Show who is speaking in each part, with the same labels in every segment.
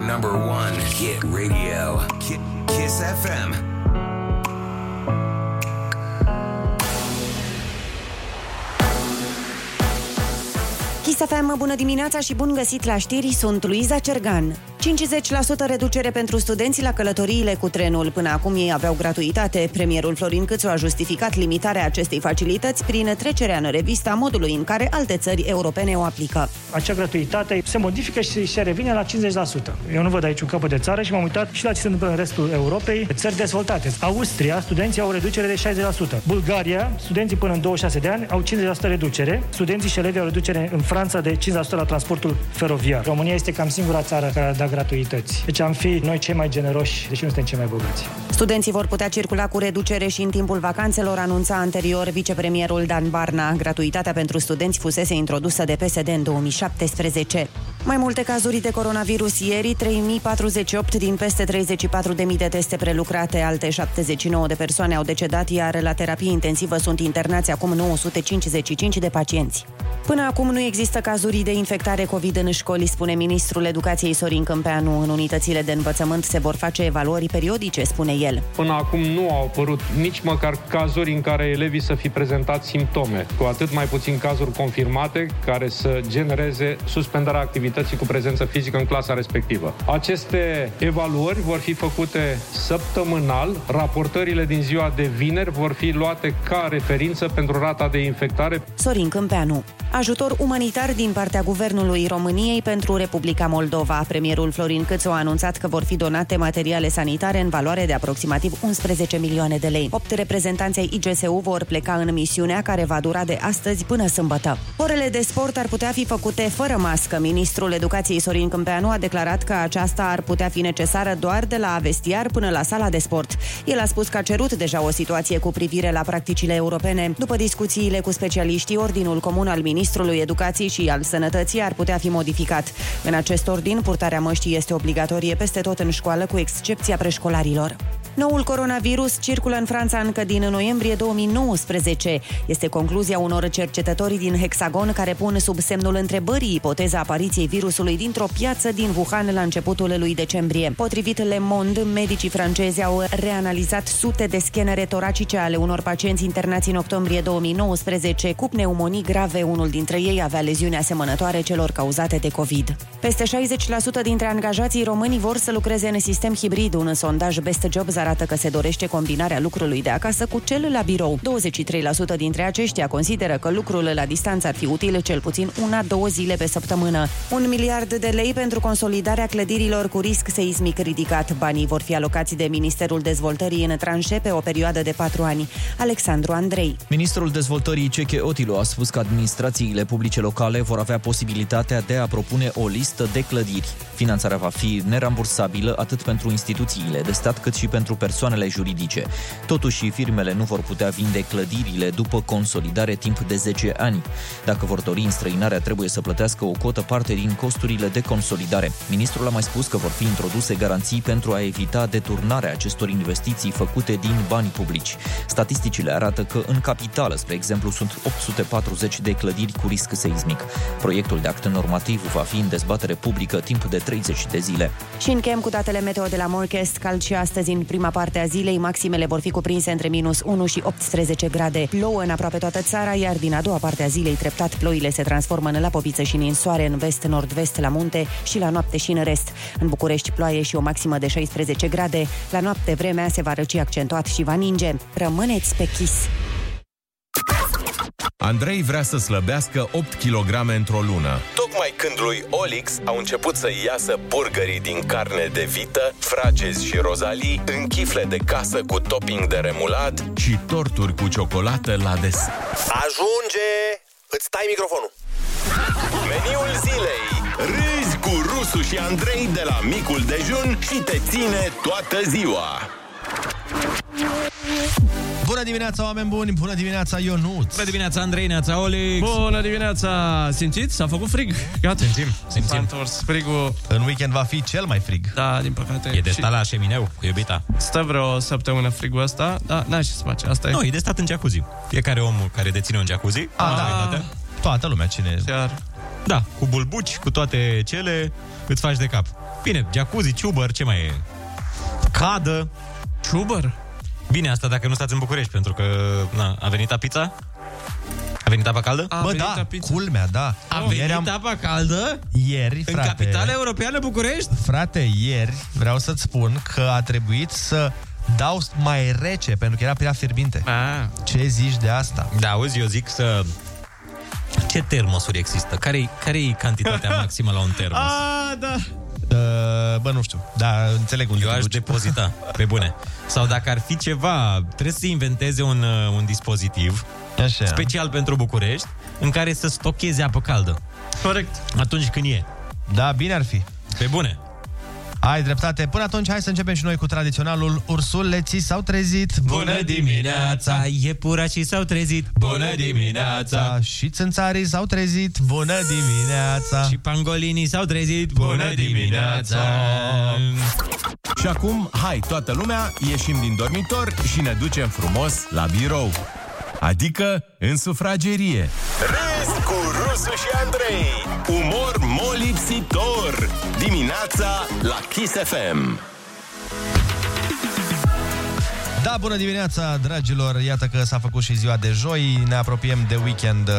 Speaker 1: number one hit radio. Ki- Kiss FM.
Speaker 2: Kiss FM, bună dimineața și bun găsit la știri, sunt Luiza Cergan. 50% reducere pentru studenți la călătoriile cu trenul. Până acum ei aveau gratuitate. Premierul Florin Câțu a justificat limitarea acestei facilități prin trecerea în revista modului în care alte țări europene o aplică.
Speaker 3: acea gratuitate se modifică și se revine la 50%. Eu nu văd aici un capăt de țară și m-am uitat și la ce se întâmplă în restul Europei, țări dezvoltate. Austria, studenții au o reducere de 60%. Bulgaria, studenții până în 26 de ani au 50% reducere. Studenții și elevii au reducere în Franța de 50% la transportul feroviar. România este cam singura țară care a dat gratuități. Deci am fi noi cei mai generoși, deși nu suntem cei mai bogați.
Speaker 2: Studenții vor putea circula cu reducere și în timpul vacanțelor, anunța anterior vicepremierul Dan Barna. Gratuitatea pentru studenți fusese introdusă de PSD în 2017. Mai multe cazuri de coronavirus ieri, 3048 din peste 34.000 de teste prelucrate, alte 79 de persoane au decedat, iar la terapie intensivă sunt internați acum 955 de pacienți. Până acum nu există cazuri de infectare COVID în școli, spune ministrul educației Sorin Câmpeanu. În unitățile de învățământ se vor face evaluări periodice, spune el.
Speaker 4: Până acum nu au apărut nici măcar cazuri în care elevii să fi prezentat simptome, cu atât mai puțin cazuri confirmate care să genereze suspendarea activității cu prezență fizică în clasa respectivă. Aceste evaluări vor fi făcute săptămânal, raportările din ziua de vineri vor fi luate ca referință pentru rata de infectare.
Speaker 2: Sorin Câmpeanu. Ajutor umanitar din partea Guvernului României pentru Republica Moldova. Premierul Florin Câțu a anunțat că vor fi donate materiale sanitare în valoare de aproximativ 11 milioane de lei. Opt reprezentanți ai IGSU vor pleca în misiunea care va dura de astăzi până sâmbătă. Orele de sport ar putea fi făcute fără mască. Ministrul Educației Sorin Câmpeanu a declarat că aceasta ar putea fi necesară doar de la vestiar până la sala de sport. El a spus că a cerut deja o situație cu privire la practicile europene. După discuțiile cu specialiștii, Ordinul Comun al Ministrului Educației și al Sănătății ar putea fi modificat. În acest ordin, purtarea măștii este obligatorie peste tot în școală, cu excepția preșcolarilor. Noul coronavirus circulă în Franța încă din noiembrie 2019. Este concluzia unor cercetători din Hexagon care pun sub semnul întrebării ipoteza apariției virusului dintr-o piață din Wuhan la începutul lui decembrie. Potrivit Le Monde, medicii francezi au reanalizat sute de scanere toracice ale unor pacienți internați în octombrie 2019 cu pneumonii grave. Unul dintre ei avea leziuni asemănătoare celor cauzate de COVID. Peste 60% dintre angajații români vor să lucreze în sistem hibrid. Un sondaj Best Jobs arată că se dorește combinarea lucrului de acasă cu cel la birou. 23% dintre aceștia consideră că lucrul la distanță ar fi util cel puțin una-două zile pe săptămână. Un miliard de lei pentru consolidarea clădirilor cu risc seismic ridicat. Banii vor fi alocați de Ministerul Dezvoltării în tranșe pe o perioadă de patru ani. Alexandru Andrei.
Speaker 5: Ministrul Dezvoltării Ceche Otilo a spus că administrațiile publice locale vor avea posibilitatea de a propune o listă de clădiri. Finanțarea va fi nerambursabilă atât pentru instituțiile de stat cât și pentru persoanele juridice. Totuși, firmele nu vor putea vinde clădirile după consolidare timp de 10 ani. Dacă vor dori înstrăinarea, trebuie să plătească o cotă parte din costurile de consolidare. Ministrul a mai spus că vor fi introduse garanții pentru a evita deturnarea acestor investiții făcute din bani publici. Statisticile arată că în capitală, spre exemplu, sunt 840 de clădiri cu risc seismic. Proiectul de act normativ va fi în dezbatere publică timp de 30 de zile.
Speaker 2: Și încheiem cu datele meteo de la Morcast. Cald și astăzi în prima parte a zilei. Maximele vor fi cuprinse între minus 1 și 18 grade. Plouă în aproape toată țara, iar din a doua parte a zilei treptat ploile se transformă în lapoviță și ninsoare în vest, nord-vest, la munte și la noapte și în rest. În București ploaie și o maximă de 16 grade. La noapte vremea se va răci accentuat și va ninge. Rămâneți pe chis!
Speaker 6: Andrei vrea să slăbească 8 kg într-o lună.
Speaker 1: Tocmai când lui Olix au început să iasă burgerii din carne de vită, fragezi și rozalii, în chifle de casă cu topping de remulat.
Speaker 6: și torturi cu ciocolată la des.
Speaker 7: Ajunge! Îți tai microfonul.
Speaker 1: Meniul zilei.
Speaker 6: Râzi cu Rusu și Andrei de la micul dejun și te ține toată ziua.
Speaker 8: Bună dimineața, oameni buni! Bună dimineața, Ionuț!
Speaker 9: Bună dimineața, Andrei, neața, Olic!
Speaker 10: Bună dimineața! Simțiți? S-a făcut frig. Gata. Simțim. Simțim. S-a întors frigul.
Speaker 8: În weekend va fi cel mai frig.
Speaker 10: Da, din păcate.
Speaker 9: E de stat la șemineu cu iubita.
Speaker 10: Și Stă vreo săptămână frigul ăsta. Da, n-ai ce să faci. Asta
Speaker 9: Nu,
Speaker 10: e.
Speaker 9: e de stat în jacuzzi. Fiecare om care deține un jacuzzi.
Speaker 8: A, da. Toată lumea cine...
Speaker 10: Chiar.
Speaker 11: Da, cu bulbuci, cu toate cele, îți faci de cap. Bine, jacuzzi, ciubăr, ce mai e? Cadă. Ciubăr? Bine, asta dacă nu stați în București, pentru că na, a venit a pizza? A venit apa caldă?
Speaker 8: A Bă, venit da, a pizza. culmea, da.
Speaker 11: A
Speaker 8: Ieri
Speaker 11: venit
Speaker 8: am-
Speaker 11: apa caldă?
Speaker 8: Ieri,
Speaker 11: În
Speaker 8: frate...
Speaker 11: capitala europeană București?
Speaker 8: Frate, ieri vreau să-ți spun că a trebuit să dau mai rece, pentru că era prea fierbinte.
Speaker 11: Ah.
Speaker 8: Ce zici de asta?
Speaker 11: Da, auzi, eu zic să... Ce termosuri există? Care-i, care-i cantitatea maximă la un termos?
Speaker 8: Ah, da. Uh, bă, nu știu, dar înțeleg unde
Speaker 11: Eu aș depozita, pe bune. Sau dacă ar fi ceva, trebuie să inventeze un, uh, un dispozitiv
Speaker 8: Așa.
Speaker 11: special pentru București, în care să stocheze apă caldă. Corect. Atunci când e.
Speaker 8: Da, bine ar fi.
Speaker 11: Pe bune.
Speaker 8: Ai dreptate. Până atunci, hai să începem și noi cu tradiționalul Ursuleții s-au trezit.
Speaker 11: Iepurașii s-au trezit.
Speaker 8: Și țânțarii s-au trezit. Bună dimineața!
Speaker 11: Și pangolinii s-au trezit. Bună dimineața!
Speaker 6: Și acum, hai toată lumea, ieșim din dormitor și ne ducem frumos la birou. Adică în sufragerie.
Speaker 12: Râs cu Rusu și Andrei. Umor molipsitor. Dimineața la Kiss FM.
Speaker 8: Da, bună dimineața, dragilor! Iată că s-a făcut și ziua de joi. Ne apropiem de weekend uh,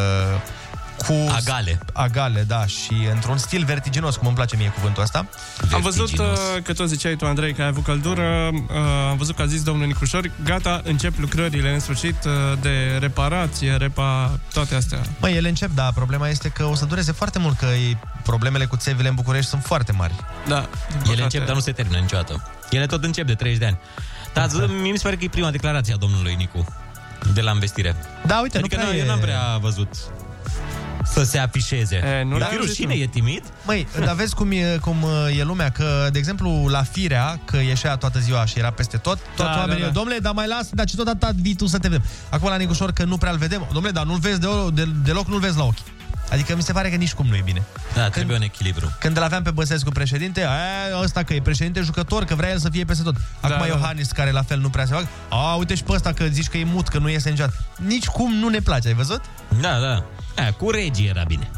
Speaker 8: cu...
Speaker 11: Agale.
Speaker 8: Agale, da, și într-un stil vertiginos, cum îmi place mie cuvântul ăsta.
Speaker 10: Am văzut uh, că tot ziceai tu, Andrei, că ai avut căldură. Uh, am văzut că a zis domnul Nicușor, gata, încep lucrările în sfârșit uh, de reparație, repa, toate astea.
Speaker 8: Măi, ele încep, dar problema este că o să dureze foarte mult, că ei- problemele cu țevile în București sunt foarte mari.
Speaker 10: Da.
Speaker 11: Ele încep, dar nu se termină niciodată. Ele tot încep de 30 de ani. Dar ați văzut, mie mi se pare că e prima declarație a domnului Nicu de la investire.
Speaker 8: Da, uite,
Speaker 11: adică
Speaker 8: nu prea
Speaker 11: n-
Speaker 8: e-
Speaker 11: eu n-am prea văzut să se afișeze. E,
Speaker 10: nu
Speaker 11: Dar
Speaker 10: l-am
Speaker 11: e
Speaker 10: auzit,
Speaker 11: rușine,
Speaker 10: nu.
Speaker 11: e timid?
Speaker 8: Măi, dar vezi cum e, cum e lumea, că, de exemplu, la firea, că ieșea toată ziua și era peste tot, toți
Speaker 10: da,
Speaker 8: oamenii,
Speaker 10: da.
Speaker 8: domnule, dar mai lasă, dar ce tot atât vii tu să te vedem. Acum la Nicușor, că nu prea îl vedem, domnule, dar nu-l vezi de, de, deloc, nu-l vezi la ochi. Adică mi se pare că nici cum nu e bine.
Speaker 11: Da, trebuie un echilibru.
Speaker 8: Când îl aveam pe Băsescu președinte, aia, ăsta că e președinte jucător, că vrea el să fie peste tot. Acum
Speaker 10: Da,
Speaker 8: da,
Speaker 10: da.
Speaker 8: Iohannis, care la fel nu prea se fac, a, uite și pe ăsta că zici că e mut, că nu iese niciodată. Nici cum nu ne place, ai văzut?
Speaker 11: Da, da. Aia, cu regii era bine.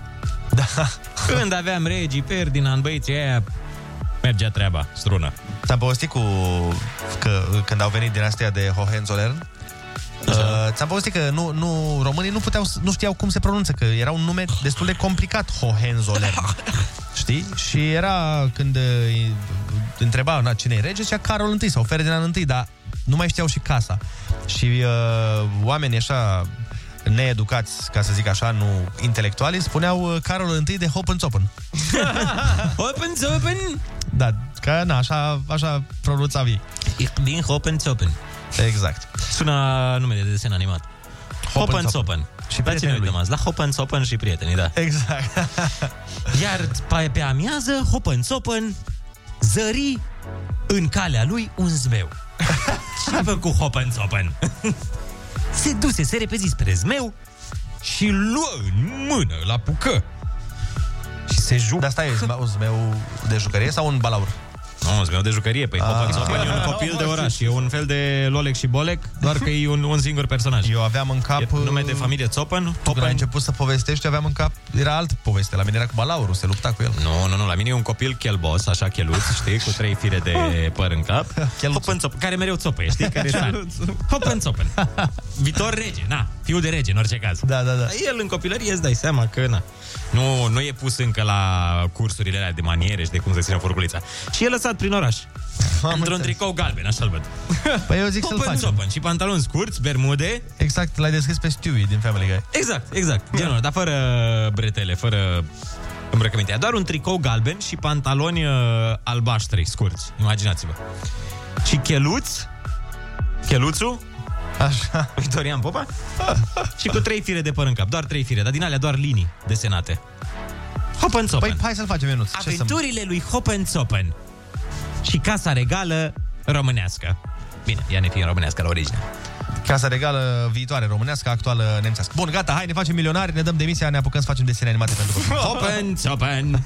Speaker 8: Da.
Speaker 11: Când aveam regii, Ferdinand, băieții aia, mergea treaba, strună.
Speaker 8: S-a povestit cu... Că, când au venit dinastia de Hohenzollern, Uh, ți-am povestit că nu, nu, românii nu, puteau, să- nu știau cum se pronunță, că era un nume destul de complicat, Hohenzollern. Știi? Și era când uh, întreba na, cine e rege, zicea Carol I sau Ferdinand I, dar nu mai știau și casa. Și uh, oamenii așa needucați, ca să zic așa, nu intelectuali, spuneau uh, Carol I de Hohenzollern.
Speaker 11: Open, open!
Speaker 8: Da, că na, așa, așa pronunțau ei.
Speaker 11: Ich bin open, open.
Speaker 8: Exact.
Speaker 11: Sună nume de desen animat. Hopenzopen.
Speaker 8: Și
Speaker 11: Și pe cine
Speaker 8: prietenii
Speaker 11: uităm
Speaker 8: lui.
Speaker 11: azi? La Hopenzopen și prietenii, da.
Speaker 8: Exact.
Speaker 11: Iar pe, pe amiază, Hopenzopen zări în calea lui un zmeu. Ce a făcut Hopenzopen? se duse, se repezi spre zmeu și luă în mână, la pucă. Și se jucă.
Speaker 8: Dar Da, stai, e zme- un zmeu de jucărie sau un balaur? Ah.
Speaker 11: Nu, no, zmeu de jucărie, păi Hopenzopen e un copil de oraș. E un fel de Lolec și Bolec, doar că e un, un singur personaj.
Speaker 8: Eu aveam în cap... uh,
Speaker 11: E nume de familie Zopen,
Speaker 8: Tu când ai
Speaker 11: Hopen
Speaker 8: început să povestești, aveam în cap... Era alt poveste. La mine era cu balaurul, se lupta cu el.
Speaker 11: Nu, nu, nu, la mine e un copil chelbos, așa cheluț, știi, cu trei fire de păr în cap.
Speaker 8: Cheluțul.
Speaker 11: Hopen țop, care mereu țopă, știi, care e Hopen țopen. Viitor rege, na, fiul de rege, în orice caz.
Speaker 8: Da, da, da.
Speaker 11: Dar El în copilărie îți dai seama că, na, nu, nu e pus încă la cursurile alea de maniere și de cum să ține furculița. Și e lăsat prin oraș. Într-un
Speaker 8: înțeles.
Speaker 11: tricou galben, așa-l văd.
Speaker 8: Păi eu zic să-l
Speaker 11: Hopen
Speaker 8: facem.
Speaker 11: țopen și pantaloni scurți, bermude,
Speaker 8: Exact, l-ai descris pe Stewie din Family Guy.
Speaker 11: Exact, exact. Genul, ăla, dar fără bretele, fără îmbrăcăminte. Doar un tricou galben și pantaloni uh, albaștri, scurți. Imaginați-vă. Și cheluț, cheluțul,
Speaker 8: Așa.
Speaker 11: Victorian Popa, și cu trei fire de păr în cap. Doar trei fire, dar din alea doar linii desenate. Hopenzopen.
Speaker 8: Păi hai să-l facem, Ionuț. Ce să...
Speaker 11: Aventurile lui Hopenzopen și Casa Regală românească. Bine, ea ne fiind românească la origine.
Speaker 8: Casa regală viitoare românească, actuală nemțească. Bun, gata, hai, ne facem milionari, ne dăm demisia, ne apucăm să facem desene animate pentru copii.
Speaker 11: Hopenzopen.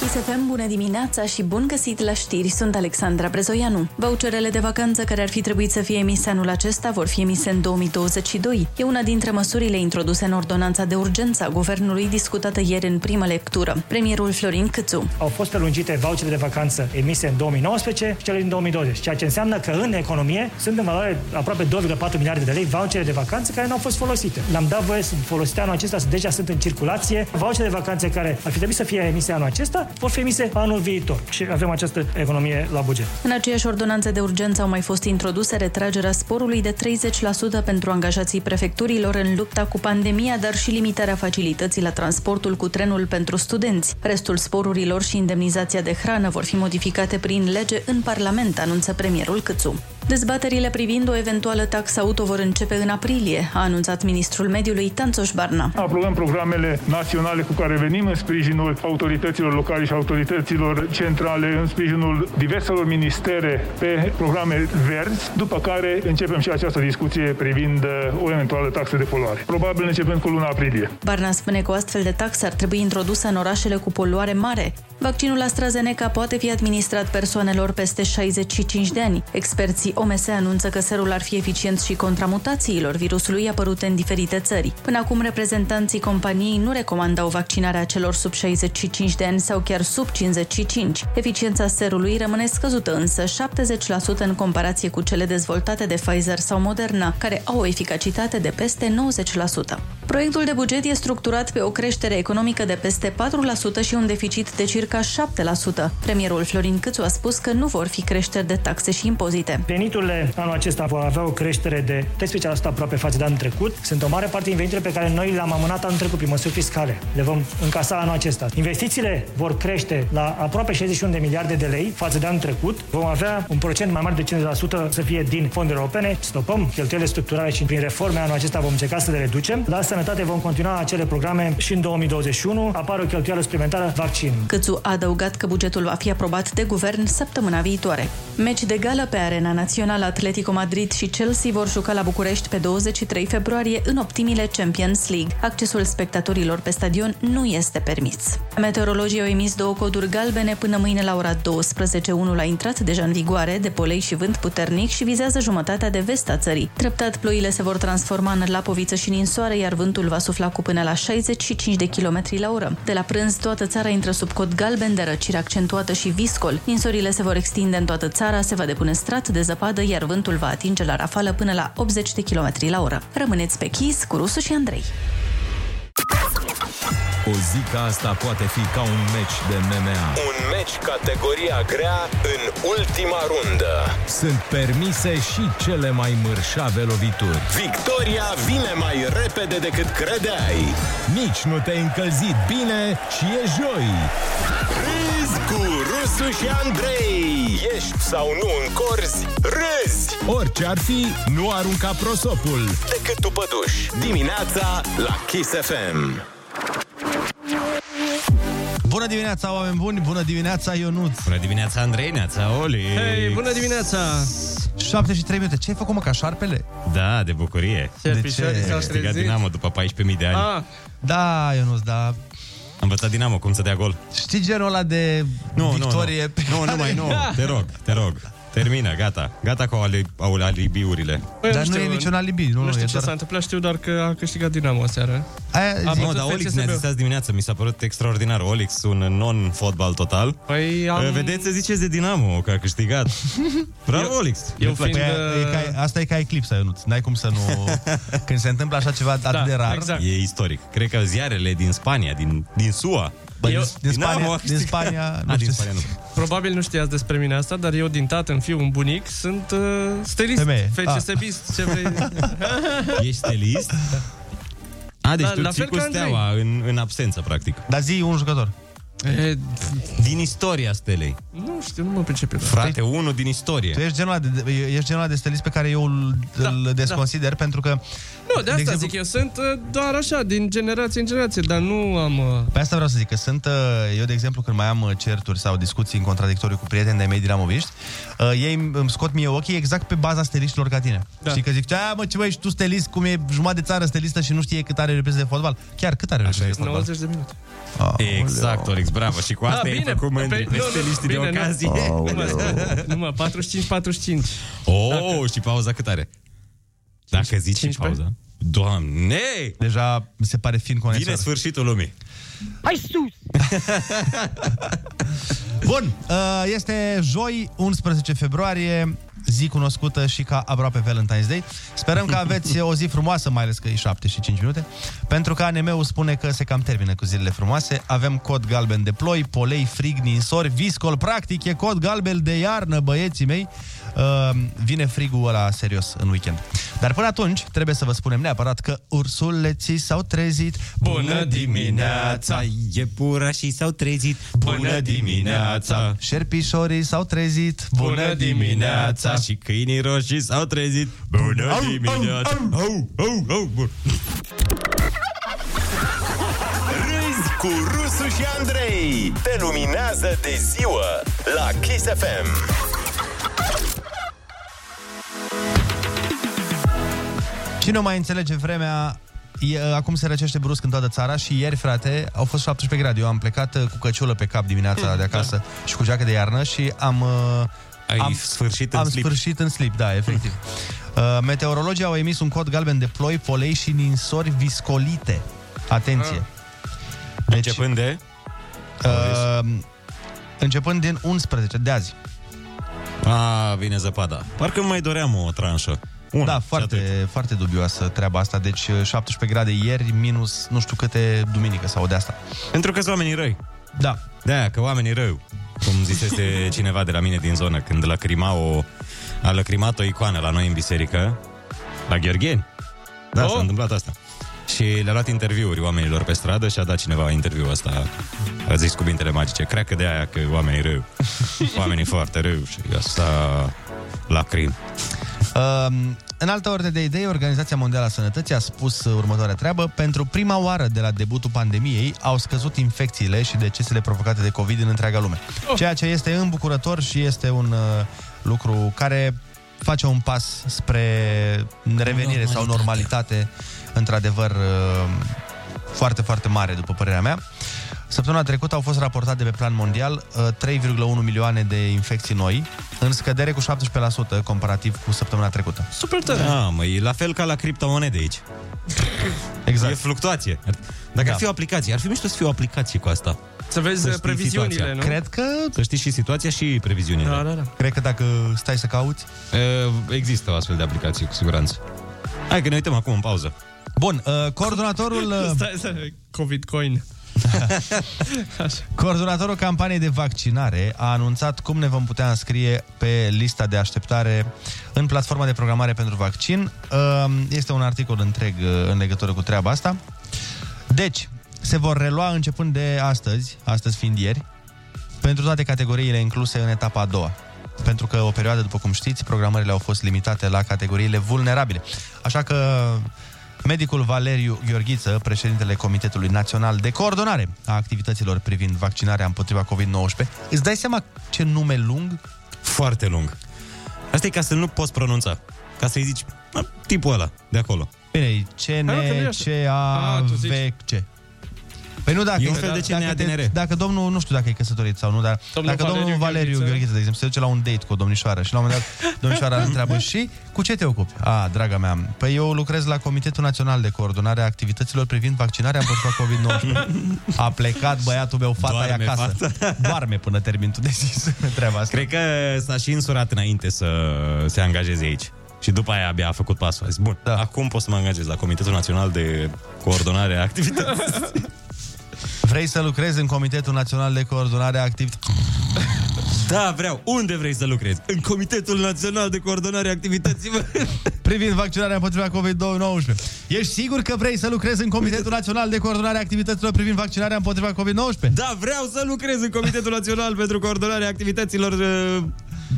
Speaker 13: Kiss KSFM, bună dimineața și bun găsit la știri, sunt Alexandra Brezoianu. Voucherele de vacanță care ar fi trebuit să fie emise anul acesta vor fi emise în 2022. E una dintre măsurile introduse în ordonanța de urgență a guvernului discutată ieri în prima lectură. Premierul Florin Câțu.
Speaker 3: Au fost prelungite voucherele de vacanță emise în 2019 și cele din 2020, ceea ce înseamnă că în economie sunt în valoare aproape 2,4 miliarde de lei vouchere de vacanță care nu au fost folosite. Le-am dat voie să folosite anul acesta, să deja sunt în circulație. Vouchere de vacanțe care ar fi trebuit să fie emise anul acesta vor fi emise anul viitor și avem această economie la buget.
Speaker 13: În aceeași ordonanță de urgență au mai fost introduse retragerea sporului de 30% pentru angajații prefecturilor în lupta cu pandemia, dar și limitarea facilității la transportul cu trenul pentru studenți. Restul sporurilor și indemnizația de hrană vor fi modificate prin lege în Parlament, anunță premierul Câțu. Dezbaterile privind o eventuală taxă auto vor începe în aprilie, a anunțat ministrul mediului Tanțoș Barna.
Speaker 14: Aprobăm programele naționale cu care venim în sprijinul autorităților locale și autorităților centrale, în sprijinul diverselor ministere pe programe verzi, după care începem și această discuție privind uh, o eventuală taxă de poluare. Probabil începând cu luna aprilie.
Speaker 13: Barna spune că o astfel de taxă ar trebui introdusă în orașele cu poluare mare. Vaccinul AstraZeneca poate fi administrat persoanelor peste 65 de ani. Experții OMS anunță că serul ar fi eficient și contra mutațiilor virusului apărute în diferite țări. Până acum, reprezentanții companiei nu recomandau vaccinarea celor sub 65 de ani sau chiar sub 55. Eficiența serului rămâne scăzută însă 70% în comparație cu cele dezvoltate de Pfizer sau Moderna, care au o eficacitate de peste 90%. Proiectul de buget e structurat pe o creștere economică de peste 4% și un deficit de circa 7%. Premierul Florin Câțu a spus că nu vor fi creșteri de taxe și impozite.
Speaker 3: Veniturile anul acesta vor avea o creștere de 13% aproape față de anul trecut. Sunt o mare parte din veniturile pe care noi le-am amânat anul trecut prin măsuri fiscale. Le vom încasa anul acesta. Investițiile vor crește la aproape 61 de miliarde de lei față de anul trecut. Vom avea un procent mai mare de 50% să fie din fonduri europene. Stopăm cheltuielile structurale și prin reforme anul acesta vom încerca să le reducem. La sănătate vom continua acele programe și în 2021. Apare o cheltuială suplimentară vaccin.
Speaker 13: Câțu a adăugat că bugetul va fi aprobat de guvern săptămâna viitoare. Meci de gală pe arena națională Atletico Madrid și Chelsea vor juca la București pe 23 februarie în optimile Champions League. Accesul spectatorilor pe stadion nu este permis. Meteorologii au emis două coduri galbene până mâine la ora 12. Unul a intrat deja în vigoare, de polei și vânt puternic și vizează jumătatea de vest a țării. Treptat ploile se vor transforma în lapoviță și ninsoare, iar vântul va sufla cu până la 65 de km la oră. De la prânz, toată țara intră sub cod galben de răcire accentuată și viscol. Ninsorile se vor extinde în toată țara, se va depune strat de zăpadă, iar vântul va atinge la rafală până la 80 de km la oră. Rămâneți pe chis cu Rusu și Andrei.
Speaker 1: O zi ca asta poate fi ca un meci de MMA.
Speaker 6: Un meci categoria grea în ultima rundă.
Speaker 1: Sunt permise și cele mai mărșave lovituri.
Speaker 6: Victoria vine mai repede decât credeai.
Speaker 1: Nici nu te-ai încălzit bine și e joi.
Speaker 6: Râzi cu Rusu și Andrei. Ești sau nu în corzi, râzi
Speaker 1: Orice ar fi, nu arunca prosopul.
Speaker 6: decât tu păduși. Dimineața la Kiss FM.
Speaker 8: Bună dimineața, oameni buni! Bună dimineața, Ionuț! Bună dimineața, Andrei, neața, Oli!
Speaker 10: Hei, bună dimineața!
Speaker 8: 73 minute. Ce ai făcut, mă, ca șarpele?
Speaker 11: Da, de bucurie.
Speaker 8: Ce, De piciorii ce? s-au
Speaker 11: Am câștigat
Speaker 8: trezit?
Speaker 11: Dinamo după 14.000 de ani. Ah.
Speaker 8: Da, Ionuț, da.
Speaker 11: Am învățat Dinamo cum să dea gol.
Speaker 8: Știi genul ăla de
Speaker 11: Nu,
Speaker 8: victorie
Speaker 11: nu,
Speaker 8: pe
Speaker 11: nu.
Speaker 8: care...
Speaker 11: Nu, nu mai, nu. Te rog, te rog. Termină, gata. Gata cu ali, au alibiurile.
Speaker 10: Păi,
Speaker 8: Dar nu
Speaker 10: știu,
Speaker 8: e niciun alibi, nu,
Speaker 10: Nu
Speaker 8: e
Speaker 10: știu ce
Speaker 8: doar-
Speaker 10: s-a întâmplat, știu doar că a câștigat Dinamo aseară. A
Speaker 11: Nu,
Speaker 10: bătut
Speaker 11: dar
Speaker 10: pe
Speaker 11: Olix
Speaker 10: CSB.
Speaker 11: ne-a zis azi dimineață, mi s-a părut extraordinar. Olix, un non-fotbal total.
Speaker 10: Păi am-
Speaker 11: Vedeți, să ziceți de Dinamo că a câștigat. Bravo, Olix!
Speaker 8: Eu fiind, Păi,
Speaker 10: uh,
Speaker 8: e ca, asta e ca eclipsa, Ionuț. N-ai cum să nu... Când se întâmplă așa ceva atât
Speaker 10: Da,
Speaker 8: de rar...
Speaker 10: exact.
Speaker 11: E istoric. Cred că ziarele din Spania, din, din SUA...
Speaker 8: Bă, din- din
Speaker 11: Dinamo a
Speaker 8: Spania- din
Speaker 11: câștigat.
Speaker 8: Spania, nu
Speaker 11: A, Ah, din
Speaker 8: știu.
Speaker 11: Spania nu.
Speaker 10: Probabil nu știați despre mine asta, dar eu din tată, în fiu, un bunic, sunt uh, stilist,
Speaker 11: Femeie.
Speaker 8: Ah.
Speaker 10: FCSBist, ce vrei.
Speaker 11: Ești stelist? A, deci
Speaker 10: La-
Speaker 11: la, tu
Speaker 10: Da, la
Speaker 11: la ții
Speaker 10: fel
Speaker 11: cu
Speaker 10: ca Andrei.
Speaker 11: steaua în, în absență, practic.
Speaker 8: Dar zi un jucător.
Speaker 10: E,
Speaker 11: din istoria stelei.
Speaker 10: nu știu, nu mă da. pricep eu.
Speaker 8: Păi,
Speaker 11: Frate, unul din istorie.
Speaker 8: Tu ești genul ăla de, de- ești genul ăla de stelist pe care eu îl, da, îl desconsider pentru că
Speaker 10: Nu, de asta de zic eu, sunt uh, doar așa, din generație în generație, dar nu am... uh,
Speaker 8: Pe asta vreau să zic, că sunt, uh, eu de exemplu, când mai am uh, certuri sau discuții în contradictoriu cu prieteni de-ai mei din Amoviști, uh, ei îmi- îmi scot mie ochii exact pe baza steliștilor ca tine. Da. Știi că zic, a, mă, ce băi, ești tu stelist, cum e jumătate de țară stelistă și nu știe cât are repede de fotbal? Chiar cât are repede de fotbal?
Speaker 10: 90 de minute.
Speaker 11: Exact, Orix, bravo. Și cu asta
Speaker 10: Ah,
Speaker 11: ai
Speaker 10: bine,
Speaker 11: făcut mândri
Speaker 10: pe-
Speaker 11: pe
Speaker 10: nu, nu,
Speaker 11: stiliștii de
Speaker 10: bine, nu.
Speaker 11: ocazie.
Speaker 10: Nu mă- Nu mă, 45-45.
Speaker 11: Oh, și pauza cât are? Dacă zici și pauza. Doamne!
Speaker 8: Deja se pare fin conexor.
Speaker 11: Vine sfârșitul lumii.
Speaker 15: Hai sus!
Speaker 8: Bun, uh, este joi, 11 februarie, zi cunoscută și ca aproape Valentine's Day. Sperăm că aveți o zi frumoasă, mai ales că e 7 și 5 minute, pentru că ANM-ul spune că se cam termină cu zilele frumoase. Avem cod galben de ploi, polei, frig, ninsori, viscol, practic e cod galben de iarnă, băieții mei. Uh, vine frigul ăla serios în weekend. Dar până atunci, trebuie să vă spunem neapărat că ursuleții s-au trezit.
Speaker 11: Bună dimineața,
Speaker 8: iepurașii s-au trezit.
Speaker 11: Bună dimineața!
Speaker 8: Șerpișorii s-au trezit
Speaker 11: Bună dimineața! Și câinii roșii s-au trezit. Bună
Speaker 8: Au, au,
Speaker 11: dimineața! Au, au, au, bun.
Speaker 6: Râzi cu Rusu și Andrei. Te luminează de ziua la Kiss FM.
Speaker 8: Cine o mai înțelege vremea E, uh, acum se răcește brusc în toată țara și ieri, frate, au fost 17 grade. Eu am plecat uh, cu căciulă pe cap dimineața de acasă și cu geacă de iarnă și am... uh,
Speaker 11: Hmm, da. Ai sfârșit în
Speaker 8: am
Speaker 11: slip. Hmm.
Speaker 8: sfârșit în slip, da, efectiv. Uh, meteorologii au emis un cod galben de ploi, polei și ninsori viscolite. Atenție! Deci, începând
Speaker 11: Ah. de?
Speaker 8: Uh, începând din 11, de azi.
Speaker 11: A, vine zăpada. Parcă mai doream o tranșă. Una,
Speaker 8: da, foarte, foarte dubioasă treaba asta. Deci uh, 17 grade ieri, minus nu știu câte duminică sau de asta.
Speaker 11: Pentru că sunt oamenii răi.
Speaker 8: Da.
Speaker 11: Da, că oamenii rău. Cum zisese cineva de la mine din zonă, când lăcrima o, a lăcrimat o icoană la noi în biserică, la Gheorgheni. Da, oh. s-a întâmplat asta. Și le-a luat interviuri oamenilor pe stradă și a dat cineva interviul ăsta. A zis cuvintele magice, cred că de aia că oamenii rău. oamenii foarte rău și asta lacrim.
Speaker 8: Um, în altă ordine de idei, Organizația Mondială a Sănătății a spus uh, următoarea treabă. Pentru prima oară de la debutul pandemiei au scăzut infecțiile și decesele provocate de COVID în întreaga lume.
Speaker 10: Oh.
Speaker 8: Ceea ce este îmbucurător și este un uh, lucru care face un pas spre revenire normalitate. sau normalitate, într-adevăr, uh, foarte, foarte mare, după părerea mea. Săptămâna trecută au fost raportate pe plan mondial uh, 3,1 milioane de infecții noi, în scădere cu 17% comparativ cu săptămâna trecută.
Speaker 11: Super tare. Da, mă, e la fel ca la criptomonede aici. Exact. E fluctuație. Dacă da.
Speaker 8: Da.
Speaker 11: ar fi o aplicație, ar fi mișto să fie o aplicație cu asta.
Speaker 10: Să vezi
Speaker 11: știi
Speaker 10: previziunile,
Speaker 11: situația.
Speaker 10: nu? Cred
Speaker 8: că...
Speaker 11: Să știi și situația și previziunile.
Speaker 10: Da, da, da.
Speaker 8: Cred că dacă stai să cauți...
Speaker 11: Există o astfel de aplicație, cu siguranță. Hai că ne uităm acum în pauză.
Speaker 8: Bun, uh, coordonatorul... uh,
Speaker 10: Stai să... Covid coin.
Speaker 8: Coordonatorul campaniei de vaccinare a anunțat cum ne vom putea înscrie pe lista de așteptare în platforma de programare pentru vaccin. Um, Este un articol întreg uh, în legătură cu treaba asta. Deci, se vor relua începând de astăzi, astăzi fiind ieri, pentru toate categoriile incluse în etapa a doua. Pentru că o perioadă, după cum știți, programările au fost limitate la categoriile vulnerabile. Așa că medicul Valeriu Gheorghiță, președintele Comitetului Național de Coordonare a activităților privind vaccinarea împotriva COVID-19, îți dai seama ce nume lung?
Speaker 11: Foarte lung. Asta e ca să nu poți pronunța. Ca să-i zici, "Mă, tipul ăla, de acolo.
Speaker 8: Bine, ce
Speaker 11: nu, că nu e așa.
Speaker 8: ce a
Speaker 11: Ah, tu zici.
Speaker 8: ce Păi nu dacă
Speaker 11: E un fel de
Speaker 8: dacă,
Speaker 11: CNADNR.
Speaker 8: te, dacă domnul, nu știu dacă e căsătorit sau nu, dar
Speaker 11: Domnul
Speaker 8: dacă domnul
Speaker 11: Valeriu
Speaker 8: Valeriu
Speaker 11: Gheorghiță-
Speaker 8: Gheorghiță, de exemplu, se duce la un date cu o domnișoară și la un moment dat domnișoara îl întreabă și cu ce te ocupi? A, draga mea, păi eu lucrez la Comitetul Național de Coordonare a Activităților privind vaccinarea împotriva COVID-19. A plecat băiatul meu, fata e
Speaker 11: Doarme
Speaker 8: acasă. Doarme până termin tu de zis treaba asta.
Speaker 11: Cred că s-a și însurat înainte să se angajeze aici. Și după aia abia a făcut pasul. A zis, bun, da. acum pot să mă angajez la Comitetul Național de Coordonare a Activității.
Speaker 8: Vrei să lucrezi în Comitetul Național de Coordonare a Activităților?
Speaker 11: Da, vreau. Unde vrei să lucrezi? În Comitetul Național de Coordonare a Activităților.
Speaker 8: privind vaccinarea împotriva COVID-19. Ești sigur că vrei să lucrezi în Comitetul Național de Coordonare a Activităților privind vaccinarea împotriva COVID-19?
Speaker 11: Da, vreau să lucrez în Comitetul Național pentru Coordonarea Activităților uh,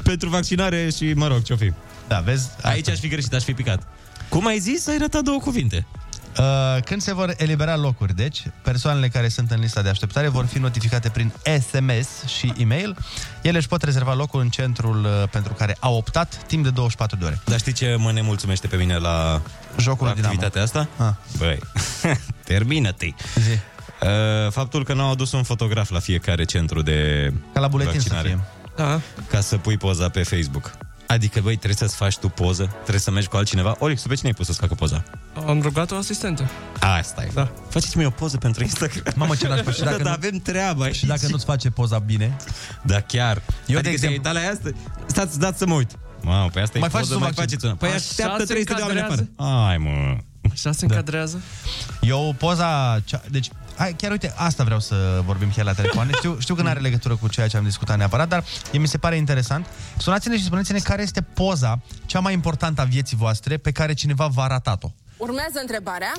Speaker 11: pentru Vaccinare și, mă rog, ce-o fi.
Speaker 8: Da, vezi?
Speaker 11: Aici aș fi greșit, aș fi picat. Cum ai zis? Ai ratat două cuvinte.
Speaker 8: Uh, Când se vor elibera locuri, deci, persoanele care sunt în lista de așteptare vor fi notificate prin SMS și e-mail. Ele își pot rezerva locul în centrul uh, pentru care au optat timp de 24 de ore.
Speaker 11: Dar știi ce mă nemulțumește pe mine la
Speaker 8: Jocul
Speaker 11: la activitatea asta?
Speaker 8: Ah.
Speaker 11: Băi, termină-te. Uh, faptul că n-au adus un fotograf la fiecare centru de
Speaker 8: Ca la buletin să
Speaker 11: vaccinare.
Speaker 8: fie.
Speaker 11: Da. Ca să pui poza pe Facebook. Adică, băi, trebuie să-ți faci tu poză, trebuie să mergi cu altcineva. Olix, tu pe cine ai pus să-ți facă poza?
Speaker 10: Am rugat o asistentă.
Speaker 11: Asta e. Da. Faceți-mi o poză pentru Instagram.
Speaker 8: Mamă, ce nașpa, și
Speaker 11: Da,
Speaker 8: dacă
Speaker 11: da,
Speaker 8: nu-
Speaker 11: avem treaba
Speaker 8: Și dacă nu-ți face poza bine...
Speaker 11: Da, chiar. Eu, adică de exemplu... la aia asta... Stați, dați să mă uit. Mamă, pe asta
Speaker 8: Mai
Speaker 11: e
Speaker 8: faci
Speaker 11: poză,
Speaker 8: tu
Speaker 11: mai
Speaker 8: vaccin.
Speaker 11: faceți una. Păi
Speaker 8: Așa
Speaker 11: așteaptă
Speaker 8: se
Speaker 11: 300 de oameni afară.
Speaker 8: încadrează?
Speaker 11: Ai, mă.
Speaker 10: Așa se încadrează?
Speaker 8: Eu Da. poza... Cea... Deci, hai, chiar uite, asta vreau să vorbim chiar la telefoane. Știu, știu că nu are legătură cu ceea ce am discutat neapărat, dar e- mi se pare interesant. Sunați-ne și spuneți-ne care este poza cea mai importantă a vieții voastre pe care cineva v-a ratat-o.
Speaker 15: Urmează întrebarea.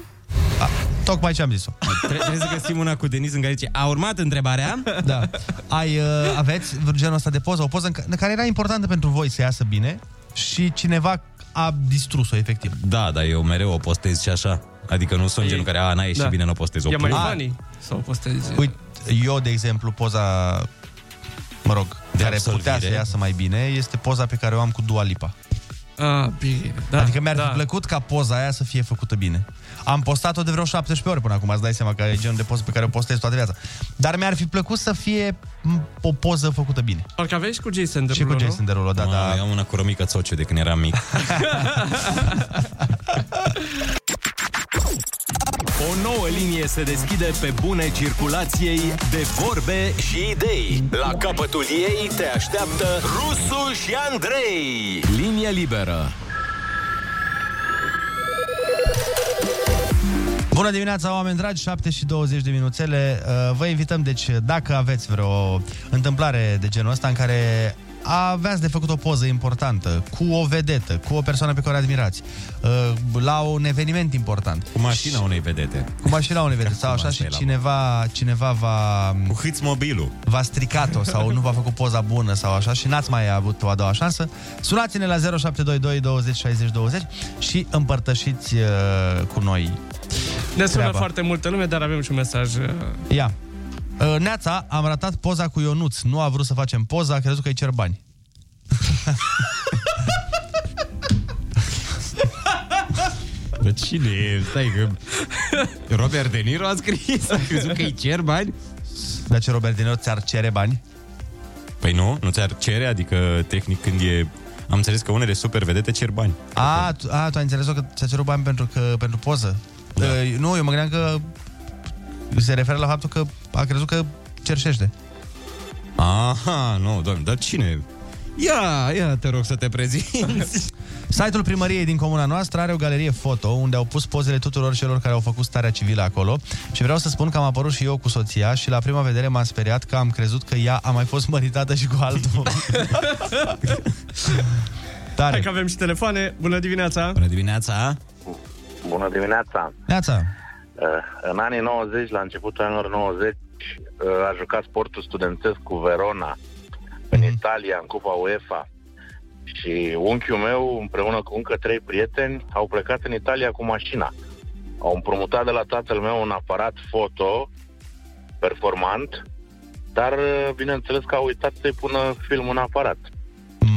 Speaker 8: Tocmai ce am zis-o.
Speaker 11: Tre- trebuie să găsim una cu Denis în care zice, a urmat întrebarea?
Speaker 8: Da. Ai, uh, aveți genul ăsta de poză, o poză în ca- în care era importantă pentru voi să iasă bine și cineva a distrus-o, efectiv.
Speaker 11: Da, dar eu mereu o postez și așa. Adică nu sunt genul care, a, n-a ieșit
Speaker 8: da.
Speaker 11: bine, nu o postez. O
Speaker 8: E mai
Speaker 11: pun.
Speaker 8: funny
Speaker 10: Sau postezi...
Speaker 8: Uite, eu, de exemplu, poza, mă rog, de care
Speaker 10: absolvire.
Speaker 8: putea să iasă mai bine, este poza pe care o am cu Dua Lipa.
Speaker 10: Ah, bine.
Speaker 8: Da, adică mi-ar da. fi plăcut ca poza aia să fie făcută bine. Am postat-o de vreo 17 ori până acum, îți dai seama că e genul de poză pe care o postez toată viața. Dar mi-ar fi plăcut să fie m, o poză făcută bine.
Speaker 10: Parcă aveai și cu Jason Derulo,
Speaker 8: Și cu Jason Derulo, da,
Speaker 11: Mamă,
Speaker 8: da.
Speaker 11: Eu am una cu Romica Sociu de când eram mic.
Speaker 6: O nouă linie se deschide pe bune circulației de vorbe și idei. La capătul ei te așteaptă Rusu și Andrei. Linie liberă.
Speaker 8: Bună dimineața, oameni dragi, 7 și 20 de minuțele. Uh, Vă invităm, deci, dacă aveți vreo întâmplare de genul ăsta în care aveați de făcut o poză importantă cu o vedetă, cu o persoană pe care o admirați, uh, la un eveniment important.
Speaker 11: Cu mașina unei vedete.
Speaker 8: Cu mașina unei vedete sau așa
Speaker 11: asta e
Speaker 8: și
Speaker 11: la
Speaker 8: cineva, cineva va... Cu
Speaker 11: hâț mobilul.
Speaker 8: V-a stricat-o sau nu v-a făcut poza bună sau așa și n-ați mai avut o a doua șansă. Sunați-ne la 0722 20 60 20 și împărtășiți uh, cu noi
Speaker 10: Ne sună
Speaker 8: treaba.
Speaker 10: foarte multă lume, dar avem și un mesaj. uh,
Speaker 8: Ia. Uh, Neața, am ratat poza cu Ionuț. Nu a vrut să facem poza, a crezut că îi cer bani.
Speaker 11: Bă, cine e? Stai că... Robert De Niro a scris? A crezut că îi cer bani?
Speaker 8: Dar ce Robert De Niro ți-ar cere bani?
Speaker 11: Păi nu, nu ți-ar cere, adică tehnic când e... Am înțeles că unele super vedete cer bani.
Speaker 8: A, tu, a, tu ai înțeles că ți-a cerut bani pentru, că, pentru poză? Da. Uh, nu, eu mă gândeam că se referă la faptul că a crezut că cerșește.
Speaker 11: Aha, nu, doamne, dar cine? Ia, ia, te rog să te prezinți.
Speaker 8: Site-ul primăriei din comuna noastră are o galerie foto unde au pus pozele tuturor celor care au făcut starea civilă acolo și vreau să spun că am apărut și eu cu soția și la prima vedere m-am speriat că am crezut că ea a mai fost măritată și cu altul. Tare.
Speaker 10: Hai că avem și telefoane. Bună dimineața!
Speaker 11: Bună dimineața!
Speaker 16: Bună dimineața!
Speaker 8: Neața.
Speaker 16: Uh, În anii 90, la începutul anilor 90, uh, a jucat sportul studențesc cu Verona în
Speaker 8: Mhm.
Speaker 16: Italia, în Cupa UEFA. Și unchiul meu, împreună cu încă trei prieteni, au plecat în Italia cu mașina. Au împrumutat de la tatăl meu un aparat foto performant, dar uh, bineînțeles că au uitat să-i pună film în aparat.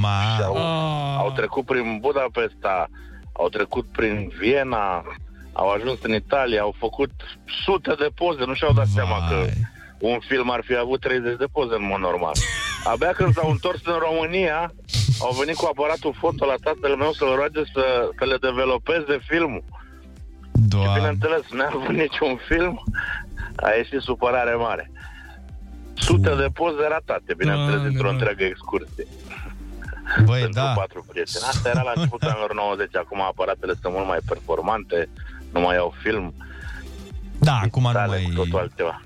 Speaker 8: Ma.
Speaker 16: Au, au trecut prin Budapesta, au trecut prin Viena, au ajuns în Italia, au făcut sute de poze, nu și-au dat seama că un film ar fi avut 30 de poze în mod normal. Abia când s-au întors în România, au venit cu aparatul foto la tatăl meu să-l roage să, să le developeze filmul.
Speaker 8: Doamne.
Speaker 16: Și bineînțeles, n-a avut niciun film, a ieșit supărare mare. Sute de poze ratate, bineînțeles, dintr-o întreagă excursie.
Speaker 8: Băi, da.
Speaker 16: patru prieteni. Asta era la începutul anilor 90, acum aparatele sunt mult mai performante, nu mai au film.
Speaker 8: Da, acum nu mai...
Speaker 16: Totul altceva.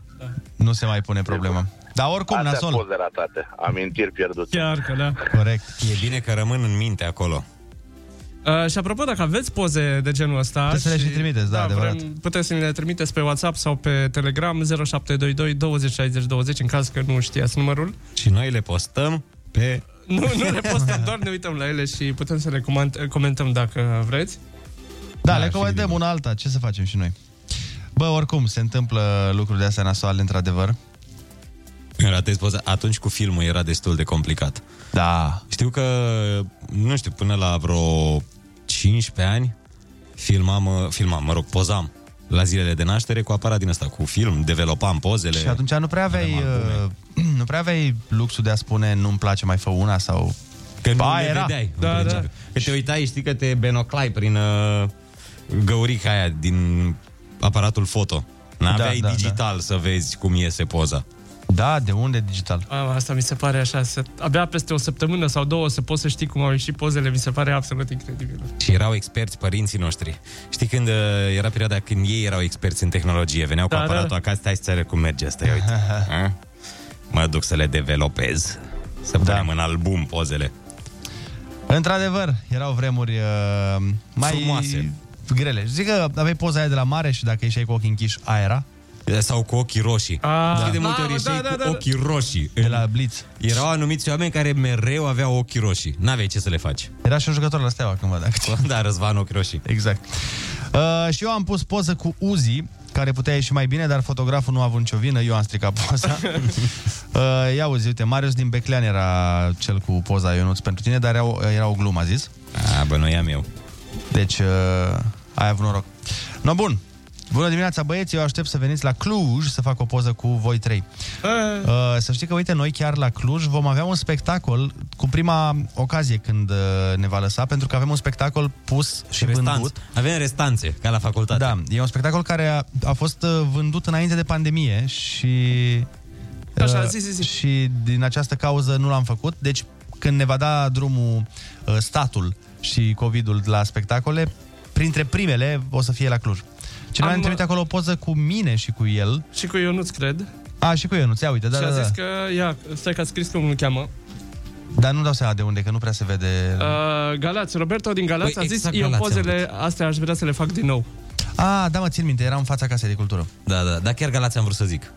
Speaker 8: Nu se mai pune problema. Dar oricum,
Speaker 16: Astea
Speaker 8: nasol.
Speaker 16: poze ratate, amintiri pierdute.
Speaker 10: Chiar că da.
Speaker 8: Corect.
Speaker 11: E bine că rămân în minte acolo.
Speaker 10: Uh, și apropo, dacă aveți poze de genul ăsta...
Speaker 8: Puteți să le
Speaker 10: și-
Speaker 8: și trimiteți, da, adevărat.
Speaker 10: puteți să ne le trimiteți pe WhatsApp sau pe Telegram 0722 20 60 20 în caz că nu știați numărul.
Speaker 11: Și noi le postăm pe...
Speaker 10: Nu, nu le postăm, doar ne uităm la ele și putem să le comand- comentăm dacă vreți.
Speaker 8: Da, le căutăm una alta, ce să facem și noi? Bă, oricum, se întâmplă lucruri de astea nasoale, într-adevăr.
Speaker 11: Îmi ratez poza. Atunci cu filmul era destul de complicat.
Speaker 8: Da.
Speaker 11: Știu că, nu știu, până la vreo 15 ani filmam, uh, filmam, mă rog, pozam la zilele de naștere cu aparat din ăsta, cu film, developam pozele.
Speaker 8: Și atunci nu prea aveai, uh, nu prea aveai luxul de a spune nu-mi place, mai fă una sau...
Speaker 11: Că nu
Speaker 8: Ba,
Speaker 11: le
Speaker 8: era.
Speaker 11: vedeai. în
Speaker 8: Da,
Speaker 11: principiu. Că te uitai, știi că te benoclai prin uh, găurica aia din aparatul foto. N-aveai da,
Speaker 10: Da, da,
Speaker 11: digital să vezi cum iese poza.
Speaker 8: Da, de unde digital?
Speaker 10: Mamă, asta mi se pare așa, să, abia peste o săptămână sau două să poți să știi cum au ieșit pozele, mi se pare absolut incredibil.
Speaker 11: Și erau experți părinții noștri. Știi când uh, era perioada când ei erau experți în tehnologie, veneau da,
Speaker 10: Da,
Speaker 11: cu
Speaker 10: da,
Speaker 11: aparatul da.
Speaker 10: da.
Speaker 11: acasă, stai să arăt cum merge asta, ia uite. A? mă duc să le developez, să da. punem în album pozele.
Speaker 8: Într-adevăr, erau vremuri uh, mai
Speaker 11: Frumoase.
Speaker 8: grele. Zic că aveai poza aia de la mare și dacă ieșeai cu ochii închiși, aia era.
Speaker 11: Sau cu ochii roșii.
Speaker 8: Ah,
Speaker 11: Știi de
Speaker 10: Da,
Speaker 11: multe ori ieșeai cu ochii roșii.
Speaker 8: De la Blitz.
Speaker 11: Erau anumiți oameni care mereu aveau ochii roșii. N-aveai ce să le faci.
Speaker 8: Era și un jucător la Steaua cândva, dacă ți-
Speaker 11: Da, Răzvan ochi roșii.
Speaker 8: Exact. Uh, și eu am pus poză cu Uzi, care putea ieși mai bine, dar fotograful nu a avut nicio vină, eu am stricat poza. uh, ia uzi, uite, Marius din Beclean era cel cu poza Ionuț pentru tine, dar era o, era o glumă, a zis.
Speaker 11: A, bă, nu i-am eu.
Speaker 8: Deci, uh, ai avut noroc. No, bun. Bună dimineața, băieți, eu aștept să veniți la Cluj să fac o poză cu voi trei. Uh, să știi că, uite, noi chiar la Cluj vom avea un spectacol cu prima ocazie când uh, ne va lăsa, pentru că avem un spectacol pus și
Speaker 11: Restanț.
Speaker 8: vândut.
Speaker 11: Avem restanțe, ca la facultate.
Speaker 8: Da, e un spectacol care a, a fost uh, vândut înainte de pandemie și...
Speaker 10: Așa,
Speaker 8: uh,
Speaker 10: zi, zi, zi.
Speaker 8: Și din această cauză nu l-am făcut, deci când ne va da drumul uh, statul și COVID-ul la spectacole, printre primele o să fie la Cluj. Cineva
Speaker 10: Am- uh,
Speaker 8: ne trimite acolo o poză cu mine și cu el.
Speaker 10: Și cu eu nu-ți cred.
Speaker 8: A, și cu eu, nu ți uite, da,
Speaker 10: și a
Speaker 8: da, da.
Speaker 10: zis că, ia, stai că a scris cum îl cheamă.
Speaker 8: Dar nu dau seama de unde, că nu prea se vede.
Speaker 10: Uh, Galați, Roberto din Galați
Speaker 8: Păi,
Speaker 10: a zis,
Speaker 8: exact
Speaker 10: eu
Speaker 8: Galați am
Speaker 10: pozele astea aș vrea să le fac din nou.
Speaker 8: A, da, mă țin minte, era în fața casei de cultură.
Speaker 11: Da, da, dar chiar Galați am vrut să zic.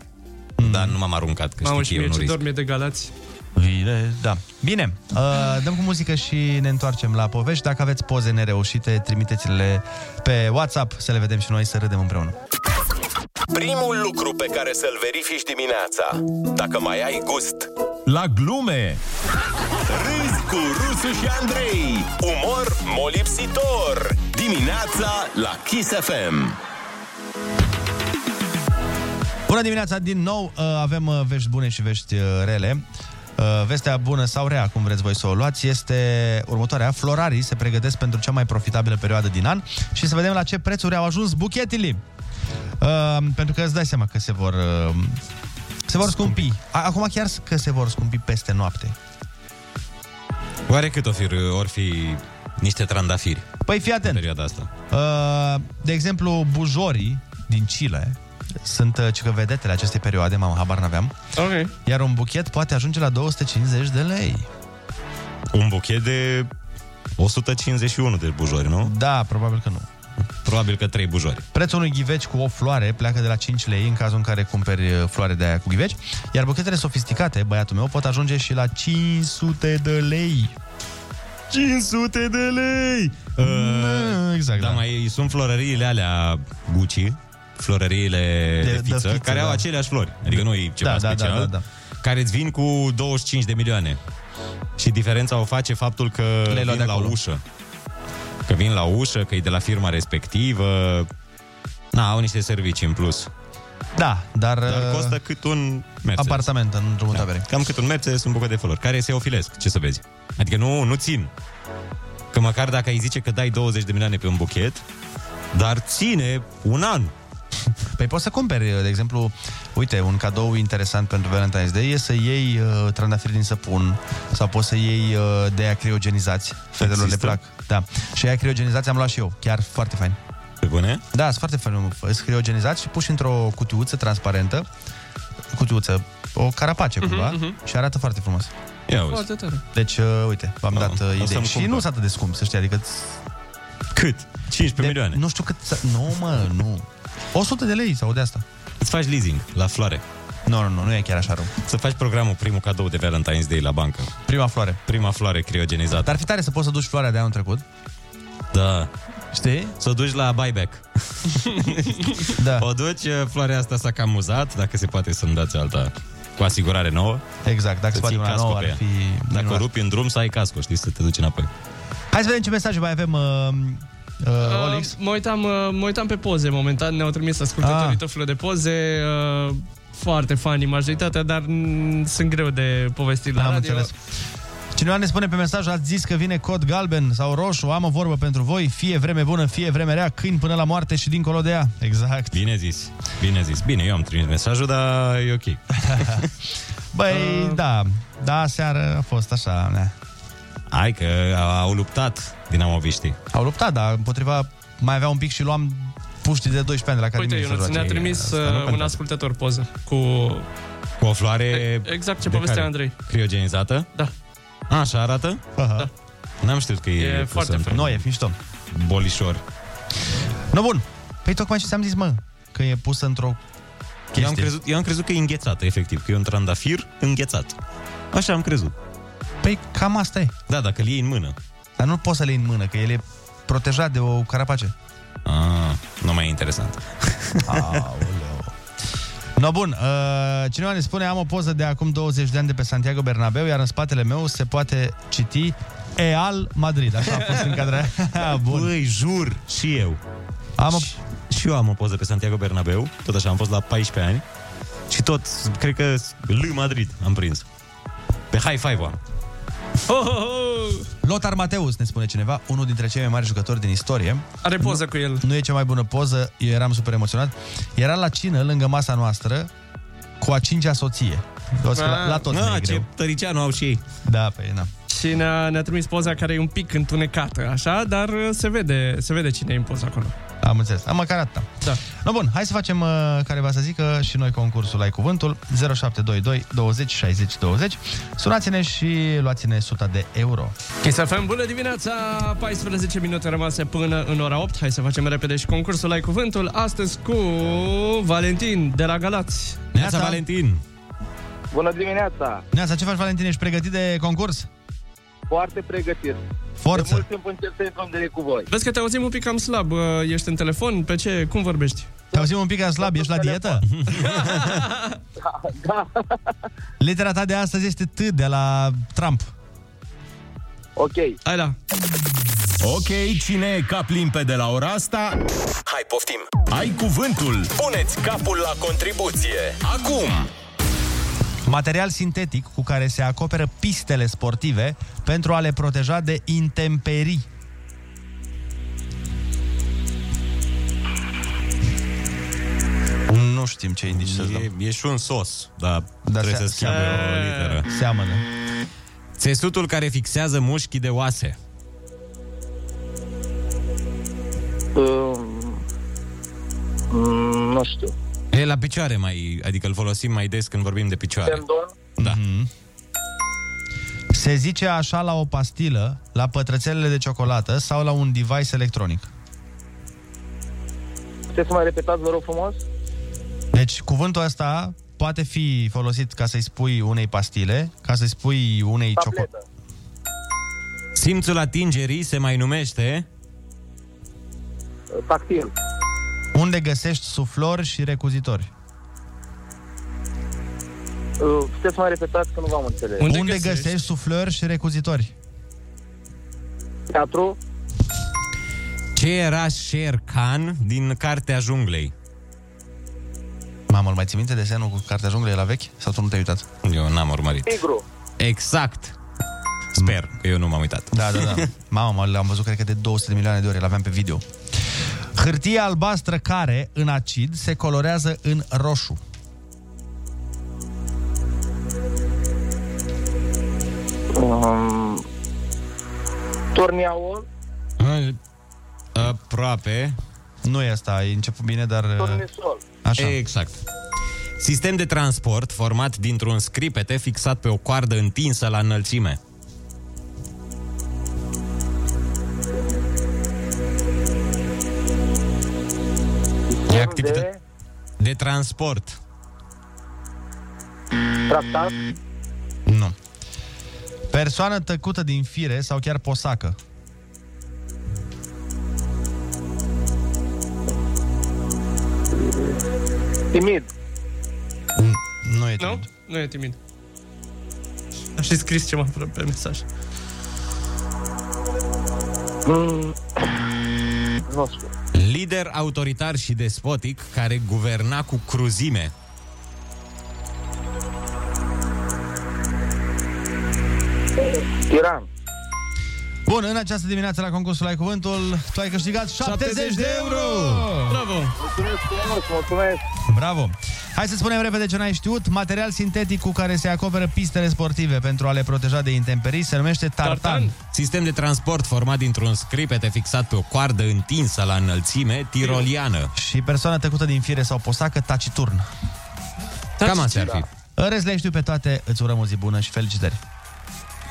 Speaker 11: Mm. Dar nu m-am aruncat, că
Speaker 10: Mamă,
Speaker 11: știi că
Speaker 10: și
Speaker 11: eu
Speaker 10: mie
Speaker 11: nu
Speaker 10: ce
Speaker 11: risc.
Speaker 10: dor mie de Galați.
Speaker 8: Bine, da. Bine, uh, dăm cu muzică și ne întoarcem la povești. Dacă aveți poze nereușite, trimiteți-le pe WhatsApp să le vedem și noi să râdem împreună.
Speaker 1: Primul lucru pe care să-l verifici dimineața Dacă mai ai gust La glume Râzi cu Rusu și Andrei Umor molipsitor Dimineața la Kiss FM
Speaker 8: Bună dimineața din nou, uh, avem uh, vești bune și vești uh, rele. Uh, Vestea bună sau rea, cum vreți voi să o luați, este următoarea. Florarii se pregătesc pentru cea mai profitabilă perioadă din an și să vedem la ce prețuri au ajuns buchetele. Uh, Pentru că îți dai seama că se vor uh, se vor scumpi. A- Acum chiar că se vor scumpi peste noapte.
Speaker 11: Oare cât o fi, or fi niște trandafiri?
Speaker 8: Păi fii atent.
Speaker 11: În perioada asta.
Speaker 8: Uh, de exemplu, bujorii din Chile sunt uh, cică vedetele acestei perioade, mamă, habar n-aveam.
Speaker 10: Ok.
Speaker 8: Iar un buchet poate ajunge la 250 de lei.
Speaker 11: Un buchet de 151 de bujori, nu?
Speaker 8: Da, probabil că nu.
Speaker 11: Probabil că 3 bujori.
Speaker 8: Prețul unui ghiveci cu o floare pleacă de la 5 lei în cazul în care cumperi uh, floare de aia cu ghiveci, iar buchetele sofisticate, băiatul meu, pot ajunge și la 500 de lei.
Speaker 11: 500 de lei! Ă,
Speaker 8: Uh, exact,
Speaker 11: Dar Da, mai sunt florăriile alea Gucci, florăriile de,
Speaker 8: De-
Speaker 11: de,
Speaker 8: de
Speaker 11: fiță,
Speaker 8: fiță,
Speaker 11: care au
Speaker 8: da.
Speaker 11: aceleași flori. Adică nu e ceva
Speaker 8: Da, da, da,
Speaker 11: special.
Speaker 8: da, da.
Speaker 11: Care îți vin cu 25 de milioane. Și diferența o face faptul că
Speaker 8: Le-ai luat
Speaker 11: vin
Speaker 8: de
Speaker 11: la
Speaker 8: acolo.
Speaker 11: ușă. Că vin la ușă, că e de la firma respectivă. Na, au niște servicii în plus.
Speaker 8: Da, dar...
Speaker 11: Dar
Speaker 8: uh,
Speaker 11: costă cât un Mercedes.
Speaker 8: Apartament în drumul da.
Speaker 11: Cam cât un Mercedes, un buchet de flori, care se ofilesc, ce să vezi. Adică nu, nu țin. Că măcar dacă ai zice că dai 20 de milioane pe un buchet, dar ține un an.
Speaker 8: Păi poți să cumperi, de exemplu, uite, un cadou interesant pentru Valentine's Day e să iei uh, trandafiri din săpun sau poți să iei uh, de aia criogenizați. Fetelor le
Speaker 11: Există?
Speaker 8: plac. Da. Și aia criogenizați am luat și eu. Chiar foarte fain.
Speaker 11: Pe bune?
Speaker 8: Da, sunt foarte fain. Sunt criogenizați și puși într-o cutiuță transparentă. Cutiuță, o carapace cumva
Speaker 10: Mhm, mhm.
Speaker 8: și arată foarte frumos.
Speaker 11: Ia
Speaker 10: Foarte tare.
Speaker 8: Deci, uh, uite,
Speaker 11: Da,
Speaker 8: v-am dat uh, idei.
Speaker 11: să-mi
Speaker 8: Și
Speaker 11: cumpăr.
Speaker 8: nu s-a atât de scump, să știi, adică...
Speaker 11: da. Cât? 15 de, milioane?
Speaker 8: Nu știu cât... s-a- Nu, mă, nu. 100 de lei sau de asta.
Speaker 11: Îți faci leasing la floare.
Speaker 8: Nu, nu, nu, nu e chiar așa rău.
Speaker 11: Să faci programul primul cadou de Valentine's Day la bancă.
Speaker 8: Prima floare.
Speaker 11: Prima floare criogenizată.
Speaker 8: Dar ar fi tare să poți să duci floarea de anul trecut
Speaker 11: Da. Știi? Să o duci la buyback. da. O duci, floarea asta s-a cam uzat, dacă se poate să-mi dați alta cu asigurare nouă.
Speaker 8: Exact, dacă
Speaker 11: Să
Speaker 8: se poate
Speaker 11: ții
Speaker 8: una
Speaker 11: cascul
Speaker 8: nouă,
Speaker 11: pe
Speaker 8: ar
Speaker 11: ea.
Speaker 8: fi
Speaker 11: Dacă o
Speaker 8: minunat.
Speaker 11: rupi în drum, să ai casco, știi, să te duci înapoi.
Speaker 8: Hai să vedem ce mesaje mai avem, uh, uh,
Speaker 10: Uh,
Speaker 8: Olix.
Speaker 10: mă, uitam, uh, mă uitam pe poze momentan, ne-au trimis ascultătorii
Speaker 8: Ah.
Speaker 10: tot felul de poze, uh, foarte fani majoritatea, dar mm, sunt greu de povestit la
Speaker 8: Am
Speaker 10: radio.
Speaker 8: înțeles. Cineva ne spune pe mesaj, ați zis că vine cod galben sau roșu, am o vorbă pentru voi, fie vreme bună, fie vreme rea, câini până la moarte și dincolo de ea. Exact.
Speaker 11: Bine zis, bine zis. Bine, eu am trimis mesajul, dar e ok.
Speaker 8: Băi,
Speaker 11: Uh.
Speaker 8: da, da, seară a fost așa, ne.
Speaker 11: Hai că au luptat dinamoviștii.
Speaker 8: Au luptat, dar împotriva mai avea un pic și luam puștii de 12 ani de la care
Speaker 10: Uite,
Speaker 8: nimeni nu
Speaker 10: Ionuț,
Speaker 8: se
Speaker 10: ne-a
Speaker 8: roage.
Speaker 10: trimis
Speaker 8: Asta nu
Speaker 10: uh, un
Speaker 8: contează.
Speaker 10: ascultător poză cu...
Speaker 11: Cu o floare...
Speaker 10: Exact ce
Speaker 11: de
Speaker 10: povestea
Speaker 11: care?
Speaker 10: Andrei.
Speaker 11: Criogenizată?
Speaker 10: Da.
Speaker 11: Așa arată?
Speaker 8: Da.
Speaker 11: N-am știut că e,
Speaker 10: E
Speaker 11: pusă
Speaker 10: foarte
Speaker 11: într-un
Speaker 8: Nu, e mișto.
Speaker 11: Bolișor.
Speaker 8: No, bun. Păi tocmai ce ți-am zis, mă, că e pus într-o
Speaker 11: Eu am, crezut, eu am crezut că e înghețată, efectiv, că e un trandafir înghețat. Așa am crezut.
Speaker 8: Păi cam asta e.
Speaker 11: Da, dacă îl iei în mână.
Speaker 8: Dar nu poți să le iei în mână, că el e protejat de o carapace.
Speaker 11: Ah, nu mai e interesant.
Speaker 8: No, bun, uh, cineva ne spune, am o poză de acum 20 de ani de pe Santiago Bernabeu, iar în spatele meu se poate citi Eal Madrid. Așa a fost încadrarea. bun.
Speaker 11: Băi, jur, și eu.
Speaker 8: Am o...
Speaker 11: și, și eu am o poză pe Santiago Bernabeu, tot așa, am fost la 14 ani și tot, cred că lui Madrid am prins. Pe high five am.
Speaker 10: Oh, oh, oh.
Speaker 8: Lothar Mateus, ne spune cineva, unul dintre cei mai mari jucători din istorie.
Speaker 10: Are poză cu el.
Speaker 8: Nu e cea mai bună poză, eu eram super emoționat. Era la cină, lângă masa noastră, cu a cincea soție. Toți, la, la toți
Speaker 11: Ah,
Speaker 8: ne e
Speaker 11: ce
Speaker 8: greu.
Speaker 11: tăricianu au și ei.
Speaker 8: Da, pe na.
Speaker 10: Și ne-a, ne-a trimis poza care e un pic întunecată, așa, dar uh, se vede, se vede cine e în poza acolo.
Speaker 8: Am înțeles. Am măcar atâta.
Speaker 10: Da.
Speaker 8: No, bun, hai să facem uh, care va să zică și noi concursul Ai Cuvântul 0722 20 60 20. Sunați-ne și luați-ne 100 de euro.
Speaker 10: Kiss FM, bună dimineața! 14 minute rămase până în ora 8. Hai să facem repede și concursul Ai Cuvântul. Astăzi cu Valentin de la Galați.
Speaker 11: Neața, Valentin!
Speaker 16: Bună dimineața!
Speaker 8: Neața, ce faci, Valentin? Ești pregătit de concurs?
Speaker 16: Foarte pregătit.
Speaker 8: Forță.
Speaker 16: De mult timp încerc să intru în direct cu voi.
Speaker 10: Vezi că te auzim un pic cam slab. Uh, Ești în telefon? Pe ce? Cum vorbești?
Speaker 8: Te auzim un pic cam slab, ești la dietă?
Speaker 16: da.
Speaker 8: Litera ta de astăzi este T de la Trump.
Speaker 16: Ok.
Speaker 10: Hai la.
Speaker 1: Ok, cine e cap limpede la ora asta? Hai, poftim! Ai cuvântul! Puneți capul la contribuție! Acum!
Speaker 8: Material sintetic cu care se acoperă pistele sportive pentru a le proteja de intemperii. Nu știm ce indici
Speaker 11: să e, e și un sos, dar da, trebuie
Speaker 8: se-
Speaker 11: să schimbe o
Speaker 8: se-
Speaker 11: literă.
Speaker 8: Seamănă.
Speaker 11: Țesutul care fixează mușchii de oase.
Speaker 16: Mm, Um, nu știu.
Speaker 11: E la picioare mai, adică îl folosim mai des când vorbim de picioare.
Speaker 16: Tendon?
Speaker 11: Da.
Speaker 8: Mhm. Se zice așa la o pastilă, la pătrățelele de ciocolată sau la un device electronic.
Speaker 16: Puteți să mai repetați, vă rog frumos?
Speaker 8: Deci, cuvântul ăsta poate fi folosit ca să-i spui unei pastile, ca să-i spui unei ciocolate.
Speaker 11: Simțul atingerii se mai numește...
Speaker 16: Tactil.
Speaker 8: Unde găsești suflori și recuzitori?
Speaker 16: Uh, Puteți să mai repetați că nu v-am înțeles.
Speaker 8: Unde, Unde găsești? găsești suflori și recuzitori?
Speaker 16: Teatru?
Speaker 11: Ce era Sher Khan din Cartea Junglei?
Speaker 8: Mamă, îl mai ții minte desenul cu cartea junglei la vechi? Sau tu nu te-ai uitat?
Speaker 11: Eu n-am urmărit.
Speaker 16: Tigru.
Speaker 11: Exact. Sper că eu nu m-am uitat.
Speaker 8: Da, da, da. Mamă, l-am văzut cred că de 200 de milioane de ori, l-aveam pe video. Hârtia albastră care, în acid, se colorează în roșu. Mm.
Speaker 16: Um, Torneaol?
Speaker 11: Aproape.
Speaker 8: Nu e asta, ai început bine, dar...
Speaker 16: Tornesol.
Speaker 8: Așa.
Speaker 11: Exact. Sistem de transport format dintr-un scripete fixat pe o coardă întinsă la înălțime. E activitate de transport.
Speaker 16: Tractat?
Speaker 8: Nu. Persoană tăcută din fire sau chiar posacă.
Speaker 16: Timid.
Speaker 8: Mhm. Nu e
Speaker 10: timid. Nu? Nu e timid. A și scris ceva pe, pe mesaj.
Speaker 11: Lider autoritar și despotic care guverna cu cruzime.
Speaker 16: Tiran.
Speaker 8: Bun, în această dimineață la concursul Ai Cuvântul, tu ai câștigat 70 de euro!
Speaker 10: Bravo!
Speaker 16: Mulțumesc frumos, mulțumesc!
Speaker 8: Bravo! Hai să spunem repede ce n-ai știut. Material sintetic cu care se acoperă pistele sportive pentru a le proteja de intemperii se numește tartan. tartan?
Speaker 11: Sistem de transport format dintr-un scripete fixat pe o coardă întinsă la înălțime tiroliană.
Speaker 8: Și persoana tăcută din fire sau posacă, taciturn.
Speaker 10: Da,
Speaker 11: Cam asta ar fi.
Speaker 8: În rest le știu pe toate, îți urăm o zi bună și felicitări!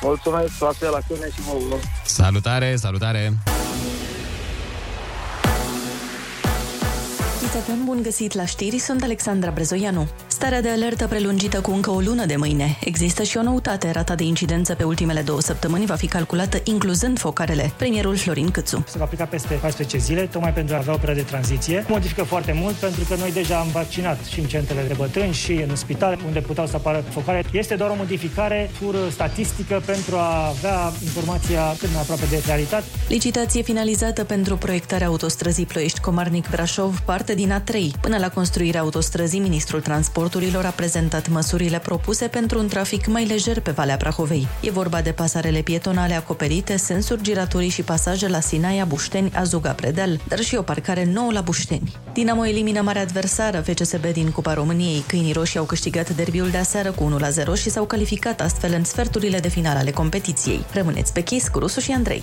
Speaker 16: Mulțumesc, la fel, la tine și vouă.
Speaker 11: Salutare, salutare!
Speaker 13: Chitefem, bun găsit la știri, sunt Alexandra Brezoianu. Starea de alertă prelungită cu încă o lună de mâine. Există și o noutate, rata de incidență pe ultimele două săptămâni va fi calculată incluzând focarele. Premierul Florin Câțu.
Speaker 3: se va aplica peste 14 zile, tocmai pentru a avea o perioadă de tranziție. Modifică foarte mult pentru că noi deja am vaccinat și în centrele de bătrâni și în spital unde puteau să apară focare. Este doar o modificare pur statistică pentru a avea informația cât mai aproape de realitate.
Speaker 13: Licitație finalizată pentru proiectarea autostrăzii Ploiești-Comarnic-Brașov, parte din A3. Până la construirea autostrăzii, Ministrul Transporturilor a prezentat măsurile propuse pentru un trafic mai lejer pe Valea Prahovei. E vorba de pasarele pietonale acoperite, sensuri giratorii și pasaje la Sinaia, Bușteni, Azuga, Predeal, dar și o parcare nouă la Bușteni. Dinamo elimină mare adversară FCSB din Cupa României. Câinii roșii au câștigat derbiul de aseară cu 1-0 și s-au calificat astfel în sferturile de final ale competiției. Rămâneți pe chis cu Rusu și Andrei.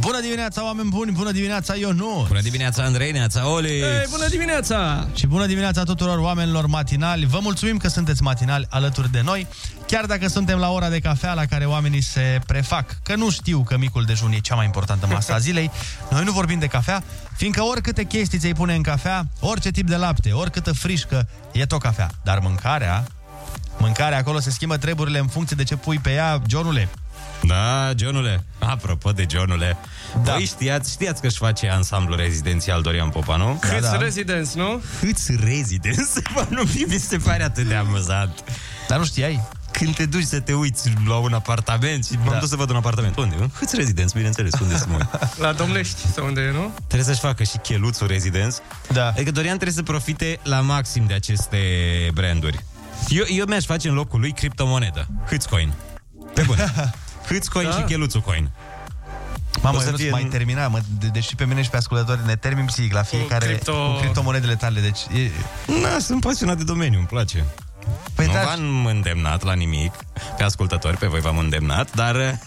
Speaker 8: Bună dimineața, oameni buni! Bună dimineața, eu nu!
Speaker 11: Bună dimineața, Andrei, neața, Oli!
Speaker 10: Ei, bună dimineața!
Speaker 8: Și bună dimineața tuturor oamenilor matinali. Vă mulțumim că sunteți matinali alături de noi, chiar dacă suntem la ora de cafea la care oamenii se prefac, că nu știu că micul dejun e cea mai importantă masă a zilei. Noi nu vorbim de cafea, fiindcă oricâte chestii ți-ai pune în cafea, orice tip de lapte, oricâtă frișcă, e tot cafea. Dar mâncarea, mâncarea acolo se schimbă treburile în funcție de ce pui pe ea, Johnule.
Speaker 11: Da, Johnule. Apropo de Johnule, da. voi știați, știați că își face ansamblu rezidențial Dorian Popa, nu?
Speaker 10: Câți da. rezidenți, nu?
Speaker 11: Câți rezidenți? Bă, nu mi se pare atât de amuzant.
Speaker 8: Dar nu știai?
Speaker 11: Când te duci să te uiți la un apartament și da. m-am dus să văd un apartament. Unde? Câți rezidenți, bineînțeles, unde sunt mult.
Speaker 10: La Domlești sau unde e, nu?
Speaker 11: Trebuie să-și facă și cheluțul rezidenți.
Speaker 8: Da.
Speaker 11: Adică Dorian trebuie să profite la maxim de aceste branduri. Eu, eu mi-aș face în locul lui criptomonedă. Hitscoin. Pe bun. Hitscoin da. și cheluțul coin.
Speaker 8: Mamă,
Speaker 11: O
Speaker 8: să
Speaker 11: să
Speaker 8: nu
Speaker 11: fie-
Speaker 8: mai termina, mă, de, deși pe mine și pe ascultători ne termin psihic la fiecare cu,
Speaker 11: cripto-
Speaker 8: cu criptomonedele tale, deci e,
Speaker 11: Na, sunt pasionat de domeniu, îmi place. Păi nu
Speaker 8: da.
Speaker 11: v-am îndemnat la nimic, pe ascultători, pe voi v-am îndemnat, dar...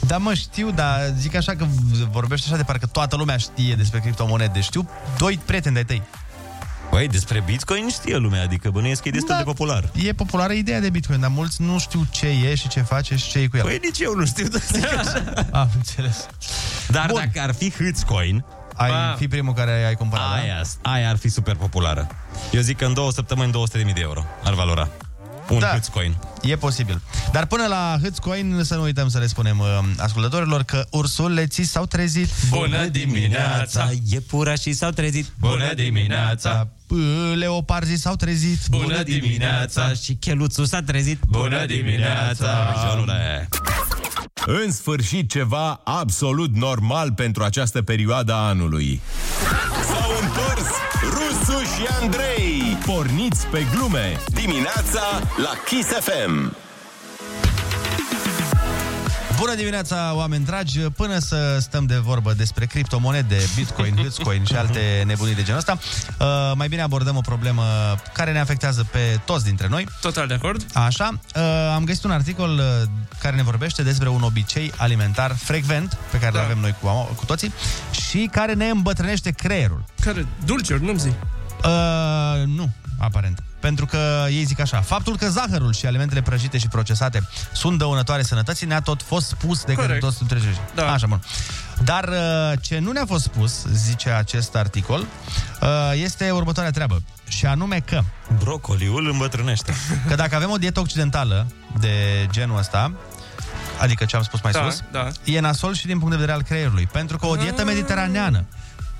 Speaker 8: Da, mă, știu, dar zic așa că vorbești așa de parcă toată lumea știe despre criptomonede. Știu doi prieteni de-ai tăi.
Speaker 11: Băi, Păi, despre Bitcoin știe lumea, adică bănuiesc că e destul
Speaker 8: Da.
Speaker 11: de popular.
Speaker 8: E populară ideea de Bitcoin, dar mulți nu știu ce e și ce face și ce e cu el.
Speaker 11: Păi nici eu nu știu, dar zic așa.
Speaker 8: Am înțeles.
Speaker 11: Dar Bun. dacă ar fi Hitscoin,
Speaker 8: Ai
Speaker 11: Ba.
Speaker 8: fi primul care ai cumpărat, da?
Speaker 11: aia, aia ar fi super populară. Eu zic că în două săptămâni 200.000 de euro ar valora. Un
Speaker 8: Da.
Speaker 11: da. Hitscoin.
Speaker 8: E posibil. Dar până la Hitscoin să nu uităm să le spunem uh, ascultătorilor că ursuleții s-au trezit.
Speaker 11: Iepurașii s-au trezit.
Speaker 8: Uh, Leoparzii s-au trezit.
Speaker 11: Și cheluțul s-a trezit. Johnule.
Speaker 6: În sfârșit ceva absolut normal pentru această perioadă a anului. S-au întors Rusu și Andrei. Porniți pe glume dimineața la Kiss FM.
Speaker 8: Bună dimineața, oameni dragi! Până să stăm de vorbă despre criptomonede, Bitcoin, Bitcoin și alte nebunii de genul ăsta, uh, mai bine abordăm o problemă care ne afectează pe toți dintre noi.
Speaker 10: Total de acord?
Speaker 8: Așa, uh, am găsit un articol uh, care ne vorbește despre un obicei alimentar frecvent pe care da. îl avem noi cu, cu toții și care ne îmbătrânește creierul.
Speaker 10: Care? Dulciuri, nu-mi zi.
Speaker 8: Uh, nu, aparent. pentru că ei zic așa, faptul că zahărul și alimentele prăjite și procesate sunt dăunătoare sănătății ne-a tot fost spus de către
Speaker 10: Corect.
Speaker 8: toți întregi. Da. Așa, bun. Dar uh, ce nu ne-a fost spus, zice acest articol, uh, este următoarea treabă. Și anume că...
Speaker 11: Brocoliul îmbătrânește.
Speaker 8: Că dacă avem o dietă occidentală de genul ăsta, adică ce am spus mai
Speaker 10: Da,
Speaker 8: sus,
Speaker 10: da. Mm.
Speaker 8: e nasol și din punct de vedere al creierului. Pentru că o dietă mediteraneană,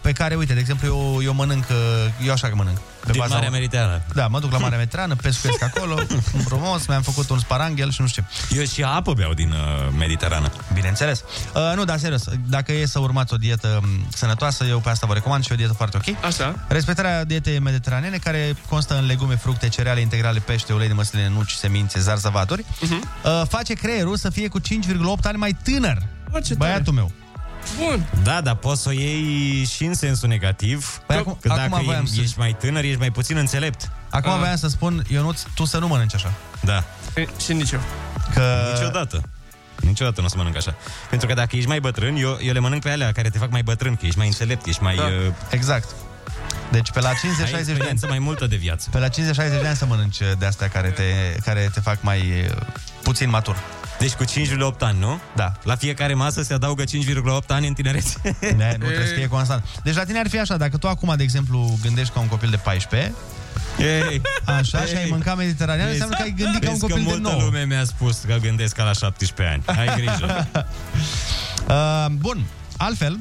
Speaker 8: pe care, uite, de exemplu, eu, eu mănânc, uh, eu așa că mănânc. Pe
Speaker 11: Din Marea Mediterană.
Speaker 8: Da, mă duc la Marea Mediterană, pescuiesc acolo, sunt frumos, mi-am făcut un sparanghel și nu știu ce.
Speaker 11: Eu și apă beau din uh, Mediterană.
Speaker 8: Bineînțeles. Uh, nu, dar serios, dacă e să urmați o dietă m, sănătoasă, eu pe asta vă recomand și o dietă foarte ok.
Speaker 10: Așa.
Speaker 8: Respectarea dietei mediteranene, care constă în legume, fructe, cereale integrale, pește, ulei de măsline, nuci, semințe, zarzavaturi,
Speaker 10: Mhm.
Speaker 8: uh-huh. uh, face creierul să fie cu 5,8 ani mai tânăr. Băiatul meu.
Speaker 10: Bun.
Speaker 11: Da, dar poți să o iei și în sensul negativ.
Speaker 8: Păi acum-
Speaker 11: că
Speaker 8: acum
Speaker 11: dacă
Speaker 8: voiam să-
Speaker 11: ești mai tânăr, ești mai puțin înțelept.
Speaker 10: Ah.
Speaker 8: Acum voiam să spun, Ionuț, tu să nu mănânci așa.
Speaker 11: Da.
Speaker 10: Și nici eu.
Speaker 8: Că...
Speaker 11: Niciodată. Niciodată nu o să mănânc așa. Pentru că dacă ești mai bătrân, eu, eu le mănânc pe alea care te fac mai bătrân, că ești mai înțelept, ești mai... Da. Uh...
Speaker 8: Exact. Deci pe la 50-60
Speaker 11: Ai
Speaker 8: de ani.
Speaker 11: experiență mai multă de viață.
Speaker 8: Pe la 50-60 de ani să mănânci de astea care te, care te fac mai uh, puțin matur.
Speaker 11: Deci cu 5,8 ani, nu?
Speaker 8: Da.
Speaker 11: La fiecare masă se adaugă 5,8 ani în tinerețe.
Speaker 8: Ne, nu trebuie să fie constant. Deci la tine ar fi așa, dacă tu acum, de exemplu, gândești ca un copil de 14,
Speaker 11: Ei,
Speaker 8: așa, și ai mâncat mediteranean,
Speaker 11: Vezi-
Speaker 8: înseamnă că ai gândit ca un
Speaker 11: vezi
Speaker 8: copil
Speaker 11: că
Speaker 8: de
Speaker 11: multă
Speaker 8: 9.
Speaker 11: lume mi-a spus că gândesc ca la 17 ani. Ai grijă.
Speaker 8: Uh, bun, altfel,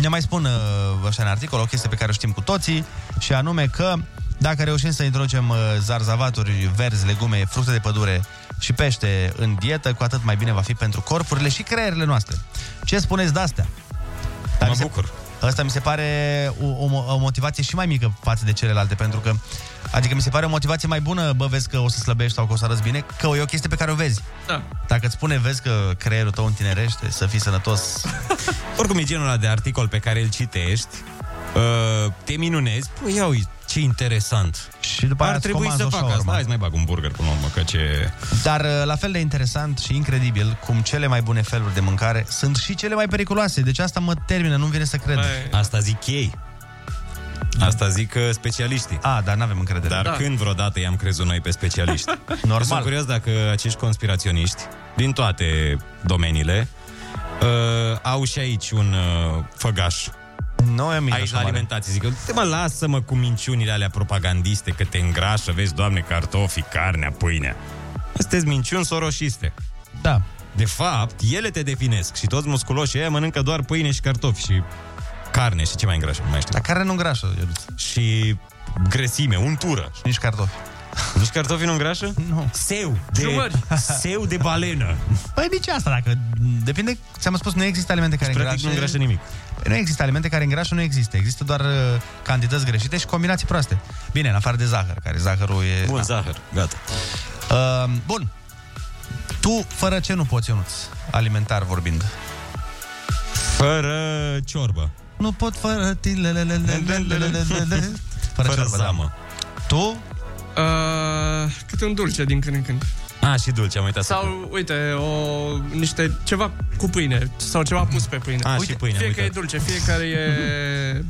Speaker 8: ne mai spun uh, așa în articol o chestie pe care o știm cu toții și anume că dacă reușim să introducem uh, zarzavaturi, verzi, legume, fructe de pădure și pește în dietă, cu atât mai bine va fi pentru corpurile și creierile noastre. Ce spuneți de astea? Mă
Speaker 11: bucur.
Speaker 8: Asta mi se pare o, o, mo- o motivație și mai mică față de celelalte, pentru că Adică mi se pare o motivație mai bună, bă, vezi că o să slăbești sau că o să arăți bine, că e o chestie pe care o vezi.
Speaker 10: Da.
Speaker 8: Dacă îți spune, vezi că creierul tău întinerește, să fii sănătos.
Speaker 11: Oricum e genul ăla de articol pe care îl citești, uh, te minunezi, păi ia uite, ce interesant.
Speaker 8: Și după aia
Speaker 11: Ar
Speaker 8: îți
Speaker 11: trebui
Speaker 8: comanzi
Speaker 11: să
Speaker 8: o
Speaker 11: fac
Speaker 8: shawarma.
Speaker 11: asta. Hai să mai bag un burger până la urmă, că ce...
Speaker 8: Dar uh, la fel de interesant și incredibil cum cele mai bune feluri de mâncare sunt și cele mai periculoase. Deci asta mă termină, nu vine să cred.
Speaker 11: Asta zic ei. Asta zic uh, specialiștii.
Speaker 8: A, dar n-avem încredere.
Speaker 11: Dar
Speaker 8: Da.
Speaker 11: da. când vreodată i-am crezut noi pe specialiști?
Speaker 8: Normal.
Speaker 11: Eu Sunt curios dacă acești conspiraționiști, din toate domeniile, uh, au și aici un uh, făgaș.
Speaker 8: Nu e mică
Speaker 11: Aici
Speaker 8: așa
Speaker 11: la
Speaker 8: mare.
Speaker 11: alimentație zic, te mă lasă-mă cu minciunile alea propagandiste că te îngrașă, vezi, doamne, cartofii, carnea, pâinea. Sunteți minciuni soroșiste.
Speaker 8: Da.
Speaker 11: De fapt, ele te definesc și toți musculoșii ăia mănâncă doar pâine și cartofi și carne și ce mai îngrașă, nu mai știu.
Speaker 8: Dar care nu îngrașă, Ionuț?
Speaker 11: Și grăsime, untură.
Speaker 8: Și nici cartofi.
Speaker 11: Nici cartofi nu îngrașă?
Speaker 8: Nu.
Speaker 11: Seu de,
Speaker 8: Jumări.
Speaker 11: seu de balenă.
Speaker 8: Păi nici asta, dacă depinde, ți-am spus, nu există alimente care
Speaker 11: Deci, practic,
Speaker 8: îngrașă.
Speaker 11: nu îngrașă nimic.
Speaker 8: Păi Nu există alimente care îngrașă, nu există. Există doar uh, cantități greșite și combinații proaste. Bine, în afară de zahăr, care zahărul e...
Speaker 11: Bun, zahăr, gata.
Speaker 8: Uh, bun. Tu, fără ce nu poți, Ionuț, alimentar vorbind?
Speaker 11: Fără ciorbă.
Speaker 8: Nu pot fără tilelelelelelelele. Fără,
Speaker 11: Fără
Speaker 8: ciorbă, da.
Speaker 11: zamă.
Speaker 8: Tu?
Speaker 10: Uh, câte un dulce din când în când.
Speaker 11: A, și dulce, am uitat să...
Speaker 10: Sau, uite, o, niște ceva cu pâine sau ceva pus pe pâine.
Speaker 11: A, Ah, și pâine,
Speaker 10: Fie
Speaker 11: am
Speaker 10: că e
Speaker 11: uitat.
Speaker 10: dulce, fie care e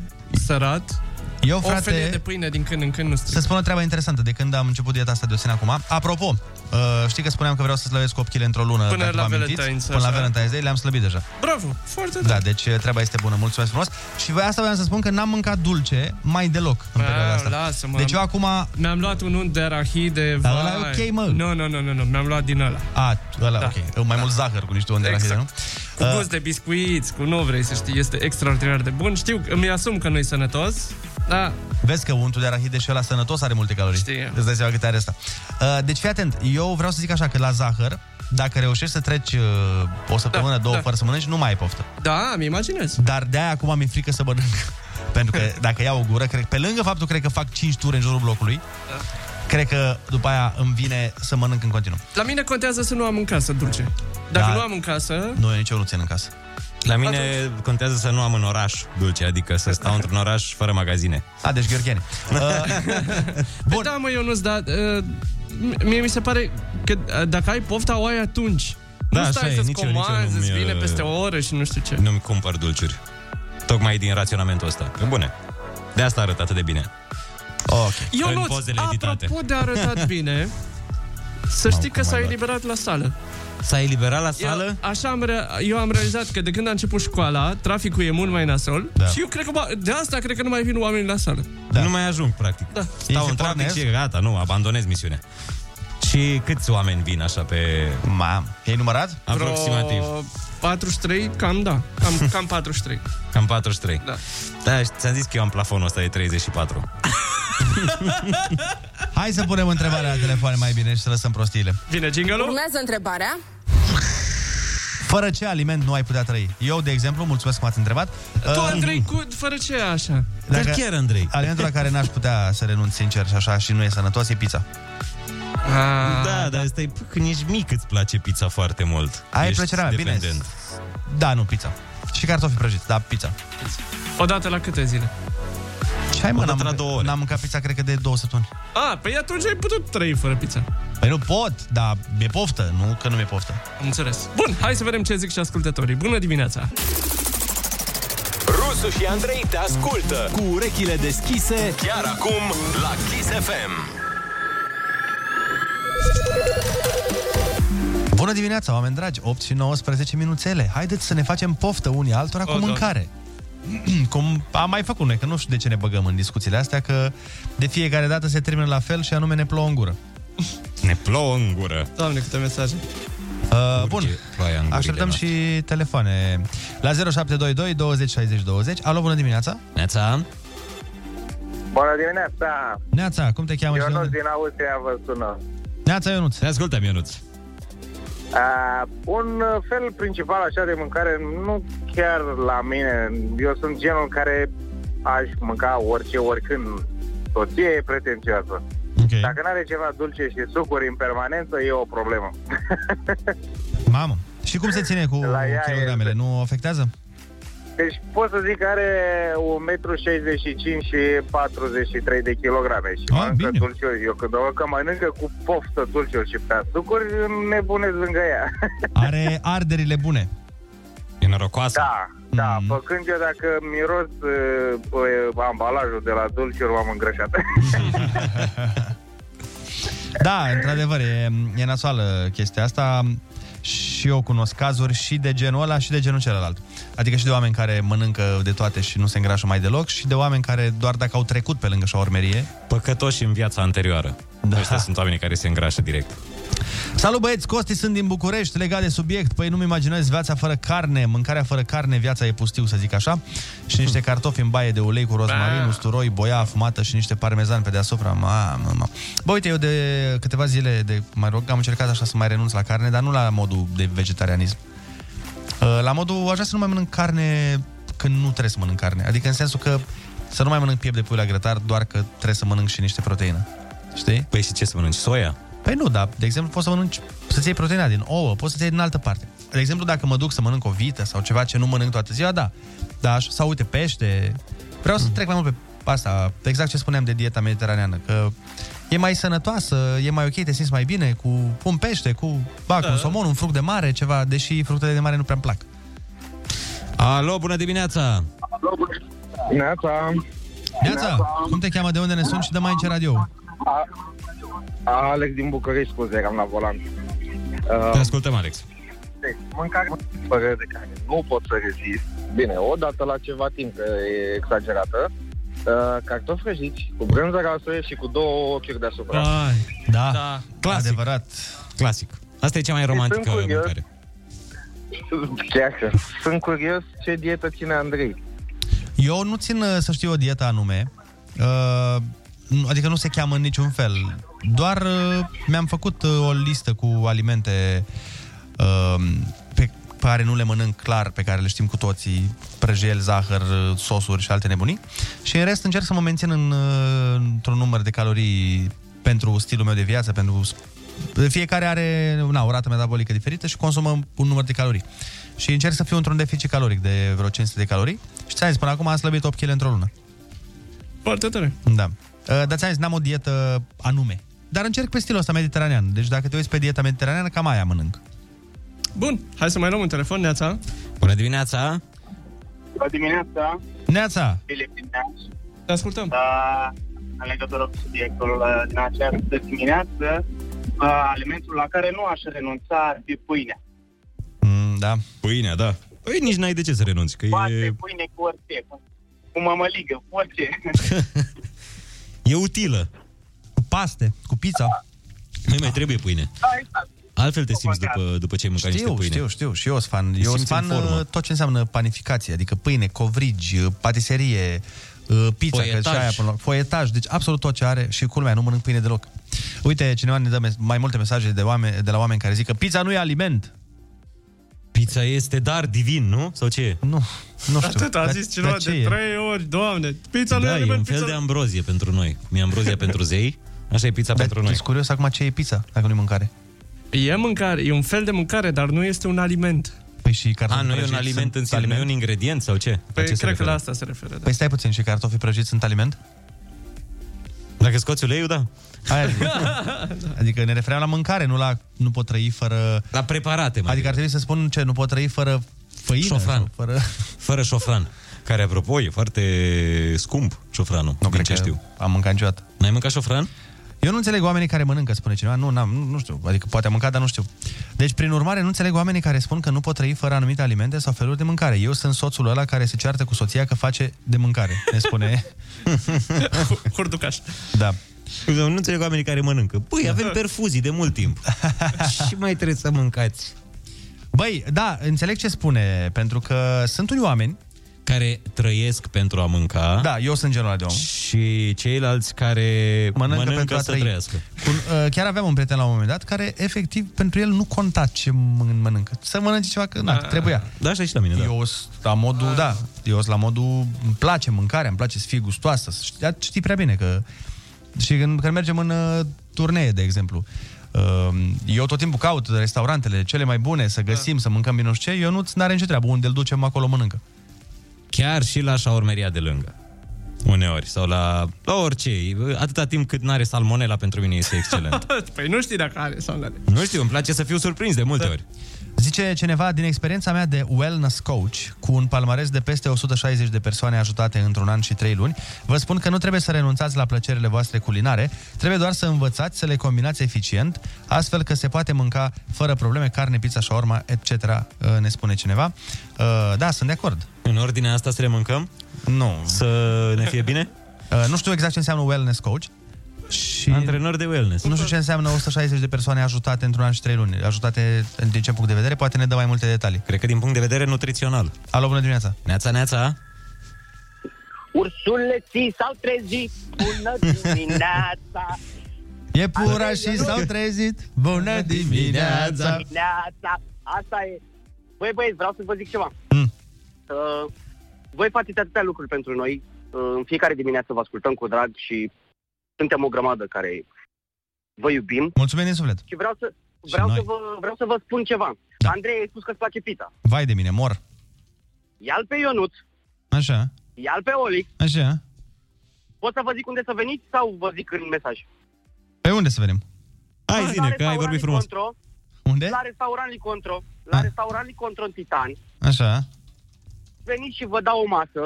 Speaker 10: sărat.
Speaker 8: Eu,
Speaker 10: o
Speaker 8: frate,
Speaker 10: felie de pâine din când în când nu
Speaker 8: Să spun o treabă interesantă de când am început dieta asta de osine acum. Apropo, uh, știi că spuneam că vreau să slăbesc 8 kg într-o lună,
Speaker 10: Până
Speaker 8: dacă
Speaker 10: la
Speaker 8: vă amintiți?
Speaker 10: Valentine's,
Speaker 8: Până la
Speaker 10: așa.
Speaker 8: Valentine's Day le-am slăbit deja.
Speaker 10: Bravo, foarte
Speaker 8: Da, deci uh, treaba este bună. Mulțumesc frumos. Și voi asta voiam să spun că n-am mâncat dulce mai deloc în perioada
Speaker 10: Ah,
Speaker 8: asta.
Speaker 10: lasă-mă.
Speaker 8: Deci eu acum...
Speaker 10: Mi-am luat un unt de arahide.
Speaker 8: Dar ăla
Speaker 10: vai.
Speaker 8: e ok, mă.
Speaker 10: Nu, nu, nu, nu, nu, mi-am luat din ăla.
Speaker 8: A, ăla, da. ok. Mai mult zahăr cu niște unde
Speaker 10: Exact.
Speaker 8: arahide,
Speaker 10: Cu
Speaker 8: nu? Uh,
Speaker 10: gust de biscuiți, cu nu vrei să știi, este extraordinar de bun. Știu, că îmi asum că nu-i sănătos, dar
Speaker 8: Vezi că untul de arahide și ăla sănătos are multe calorii. Știi. Îți dai seama câte are asta. Uh, deci fii atent, eu vreau să zic așa că la zahăr, dacă reușești să treci uh, o săptămână, două,
Speaker 10: da.
Speaker 8: fără să mănânci, nu mai ai poftă.
Speaker 10: Da, mi imaginez.
Speaker 8: Dar de-aia acum mi-e frică să mănânc. Pentru că dacă iau o gură, cred, pe lângă faptul cred că fac 5 ture în jurul blocului,
Speaker 10: Da.
Speaker 8: cred că după aia îmi vine să mănânc în continuu.
Speaker 10: la mine contează să nu am în casă dulce. Dacă
Speaker 11: Da.
Speaker 10: nu am în casă,
Speaker 8: Nu e nicio ruțin în casă.
Speaker 11: La mine contează să nu am în oraș dulce, adică să stau într-un oraș fără magazine.
Speaker 8: A, deci Gheorgheni.
Speaker 10: Bun. Da, mă, Ionuț, dar uh, mie mi se pare că uh, dacă ai pofta, o ai atunci.
Speaker 11: Da,
Speaker 10: nu stai
Speaker 11: așa e,
Speaker 10: să-ți
Speaker 11: nici eu- nici eu
Speaker 10: comanzi,
Speaker 11: nu-mi,
Speaker 10: îți vine
Speaker 11: uh,
Speaker 10: peste o oră și nu știu ce.
Speaker 11: Nu-mi cumpăr dulciuri. Tocmai din raționamentul ăsta. Pe bune. De asta arăt atât de bine.
Speaker 8: Ok.
Speaker 10: Ionuț, apropo de arătat bine, să
Speaker 17: Mamă,
Speaker 10: știi că
Speaker 17: cum
Speaker 10: s-a
Speaker 17: ai luat.
Speaker 10: eliberat la sală.
Speaker 17: S-a eliberat la sală?
Speaker 10: Eu, așa am re- eu am realizat că de când a început școala, traficul e mult mai nasol
Speaker 11: Da.
Speaker 10: da. și eu cred că ba- de asta cred că nu mai vin oamenii la sală.
Speaker 11: Da. Nu mai ajung, practic. Da. Stau în trafic și gata, nu, abandonez misiunea. Și câți oameni vin așa pe...
Speaker 8: Mam. E numărat?
Speaker 11: Aproximativ.
Speaker 10: Vreo 43, cam da. Cam, cam 43.
Speaker 11: Cam 43. Da. Da, și ți-am zis că eu am plafonul ăsta de 34.
Speaker 8: Hai să punem întrebarea la telefoane mai bine și să lăsăm prostiile.
Speaker 10: Vine
Speaker 18: Urmează întrebarea.
Speaker 8: Fără ce aliment nu ai putea trăi? Eu, de exemplu, mulțumesc că m-ați întrebat.
Speaker 10: Tu,
Speaker 8: Uh,
Speaker 10: Andrei, cu, fără ce e așa?
Speaker 8: Alimentul la care n-aș putea să renunț sincer și așa și nu e sănătos e pizza.
Speaker 11: Ah, da, dar asta e când ești mic îți place pizza foarte mult.
Speaker 8: Aia e
Speaker 11: Ești
Speaker 8: plăcerea mea, bine.
Speaker 11: dependent.
Speaker 8: Da, nu, pizza. Și cartofi prăjiți, da, pizza.
Speaker 10: Odată la câte zile?
Speaker 8: Ce ai, mă, n-am, mâncat- n-am mâncat pizza, cred că de două săptămâni.
Speaker 10: A, păi atunci ai putut trăi fără pizza.
Speaker 8: Păi nu pot, dar mi-e poftă, nu că nu mi-e poftă.
Speaker 10: Am înțeles. Bun, hai să vedem ce zic și ascultătorii. Bună dimineața!
Speaker 6: Rusu și Andrei te ascultă cu urechile deschise chiar acum la Kiss FM.
Speaker 8: Bună dimineața, oameni dragi, 8 și 19 minuțele. Haideți să ne facem poftă unii altora
Speaker 11: O,
Speaker 8: cu
Speaker 11: Doamne.
Speaker 8: mâncare. Cum am mai făcut noi, că nu știu de ce ne băgăm în discuțiile astea, că de fiecare dată se termină la fel și anume ne plouă în gură.
Speaker 11: Ne plouă în gură.
Speaker 10: Doamne, câte mesaje.
Speaker 8: Uh, bun,
Speaker 11: ploaia în gurile
Speaker 8: așteptăm și telefoane la 0722 20 60 20. Alo, bună dimineața!
Speaker 11: Neața!
Speaker 19: Bună dimineața!
Speaker 8: Neața, cum te cheamă? și de
Speaker 19: Ionuț
Speaker 8: unde?
Speaker 19: din Austria vă sună.
Speaker 8: Neața Ionuț.
Speaker 11: Te ascultăm, Ionuț.
Speaker 19: A, Uh, un fel principal așa de mâncare, nu chiar la mine. Eu sunt genul care aș mânca orice, oricând. Soția e pretențioasă.
Speaker 8: Okay.
Speaker 19: Dacă nu are ceva dulce și sucuri în permanență, e o problemă.
Speaker 8: Mamă! Și cum se ține cu kilogramele? Nu afectează?
Speaker 19: Deci pot să zic că are 1,65 m și 43 de kilograme și
Speaker 8: Ah,
Speaker 19: mănâncă
Speaker 8: bine.
Speaker 19: dulciuri. Eu când o văd că mănâncă cu poftă dulciuri și pe sucuri, nebunez lângă ea.
Speaker 8: Are arderile bune.
Speaker 11: E norocoasă.
Speaker 19: Da, da,
Speaker 8: Mhm.
Speaker 19: mm. făcând eu dacă miros uh, uh, ambalajul de la dulciuri, m-am îngrășat.
Speaker 8: Da, într-adevăr, e, e nasoală chestia asta și eu cunosc cazuri și de genul ăla și de genul celălalt. Adică și de oameni care mănâncă de toate și nu se îngrașă mai deloc și de oameni care doar dacă au trecut pe lângă șaormerie.
Speaker 11: Păcătoși în viața anterioară. Da. Ăștia sunt oamenii care se îngrașă direct.
Speaker 8: Salut băieți, Costi sunt din București, legat de subiect. Păi nu-mi imaginez viața fără carne, mâncarea fără carne, viața e pustiu, să zic așa. Și niște cartofi în baie de ulei cu rozmarin, usturoi, boia afumată și niște parmezan pe deasupra. Mamă, mamă. Bă, uite, eu de câteva zile, de, mă rog, am încercat așa să mai renunț la carne, dar nu la modul de vegetarianism. Uh, La modul, aș vrea să nu mai mănânc carne când nu trebuie să mănânc carne. Adică în sensul că să nu mai mănânc piept de pui la grătar, doar că trebuie să mănânc și niște proteină. Știi?
Speaker 11: Păi și ce să mănânci? Soia?
Speaker 8: Păi nu, dar, de exemplu, poți să mănânci, să-ți iei proteina din ouă, poți să-ți iei din altă parte. De exemplu, dacă mă duc să mănânc o vită sau ceva ce nu mănânc toată ziua, da. Dar, așa- sau uite, pește. Vreau
Speaker 11: Mm.
Speaker 8: să trec mai mult pe asta, pe exact ce spuneam de dieta mediteraneană, că e mai sănătoasă, e mai ok, te simți mai bine cu un pește, cu, ba,
Speaker 11: Da.
Speaker 8: cu un somon, un fruct de mare, ceva, deși fructele de mare nu prea-mi plac.
Speaker 11: Alo, bună dimineața!
Speaker 19: Neața!
Speaker 8: Neața, cum te cheamă, de unde ne suni și de mai ce radio?
Speaker 19: A, Alex din București, scuze, eram la volan. Uh,
Speaker 11: Te ascultăm, Alex.
Speaker 19: Deci, mâncare fără de care nu pot să rezist. Bine, odată la ceva timp, că e exagerată. Uh, cartofi frăjiți, cu brânză rasoie și cu două ochiuri deasupra.
Speaker 8: Da,
Speaker 10: da.
Speaker 11: Clasic.
Speaker 8: Adevărat.
Speaker 11: Clasic. Asta e cea mai romantică
Speaker 19: Sunt curios.
Speaker 11: mâncare.
Speaker 19: Chiar că sunt curios ce dietă ține Andrei.
Speaker 8: Eu nu țin uh, să știu o dietă anume, uh, nu- adică nu se cheamă în niciun fel. Doar uh, mi-am făcut uh, o listă cu alimente uh, pe care nu le mănânc clar, pe care le știm cu toții, prăjel, zahăr, uh, sosuri și alte nebunii. Și în rest încerc să mă mențin în, uh, într-un număr de calorii pentru stilul meu de viață, pentru uh, fiecare are na, o rată metabolică diferită și consumă un număr de calorii. Și încerc să fiu într-un deficit caloric de vreo 500 de calorii. Și ți-am zis, până acum am slăbit 8 kg într-o lună.
Speaker 10: Foarte tare.
Speaker 8: Da. Uh, Dar ți-am zis, n-am o dietă anume. Dar încerc pe stilul ăsta mediteranean. Deci dacă te uiți pe dieta mediteraneană, cam aia mănânc.
Speaker 10: Bun, hai să mai luăm un telefon, Neața.
Speaker 11: Bună dimineața!
Speaker 20: Bună dimineața,
Speaker 8: Neața!
Speaker 20: Filip din Neamț.
Speaker 10: Te Da. ascultăm.
Speaker 20: Uh,
Speaker 15: Da, în legătură cu subiectul uh, din această dimineață, uh, alimentul la care nu aș renunța ar fi pâinea.
Speaker 11: Mm, da. Pâinea, da. Păi nici n-ai de ce să renunți, că e,
Speaker 15: Pâine cu orice, cu- cu mămăligă, cu orice.
Speaker 11: e utilă.
Speaker 8: Cu paste, cu pizza.
Speaker 11: Nu mai trebuie pâine.
Speaker 15: da, exact.
Speaker 11: Altfel te simți după, după ce ai mâncat niște
Speaker 8: Știu,
Speaker 11: pâine.
Speaker 8: știu, știu. Și eu sunt fan. Eu sunt
Speaker 11: simți în
Speaker 8: fan
Speaker 11: formă.
Speaker 8: uh, tot ce înseamnă panificație, adică pâine, covrigi, uh, patiserie, uh, pizza,
Speaker 11: Foietaj.
Speaker 8: Că și aia până la... foietaj, deci absolut tot ce are și culmea, nu mănânc pâine deloc. Uite, cineva ne dă mes- mai multe mesaje de, oameni, de la oameni care zic că pizza nu e aliment.
Speaker 11: Pizza este dar divin, nu? Sau ce?
Speaker 8: Nu, nu știu.
Speaker 10: Atât a zis cineva de trei ori, doamne, pizza lui
Speaker 11: da, e
Speaker 10: Aliment,
Speaker 11: un
Speaker 10: pizza
Speaker 11: fel de ambrozie pentru noi. Cum e ambrozia pentru zei, așa e pizza pentru noi.
Speaker 8: Ești curios acum ce e pizza, dacă nu e mâncare.
Speaker 10: E mâncare, e un fel de mâncare, dar nu este un aliment.
Speaker 8: Păi și
Speaker 11: A, nu e un
Speaker 8: prăjiți
Speaker 11: aliment
Speaker 8: sunt
Speaker 11: în sine, nu e un ingredient sau ce?
Speaker 10: Păi
Speaker 11: ce se
Speaker 10: cred că
Speaker 11: referă?
Speaker 10: la asta se referă. Da.
Speaker 8: Păi stai puțin, și cartofii prăjiți sunt aliment?
Speaker 11: Dacă scoți uleiul, da.
Speaker 8: Aia zic.
Speaker 10: Da.
Speaker 8: adică ne refeream la mâncare, nu la nu pot trăi fără...
Speaker 11: La preparate, mai
Speaker 8: Adică ar trebui să spun ce, nu pot trăi fără făină?
Speaker 11: Șofran.
Speaker 8: sau Fără...
Speaker 11: Fără șofran. Care, apropo, e foarte scump șofranul, nu din
Speaker 8: cred
Speaker 11: ce
Speaker 8: că
Speaker 11: știu.
Speaker 8: Am mâncat niciodată.
Speaker 11: N-ai mâncat șofran?
Speaker 8: Eu nu înțeleg oamenii care mănâncă, spune cineva. Nu, n-am, nu, nu știu. Adică poate am mâncat, dar nu știu. Deci, prin urmare, nu înțeleg oamenii care spun că nu pot trăi fără anumite alimente sau feluri de mâncare. Eu sunt soțul ăla care se ceartă cu soția că face de mâncare, ne spune.
Speaker 10: Hurducaș.
Speaker 8: Da.
Speaker 11: Nu înțeleg oamenii care mănâncă. Păi, avem perfuzii de mult timp. și mai trebuie să mâncați.
Speaker 8: Băi, da, înțeleg ce spune, pentru că sunt unii oameni
Speaker 11: care trăiesc pentru a mânca.
Speaker 8: Da, eu sunt genul de om.
Speaker 11: Și ceilalți care mănâncă,
Speaker 8: mănâncă,
Speaker 11: mănâncă
Speaker 8: pentru a
Speaker 11: să
Speaker 8: trăi.
Speaker 11: trăiască.
Speaker 8: Cu, uh, chiar aveam un prieten la un moment dat care, efectiv, pentru el nu conta ce mân- mănâncă. Să mănânce ceva că na,
Speaker 11: Da.
Speaker 8: trebuia.
Speaker 11: Da, așa și la mine, da.
Speaker 8: Eu sunt la
Speaker 11: Uh.
Speaker 8: modul, da, eu sunt la modul, îmi place mâncarea, îmi place să fie gustoasă. să Știi, știi prea bine că... Și când, când mergem în uh, turnee, de exemplu, uh, eu tot timpul caut restaurantele cele mai bune, să
Speaker 11: Da.
Speaker 8: găsim, să mâncăm bine nu știu ce, eu nu are nicio treabă, unde îl ducem, acolo mănâncă.
Speaker 11: Chiar și la șaurmeria de lângă. Uneori, sau la, la orice. Atâta timp cât n-are salmonela, pentru mine este excelent.
Speaker 10: Păi nu știi dacă are sau nu are.
Speaker 11: nu știu, îmi place să fiu surprins de
Speaker 8: Da.
Speaker 11: multe ori.
Speaker 8: Zice cineva, din experiența mea de wellness coach, cu un palmares de peste 160 de persoane ajutate într-un an și 3 luni, vă spun că nu trebuie să renunțați la plăcerile voastre culinare, trebuie doar să învățați să le combinați eficient, astfel că se poate mânca fără probleme carne, pizza, shawarma, etc., ne spune cineva. Uh, Da, sunt de acord.
Speaker 11: În ordinea asta să le mâncăm?
Speaker 8: Nu.
Speaker 11: Să ne fie bine?
Speaker 8: Uh, Nu știu exact ce înseamnă wellness coach. Și
Speaker 11: Antrenor de wellness.
Speaker 8: Nu știu ce înseamnă 160 de persoane ajutate într-un an și 3 luni. Ajutate din ce punct de vedere? Poate ne dă mai multe detalii.
Speaker 11: Cred că din punct de vedere nutrițional.
Speaker 8: Alo, bună dimineața!
Speaker 11: Neața, neața!
Speaker 20: Ursuleții s-au trezit, bună dimineața!
Speaker 8: Iepurașii
Speaker 20: Alo,
Speaker 8: s-au
Speaker 20: Ionuț?
Speaker 8: trezit, bună dimineața!
Speaker 20: Dimineața! Asta e! Băi, băieți, vreau să vă zic ceva.
Speaker 8: Mm.
Speaker 20: Uh, voi faceți atâtea lucruri pentru noi. Uh, în fiecare dimineață vă ascultăm cu drag și suntem o grămadă care vă iubim.
Speaker 8: Mulțumim din suflet!
Speaker 20: Și vreau să, vreau
Speaker 8: noi.
Speaker 20: să, vă, vreau să vă spun ceva. Da. Andrei, ai spus că îți place pita.
Speaker 8: Vai de mine, mor!
Speaker 20: Ia-l pe Ionuț,
Speaker 8: Așa,
Speaker 20: ia-l pe Olic.
Speaker 8: așa.
Speaker 20: Pot să vă zic unde să veniți sau vă zic în mesaj?
Speaker 8: Pe unde să venim?
Speaker 11: Hai
Speaker 20: La restaurant Licontro,
Speaker 8: Unde?
Speaker 20: La restaurant Licontro, la
Speaker 8: Ah.
Speaker 20: restaurant Licontro în Titan.
Speaker 8: Așa.
Speaker 20: Veniți și vă dau o masă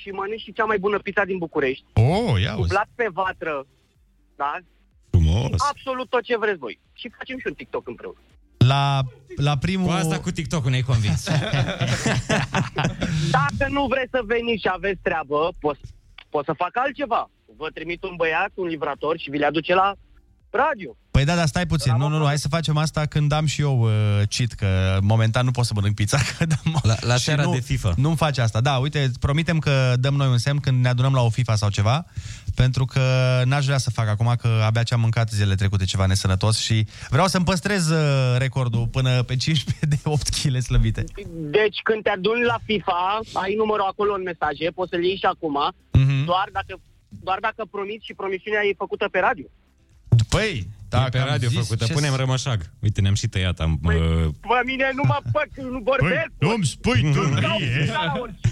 Speaker 20: și mănânci și cea mai bună pizza din București.
Speaker 8: Oh, ia
Speaker 20: Cu blat pe vatră, da?
Speaker 11: Frumos!
Speaker 20: Absolut tot ce vreți voi. Și facem și un TikTok împreună.
Speaker 8: La, la primul...
Speaker 11: Cu asta cu TikTok-ul ne-ai convins.
Speaker 20: Dacă nu vreți să veniți și aveți treabă, pot, pot să fac altceva. Vă trimit un băiat, un livrator și vi le aduce la radio.
Speaker 8: Păi da, dar stai puțin. Nu, nu, nu, hai să facem asta când am și eu uh, cheat, că momentan nu pot să mănânc pizza. Că dăm...
Speaker 11: La, la
Speaker 8: și
Speaker 11: seara
Speaker 8: nu,
Speaker 11: de FIFA.
Speaker 8: Nu-mi face asta. Da, uite, îți promitem că dăm noi un semn când ne adunăm la o FIFA sau ceva, pentru că n-aș vrea să fac acum, că abia ce am mâncat zilele trecute ceva nesănătos și vreau să-mi păstrez uh, recordul până pe 15 de 8 kg slăbite.
Speaker 20: Deci când te aduni la FIFA, ai numărul acolo în mesaje, poți să-l iei și acum, mm-hmm. doar dacă doar dacă promiți și promisiunea e făcută pe radio.
Speaker 8: Păi,
Speaker 11: da, pe radio făcută. Punem rămășag. Uite, ne-am și tăiat. Am, uh, Păi,
Speaker 20: Bă, mine nu mă fac, nu vorbesc.
Speaker 11: nu-mi spui tu
Speaker 10: Mm-hmm.
Speaker 11: mie.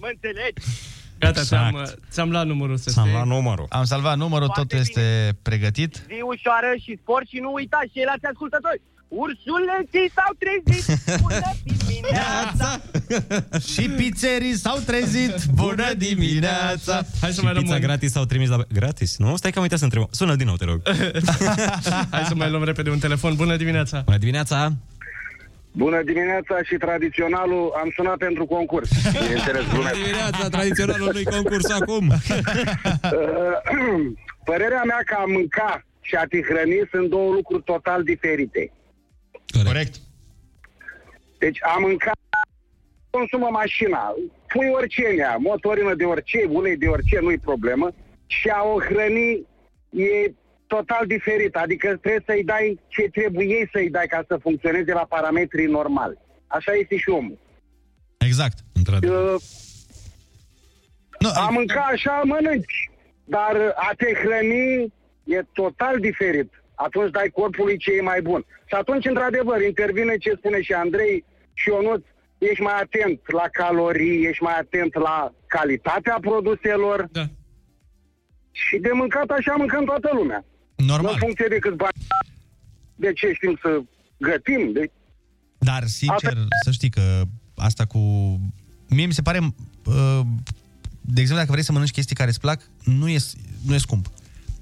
Speaker 20: Mă înțelegi? Exact.
Speaker 10: Gata, ți-am, uh, ți-am luat numărul să
Speaker 8: Am
Speaker 10: știi.
Speaker 8: luat
Speaker 11: numărul.
Speaker 8: Am salvat numărul, totul este pregătit.
Speaker 20: Zi ușoară și sport și nu uitați ceilalți ascultători. Ursuleții s-au trezit, bună dimineața!
Speaker 8: Și pizzerii s-au trezit Bună dimineața
Speaker 9: Hai să mai
Speaker 8: luăm
Speaker 9: pizza
Speaker 8: un-
Speaker 9: gratis sau trimis la... Gratis, nu? Stai că am uitat să întreb. Sună din nou, te rog.
Speaker 10: Hai să mai luăm repede un telefon. Bună dimineața!
Speaker 9: Bună dimineața!
Speaker 21: Bună dimineața și tradiționalul am sunat pentru concurs. Bineînțeles, bună
Speaker 9: dimineața, tradiționalul nu-i concurs acum.
Speaker 21: Uh, Părerea mea că a mânca și a te hrăni sunt două lucruri total diferite.
Speaker 9: Corect.
Speaker 21: Deci a mânca consumă mașina, pui orice în ea, motorină de orice, ulei de orice, nu-i problemă. Și a o hrăni e total diferit, adică trebuie să-i dai ce trebuie să-i dai ca să funcționeze la parametrii normali. Așa este și omul.
Speaker 8: Exact, într-adevăr.
Speaker 21: Nu, a mânca așa, mănânci. Dar a te hrăni e total diferit. Atunci dai corpului ce e mai bun. Și atunci, într-adevăr, intervine ce spune și Andrei și Ionuț, ești mai atent la calorii, ești mai atent la calitatea produselor. Da. Și de mâncat așa mâncăm toată lumea.
Speaker 8: Normal.
Speaker 21: În funcție de câți bani, de ce știm să gătim, de
Speaker 8: Dar, sincer, să știi că asta cu... Mie mi se pare... uh, De exemplu, dacă vrei să mănânci chestii care îți plac, nu e, nu e scump.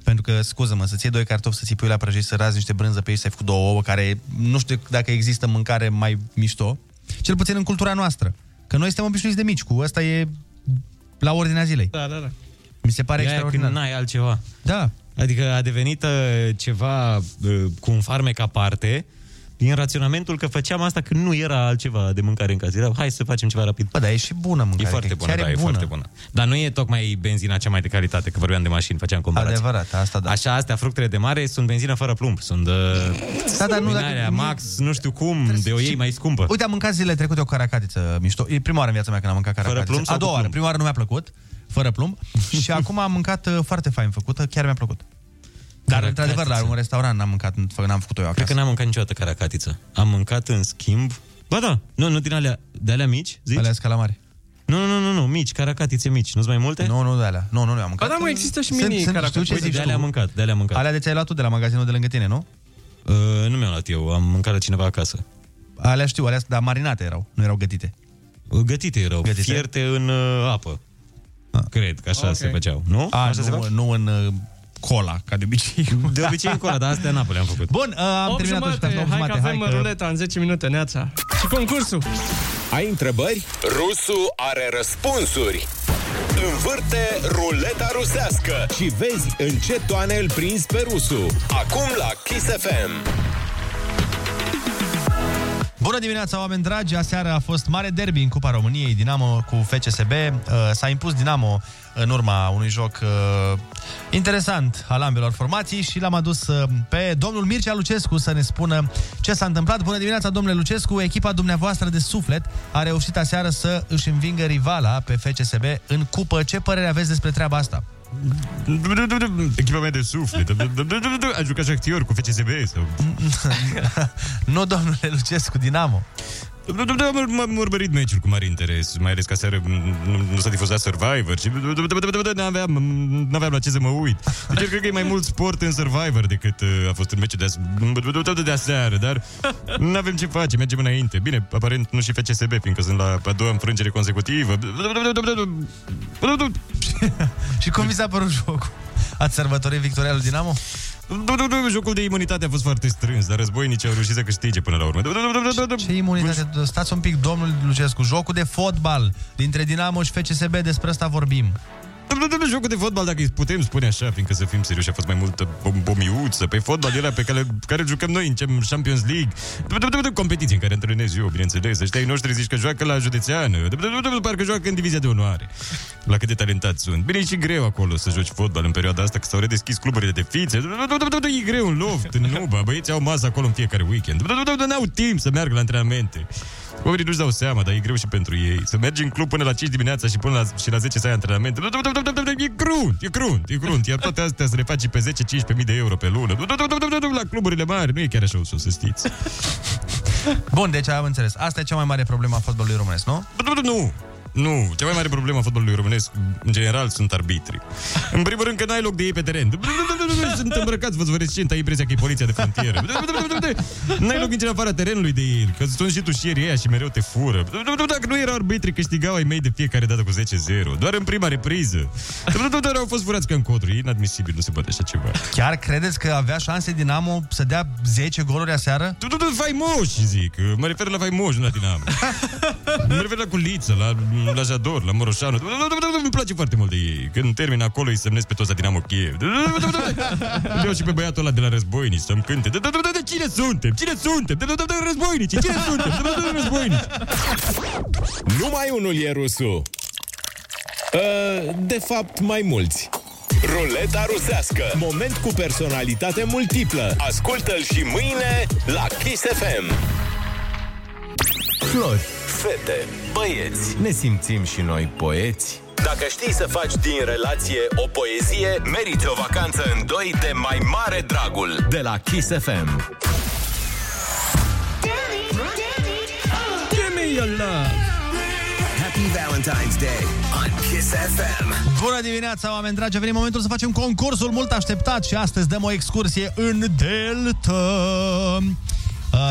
Speaker 8: Pentru că, scuză-mă, să-ți iei doi cartofi, să-ți pui la prăjit, să razi niște brânză pe ei, să ai făcut două ouă, care nu știu dacă există mâncare mai mișto, cel puțin în cultura noastră. Că noi suntem obișnuiți de mici, cu ăsta e la ordinea zilei.
Speaker 10: Da, da, da.
Speaker 8: Mi se pare
Speaker 9: E aia
Speaker 8: extraordinar.
Speaker 9: când n-ai altceva.
Speaker 8: Da.
Speaker 9: Adică a devenit uh, ceva uh, cu un farmec aparte din raționamentul că făceam asta când nu era altceva de mâncare în casă. Era, hai să facem ceva rapid.
Speaker 8: Bă, dar e și bună mâncare.
Speaker 9: E foarte
Speaker 8: că
Speaker 9: bună,
Speaker 8: chiar
Speaker 9: da,
Speaker 8: e
Speaker 9: e
Speaker 8: bună.
Speaker 9: foarte bună. Dar nu e tocmai benzina cea mai de calitate, că vorbeam de mașini, făceam comparații.
Speaker 8: Adevărat, asta da.
Speaker 9: Așa, astea, fructele de mare, sunt benzină fără plumb. Sunt uh,
Speaker 8: Da, dar nu,
Speaker 9: luminarea,
Speaker 8: dacă-
Speaker 9: Max, nu știu cum, de o iei mai scumpă.
Speaker 8: Uite, am mâncat zilele trecute o caracatiță mișto. E prima oară în viața mea când am mâncat
Speaker 9: Fără
Speaker 8: caracatiță.
Speaker 9: plumb sau
Speaker 8: A doua
Speaker 9: cu
Speaker 8: oară.
Speaker 9: plumb?
Speaker 8: Prima oară nu mi-a plăcut, fără plumb. și acum am mâncat uh, foarte fain făcută, chiar mi-a plăcut. Dar, într-adevăr, la un restaurant n-am mâncat, n-am făcut-o eu acasă.
Speaker 9: Cred că n-am mâncat niciodată caracatiță. Am mâncat, în schimb... Ba da, nu, nu din alea, de alea mici, zici? Alea
Speaker 8: calamari.
Speaker 9: Nu, nu, nu, nu, nu, mici, caracatițe mici, nu-s mai multe?
Speaker 8: Nu, nu de alea. Nu, nu, nu, am mâncat.
Speaker 10: Ba da, mă, există și mini caracatițe.
Speaker 9: Uite, de alea am mâncat, de alea am mâncat.
Speaker 8: Alea de ți-ai luat tu de la magazinul de lângă tine, nu?
Speaker 9: Uh, nu mi-am luat eu, am mâncat la cineva acasă.
Speaker 8: Alea știu, alea, dar marinate erau, nu erau gătite.
Speaker 9: Gătite erau,
Speaker 8: Gătite?
Speaker 9: fierte în uh, apă.
Speaker 8: Ah.
Speaker 9: Cred că așa
Speaker 8: Ok.
Speaker 9: se făceau, nu?
Speaker 8: A,
Speaker 9: așa
Speaker 8: nu,
Speaker 9: se fac?
Speaker 8: nu în uh, cola, ca de obicei.
Speaker 9: De obicei în cola, dar astea în apă le-am făcut.
Speaker 8: Bun, uh, am
Speaker 10: Opt
Speaker 8: terminat
Speaker 10: jumate.
Speaker 8: atunci, cu 8
Speaker 10: Hai că
Speaker 8: jumate,
Speaker 10: avem
Speaker 8: hai că-
Speaker 10: ruleta în 10 minute, neața. Și concursul.
Speaker 6: Ai întrebări? Rusu are răspunsuri. Învârte ruleta rusească și vezi în ce toane îl prinzi pe Rusu. Acum la Kiss FM.
Speaker 8: Bună dimineața, oameni dragi! Aseară a fost mare derby în Cupa României, Dinamo cu FCSB. Uh, S-a impus Dinamo în urma unui joc uh, interesant al ambelor formații și l-am adus uh, pe domnul Mircea Lucescu să ne spună ce s-a întâmplat. Bună dimineața, domnule Lucescu! Echipa dumneavoastră de suflet a reușit aseară să își învingă rivala pe FCSB în Cupă. Ce părere aveți despre treaba asta?
Speaker 9: Echipa mea de suflet. A jucat Shakhtyor cu FCSB sau...
Speaker 8: nu, domnule Lucescu, Dinamo.
Speaker 9: M-am urmărit meciul cu mare interes, mai ales că seară nu s-a difuzat Survivor și n-aveam, n-aveam la ce să mă uit. Deci eu cred că e mai mult sport în Survivor decât uh, a fost în meciul de, as- de aseară, dar nu avem ce face, mergem înainte. Bine, aparent nu și FCSB, fiindcă sunt la a doua înfrângere consecutivă.
Speaker 8: Și cum vi s-a părut jocul? Ați sărbătorit victoria lui Dinamo?
Speaker 9: Jocul de imunitate a fost foarte strâns, dar războinicii au reușit să câștige până la urmă.
Speaker 8: Ce imunitate? Stați un pic, domnul Lucescu. Jocul de fotbal dintre Dinamo și FCSB, despre asta vorbim.
Speaker 9: Jocul de fotbal, dacă îi putem spune așa, fiindcă să fim serioși, a fost mai multă bom- bomiuță pe fotbal de la pe care, care îl jucăm noi în cem- Champions League. Competiții în care întâlnesc eu, bineînțeles. Ăștia ai noștri zici că joacă la județeană, parcă joacă în divizia de onoare. La cât de talentați sunt. Bine, e și greu acolo să joci fotbal în perioada asta, că s-au redeschis cluburile de fițe. E greu în loft, în nuba. Băieții au masă acolo în fiecare weekend. N-au timp să meargă la antrenamente. Oamenii nu-și dau seama, dar e greu și pentru ei. Să mergi în club până la 5 dimineața și până la, și la 10 să ai antrenament. E grunt, e grunt, e grunt. Iar toate astea să le faci pe 10-15 mii de euro pe lună. La cluburile mari nu e chiar așa ușor, să știți.
Speaker 8: Bun, deci am înțeles. Asta e cea mai mare problemă a fotbalului românesc, nu?
Speaker 9: Nu, nu. Cea mai mare problemă a fotbalului românesc, în general, sunt arbitri. În primul rând că n-ai loc de ei pe teren.
Speaker 11: nu, nu, sunt îmbrăcați, vă zvorecint, ai impresia că e poliția de frontieră. N-ai loc nici în afara terenului de el, că sunt și tușieri ăia și mereu te fură. Dacă nu erau arbitri, câștigau ai mei de fiecare dată cu 10-0, doar în prima repriză. Doar au fost furați ca în codru, e inadmisibil, nu se poate așa ceva.
Speaker 8: Chiar credeți că avea șanse Dinamo să dea 10 goluri aseară?
Speaker 11: Tu, tu, tu, faimoși, zic. Mă refer la faimoși, nu la Dinamo. mă refer la Culiță, la, la Jador, la Moroșanu. Îmi place foarte mult de ei. Când termin acolo, îi semnez pe toți la Dinamo Kiev. Eu și pe băiatul ăla de la războinici să-mi cânte. De cine suntem? Cine suntem? De războinici? Cine suntem? De războinici?
Speaker 6: Numai unul e rusul. Uh, De fapt, mai mulți. Ruleta rusească. Moment cu personalitate multiplă. Ascultă-l și mâine la Kiss FM.
Speaker 1: Flori,
Speaker 6: Fete, băieți,
Speaker 1: ne simțim și noi poeți.
Speaker 6: dacă știi să faci din relație o poezie, meriți o vacanță în doi de mai mare dragul.
Speaker 1: De la Kiss FM.
Speaker 10: Give me your love.
Speaker 6: Happy Valentine's Day on Kiss FM.
Speaker 8: Bună dimineața, oameni dragi! A venit momentul să facem concursul mult așteptat și astăzi dăm o excursie în Delta. Uh,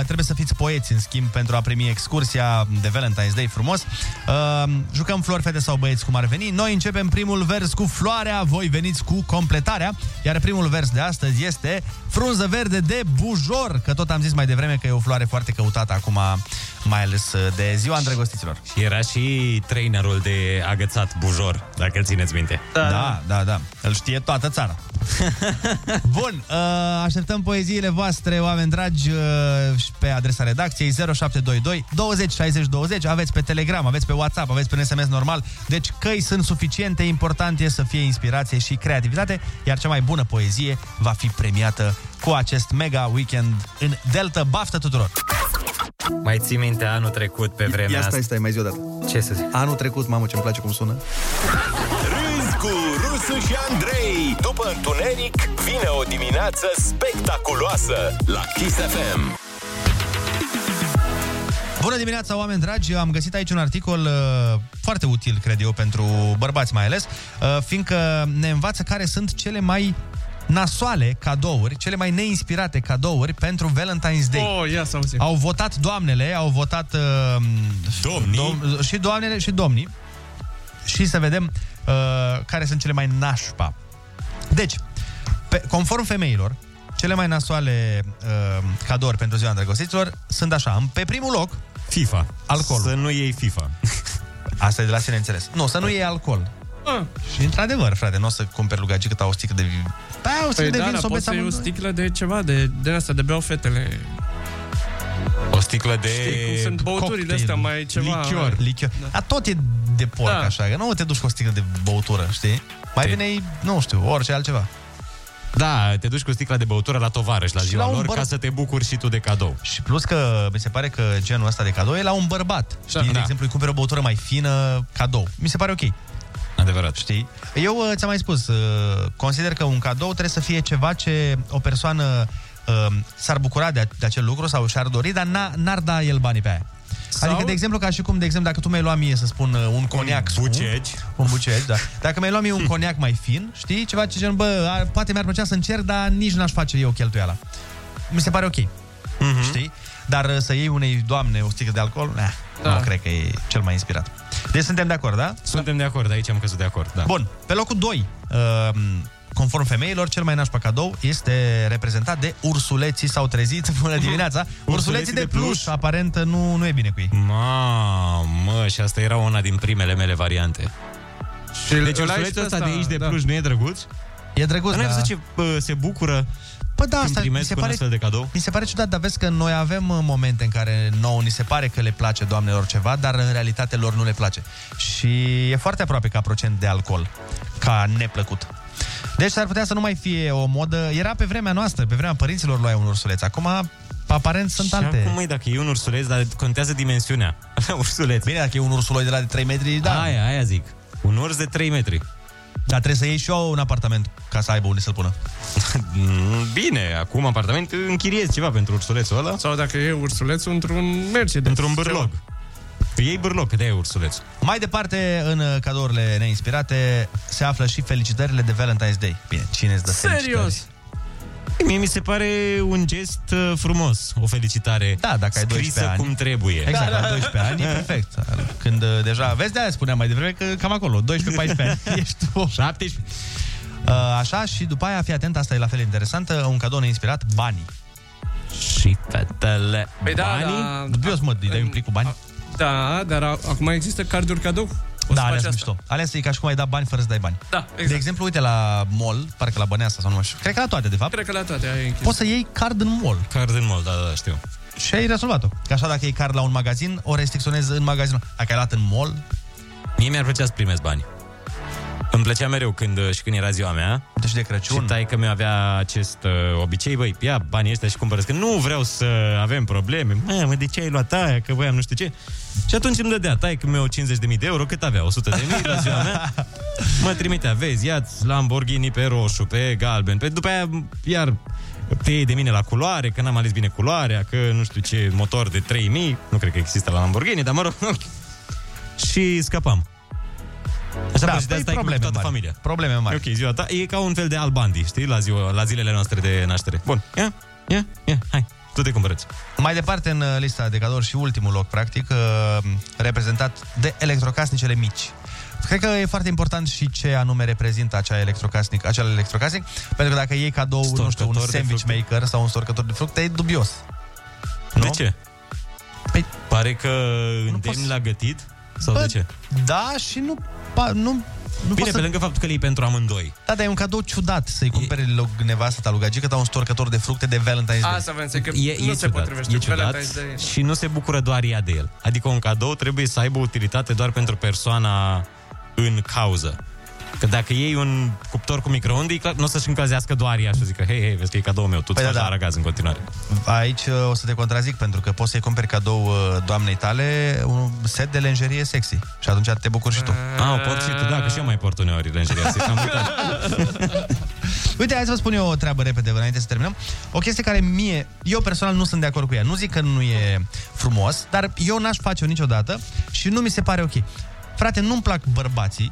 Speaker 8: trebuie să fiți poeți, în schimb, pentru a primi excursia de Valentine's Day frumos. Uh, jucăm flori, fete sau băieți, cum ar veni. Noi începem primul vers cu floarea, voi veniți cu completarea. Iar primul vers de astăzi este frunză verde de bujor, că tot am zis mai devreme că e o floare foarte căutată acum, mai ales uh, de ziua îndrăgostiților.
Speaker 11: Și era și trainerul de agățat bujor, dacă țineți minte.
Speaker 8: Da, da, da. Îl știe toată țara. Bun, uh, așteptăm poeziile voastre, oameni dragi, uh, și pe adresa redacției 0722 20 60 20. Aveți pe Telegram, aveți pe WhatsApp, aveți pe un SMS normal. Deci căi sunt suficiente, important e să fie inspirație și creativitate, iar cea mai bună poezie va fi premiată cu acest mega weekend în Delta. Baftă tuturor!
Speaker 22: Mai ții minte anul trecut pe vremea
Speaker 23: Ia
Speaker 22: asta?
Speaker 23: stai, stai, mai zi o dată.
Speaker 22: Ce să zic?
Speaker 23: Anul trecut, mamă, ce-mi place cum sună.
Speaker 6: Râzi cu Rusu și Andrei. După întuneric, vine o dimineață spectaculoasă la Kiss FM.
Speaker 8: Bună dimineața, oameni dragi! Am găsit aici un articol uh, foarte util, cred eu, pentru bărbați mai ales, uh, fiindcă ne învață care sunt cele mai nasoale cadouri, cele mai neinspirate cadouri pentru Valentine's Day.
Speaker 10: Oh, ia să auzim.
Speaker 8: Au votat doamnele, au votat uh, domnii. Dom- și doamnele și domnii. Și să vedem uh, care sunt cele mai nașpa. Deci, pe, conform femeilor, cele mai nasoale uh, cadouri pentru ziua îndrăgostiților sunt așa. în- Pe primul loc,
Speaker 11: FIFA.
Speaker 8: Alcool.
Speaker 11: Să nu iei FIFA.
Speaker 8: Asta e de la sine înțeles. Nu, să nu iei alcool. Și într-adevăr, frate, nu o să cumperi lui Gagică ta o sticlă de... Păi, o sticlă de
Speaker 10: da,
Speaker 8: vin
Speaker 10: dar
Speaker 8: să o
Speaker 10: poți
Speaker 8: beți
Speaker 10: să iei o
Speaker 8: amândoi.
Speaker 10: sticlă de ceva, de, de asta, de beau fetele.
Speaker 11: O sticlă de...
Speaker 10: Știi cum sunt băuturile
Speaker 8: cocktail,
Speaker 10: astea, mai ceva...
Speaker 8: Lichior. Lichior. Da. A, tot e de porc, da. așa, că nu te duci cu o sticlă de băutură, știi? Mai bine e, nu știu, orice altceva.
Speaker 11: Da, te duci cu sticla de băutură la tovarăș, la
Speaker 8: Și
Speaker 11: ziua
Speaker 8: la un
Speaker 11: lor,
Speaker 8: băr-
Speaker 11: ca să te bucuri și tu de cadou.
Speaker 8: Și plus că mi se pare că genul ăsta de cadou e la un bărbat. Știi, da, de
Speaker 11: da.
Speaker 8: exemplu, îi cumperi o băutură mai fină, cadou. Mi se pare ok.
Speaker 11: Adevărat.
Speaker 8: Știi? Eu uh, ți-am mai spus, uh, consider că un cadou trebuie să fie ceva ce o persoană uh, s-ar bucura de, de acel lucru sau și-ar dori, dar n-a, n-ar da el banii pe aia. Sau... Adică, de exemplu, ca și cum, de exemplu, dacă tu mi-ai luat mie, să spun, uh, un coniac un
Speaker 11: bucegi.
Speaker 8: Un bucegi, da. Dacă mi-ai luat mie
Speaker 11: Hmm.
Speaker 8: un coniac mai fin, știi, ceva ce gen, bă, ar, poate mi-ar plăcea să încerc, dar nici n-aș face eu cheltuiala. Mi se pare ok.
Speaker 11: Mhm.
Speaker 8: Mm-hmm. Știi? Dar uh, să iei unei doamne o sticlă de alcool, nah, da.
Speaker 11: Da.
Speaker 8: nu cred că e cel mai inspirat. Deci suntem de acord, da?
Speaker 11: Suntem de acord, aici am căzut de acord, da.
Speaker 8: Bun, pe locul 2, conform femeilor, cel mai nașpa cadou este reprezentat de ursuleții s-au trezit. Bună dimineața! ursuleții, ursuleții de, de pluș, aparent nu, nu e bine cu ei.
Speaker 11: Mamă, și asta era una din primele mele variante.
Speaker 8: Și
Speaker 11: deci
Speaker 8: l-ai
Speaker 11: ursulețul
Speaker 8: și
Speaker 11: ăsta
Speaker 8: pe ăsta,
Speaker 11: de aici de
Speaker 8: da.
Speaker 11: Cluj nu e drăguț?
Speaker 8: E drăguț,
Speaker 11: Dar n-ai
Speaker 8: da.
Speaker 11: văzut ce bă, se bucură
Speaker 8: Păi da,
Speaker 11: când
Speaker 8: asta mi
Speaker 11: primesc
Speaker 8: se,
Speaker 11: un
Speaker 8: pare,
Speaker 11: astfel de cadou?
Speaker 8: mi se pare ciudat, dar vezi că noi avem uh, momente în care nouă ni se pare că le place doamnelor ceva, dar în realitate lor nu le place. Și e foarte aproape ca procent de alcool, ca neplăcut. Deci s-ar putea să nu mai fie o modă. Era pe vremea noastră, pe vremea părinților luai un ursuleț. Acum, aparent, sunt
Speaker 11: și
Speaker 8: alte.
Speaker 11: acum, măi, dacă e un ursuleț, dar contează dimensiunea. ursuleț.
Speaker 8: Bine, dacă e un ursuloi de la de 3 metri, da.
Speaker 11: Aia, aia zic. Un urs de 3 metri.
Speaker 8: Dar trebuie să iei și eu un apartament ca să aibă unde să-l pună.
Speaker 11: Bine, acum apartament închiriezi ceva pentru ursulețul ăla.
Speaker 10: Sau dacă e ursulețul, într-un Mercedes.
Speaker 11: Într-un bârlog. Ei bârloc, că de-aia e ursuleț.
Speaker 8: Mai departe, în uh, cadourile neinspirate, se află și felicitările de Valentine's Day. Bine, cine îți dă
Speaker 10: Serios?
Speaker 8: felicitări?
Speaker 11: Mie mi se pare un gest uh, frumos, o felicitare.
Speaker 8: Da, dacă ai 12
Speaker 11: scrisă
Speaker 8: ani.
Speaker 11: cum trebuie. Da,
Speaker 8: Exact, la 12 ani e perfect. Când uh, deja, vezi, de-aia spuneam mai devreme că cam acolo, 12-14 ani, ești tu. 17. Uh, așa, și după aia, fii atent, asta e la fel interesantă, un cadou neinspirat, banii.
Speaker 11: Și fetele.
Speaker 10: Păi da,
Speaker 8: banii?
Speaker 10: da.
Speaker 8: Dubios, mă, îi dai un plic cu bani?
Speaker 10: Da, dar a- acum există carduri cadou. Poți
Speaker 8: Da,
Speaker 10: să
Speaker 8: alea
Speaker 10: faci
Speaker 8: sunt
Speaker 10: asta.
Speaker 8: mișto. Alea sunt ca și cum ai da bani fără să dai bani.
Speaker 10: Da, exact.
Speaker 8: De exemplu, uite la mall, parcă la Băneasa sau nu mai știu. Cred că la toate, de fapt.
Speaker 10: Cred că la toate ai închis.
Speaker 8: Poți să iei card în mall.
Speaker 11: Card în mall, da, da, da, știu.
Speaker 8: Și ai rezolvat-o. Că așa dacă e card la un magazin, o restricționezi în magazin. Dacă ai luat în mall,
Speaker 11: Mie mi-ar plăcea să primesc bani. Îmi plăcea mereu când uh, și când era ziua mea.
Speaker 8: Deci de Crăciun.
Speaker 11: Și tai că mi avea acest uh, obicei, băi, ia banii ăștia și cumpărăți, că nu vreau să avem probleme. Mă, mă, de ce ai luat aia, că voiam nu știu ce. Și atunci îmi dădea tai că mi-au 50.000 de euro, cât avea? 100.000 la ziua mea. Mă trimitea, vezi, ia-ți Lamborghini pe roșu, pe galben, pe după aia iar te iei de mine la culoare, că n-am ales bine culoarea, că nu știu ce motor de 3.000, nu cred că există la Lamborghini, dar mă rog, și scăpam. Așa da, poți de asta e probleme toată familia.
Speaker 8: Probleme păi mari.
Speaker 11: Ok, ziua ta e ca un fel de albandi, știi, la, ziua, la zilele noastre de naștere. Bun, ia, ia, ia, hai, tu te cumpărăți.
Speaker 8: Mai departe în uh, lista de cadouri și ultimul loc, practic, uh, reprezentat de electrocasnicele mici. Cred că e foarte important și ce anume reprezintă acea electrocasnic, acel electrocasnic, pentru că dacă iei cadou, nu știu, un
Speaker 11: Storcător de
Speaker 8: sandwich
Speaker 11: fructe.
Speaker 8: maker sau un storcător de fructe, e dubios.
Speaker 11: De ce? Păi, Pare că îndemn la gătit? Sau de ce?
Speaker 8: Da, și nu... Pa, nu, nu
Speaker 11: Bine,
Speaker 8: poți
Speaker 11: pe
Speaker 8: să...
Speaker 11: lângă faptul că le iei pentru amândoi.
Speaker 8: Da, dar e un cadou ciudat să-i cumperi loc nevastă ta lui Gagică, dar un storcător de fructe de Valentine's Day.
Speaker 10: Asta vreau să zic că nu se potrivește.
Speaker 11: e ciudat
Speaker 10: Valentine's Day.
Speaker 11: și nu se bucură doar ea de el. Adică un cadou trebuie să aibă utilitate doar pentru persoana în cauză. Că dacă iei un cuptor cu microunde, e clar, nu o să-și încălzească doar ea și să zică, hei, hei, vezi că e cadou meu, tu păi da, da. la aragaz în continuare.
Speaker 8: Aici uh, o să te contrazic, pentru că poți să-i cumperi cadou uh, doamnei tale un set de lenjerie sexy. Și atunci te bucuri și tu.
Speaker 11: Ah, o port și tu, da, că și eu mai port uneori lenjeria. sexy, am uitat.
Speaker 8: Uite, hai să vă spun eu o treabă repede înainte să terminăm. O chestie care mie, eu personal nu sunt de acord cu ea. Nu zic că nu e frumos, dar eu n-aș face-o niciodată și nu mi se pare ok. Frate, nu-mi plac bărbații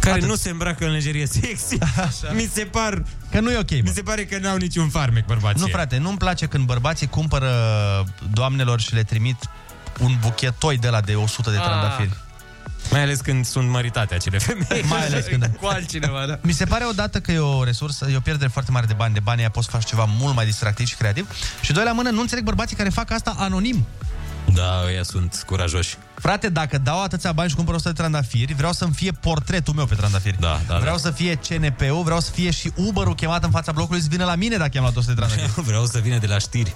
Speaker 11: Care nu se îmbracă în lenjerie sexy. Mi se par...
Speaker 8: Că nu e ok,
Speaker 11: Mi se pare că n-au niciun farmec bărbații.
Speaker 8: Nu, frate, nu-mi place când bărbații cumpără doamnelor și le trimit un buchetoi de la de 100 de
Speaker 11: Ah.
Speaker 8: trandafiri.
Speaker 11: Mai ales când sunt măritate acele femei.
Speaker 8: Mai ales când...
Speaker 10: Cu altcineva, da.
Speaker 8: Mi se pare odată că e o resursă, e o pierdere foarte mare de bani. De bani aia poți să faci ceva mult mai distractiv și creativ. Și doi la mână, nu înțeleg bărbații care fac asta anonim.
Speaker 11: Da, ăia sunt curajoși.
Speaker 8: Frate, dacă dau atâția bani și cumpăr 100 de trandafiri, vreau să-mi fie portretul meu pe trandafiri.
Speaker 11: Da, da,
Speaker 8: vreau să fie CNP-ul, vreau să fie și Uber-ul chemat în fața blocului să vină la mine dacă am luat 100 de trandafiri.
Speaker 11: Vreau să vină de la știri.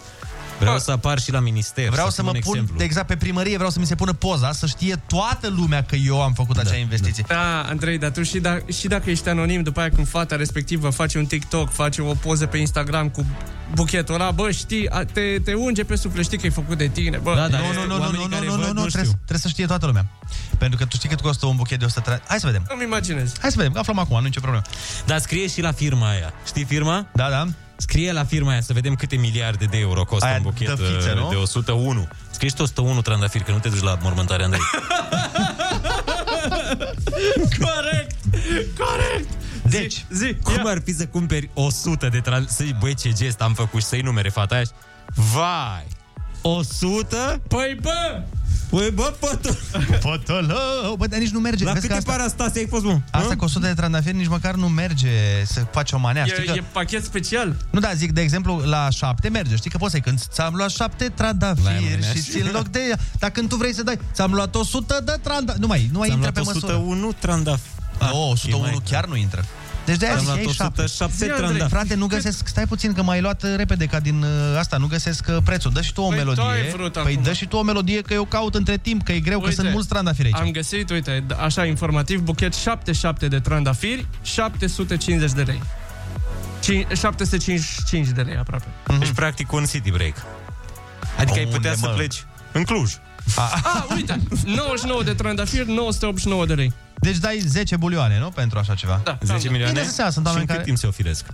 Speaker 11: Vreau să apar și la minister.
Speaker 8: Vreau
Speaker 11: fiu
Speaker 8: să mă
Speaker 11: un
Speaker 8: pun,
Speaker 11: exemplu.
Speaker 8: de exact, pe primărie, vreau să mi se pună poza, să știe toată lumea că eu am făcut acea investiție.
Speaker 10: Da, Andrei, dar tu și, da, și dacă ești anonim, după aia când fata respectivă face un TikTok, face o poză pe Instagram cu buchetul ăla, bă, știi, a, te, te unge pe suflet, știi că e făcut de tine, bă.
Speaker 8: Da, da, nu, nu, nu, nu, nu, nu, nu, nu, nu, trebuie, să- trebuie să știe toată lumea. Pentru că tu știi cât costă un buchet de 100 trandafiri. Hai să vedem.
Speaker 10: Îmi imaginez.
Speaker 8: Hai să vedem, că aflăm acum, nu e nicio problemă.
Speaker 11: Dar Da, scrie și la firma aia. Știi firma?
Speaker 8: Da, da.
Speaker 11: Scrie la firma aia să vedem câte miliarde de euro costă
Speaker 8: Aia
Speaker 11: un buchet
Speaker 8: dă fițe,
Speaker 11: uh,
Speaker 8: nu?
Speaker 11: de 101. Scrie și tu 101 trandafiri, că nu te duci la mormântare, Andrei.
Speaker 10: Corect! Corect!
Speaker 8: Deci,
Speaker 11: zi, zi, cum ar fi să cumperi 100 de trandafiri? Să-i, băi, ce gest am făcut și să-i numere fata aia și... Vai! 100?
Speaker 10: Păi bă!
Speaker 11: Păi bă, pătul!
Speaker 8: Pătălău! Bă, dar nici nu merge.
Speaker 11: La
Speaker 8: Vezi
Speaker 11: câte
Speaker 8: că asta-
Speaker 11: parastase ai fost, mă?
Speaker 8: Asta cu 100 de trandafiri nici măcar nu merge să faci o manea. Știi
Speaker 10: E,
Speaker 8: că...
Speaker 10: e pachet special.
Speaker 8: Nu, da, zic, de exemplu, la 7 merge. Știi că poți să-i când ți-am luat 7 trandafiri
Speaker 11: mâine.
Speaker 8: și ți-l loc de ea. Dar când tu vrei să dai, ți-am luat 100 de trandafiri. Nu mai, nu mai
Speaker 11: Ți-am
Speaker 8: intră pe
Speaker 11: luat
Speaker 8: măsură.
Speaker 11: 101
Speaker 8: Ah,
Speaker 11: trandafiri.
Speaker 8: Nu, 101 chiar nu intră. Deci de-aia
Speaker 11: Ți-am
Speaker 8: zic,
Speaker 11: luat
Speaker 8: ei
Speaker 11: 107
Speaker 8: șapte.
Speaker 11: trandafiri.
Speaker 8: Frate, nu găsesc, stai puțin că m-ai luat uh, repede ca din uh, asta, nu găsesc uh, prețul. Dă și tu o
Speaker 10: Păi tu
Speaker 8: melodie.
Speaker 10: ai vrut
Speaker 8: păi
Speaker 10: acum.
Speaker 8: dă și tu o melodie că eu caut între timp, că e greu, că sunt mulți trandafiri aici.
Speaker 10: Am găsit, uite, d- așa informativ, buchet 77 de trandafiri, 750 de lei. Cin- 755 de lei aproape.
Speaker 8: Mhm.
Speaker 11: Deci, practic, un city break. Adică ai putea să pleci în Cluj.
Speaker 10: Ah, uite, 99 de trandafiri, 989 de lei.
Speaker 8: Deci dai 10 bulioane, nu? Pentru așa ceva.
Speaker 10: Da,
Speaker 11: 10 milioane?
Speaker 8: Bine, să seama, sunt
Speaker 11: și
Speaker 8: oameni
Speaker 11: în cât
Speaker 8: care...
Speaker 11: timp se ofilesc?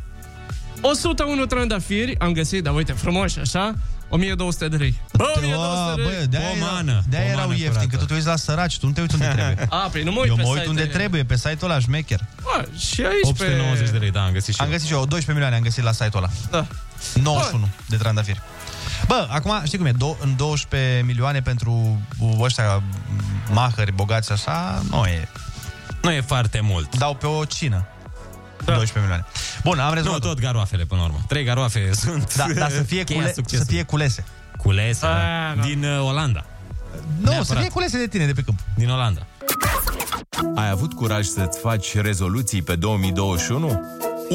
Speaker 10: 101 trandafiri am găsit, da, uite, frumoși, așa, 1200 de lei. Bă, 1200 de lei.
Speaker 8: de-aia erau, de erau ieftini, că tu te uiți la săraci, tu nu te uiți unde trebuie.
Speaker 10: A, păi nu mă uit
Speaker 8: eu
Speaker 10: pe
Speaker 8: mă uit
Speaker 10: site-urile.
Speaker 8: unde trebuie, pe site-ul ăla, șmecher.
Speaker 10: Bă, și aici pe...
Speaker 8: de lei, da, am găsit și Am găsit și eu, 12 milioane am găsit la site-ul ăla.
Speaker 10: Da.
Speaker 8: 91 de trandafiri. Bă, acum știi cum e, Do- în 12 milioane pentru ăștia mahări bogați așa, nu e.
Speaker 11: Nu e foarte mult.
Speaker 8: Dau pe o cină. Da. 12 milioane. Bun, am rezolvat.
Speaker 11: Nu, tot garoafele, până la urmă. Trei garoafe sunt
Speaker 8: Da, dar să fie,
Speaker 11: cheia
Speaker 8: cule- să
Speaker 11: succesului.
Speaker 8: fie culese.
Speaker 11: Culese, da. Din uh, Olanda.
Speaker 8: Nu, să fie culese de tine de pe câmp.
Speaker 11: Din Olanda.
Speaker 1: Ai avut curaj să-ți faci rezoluții pe 2021?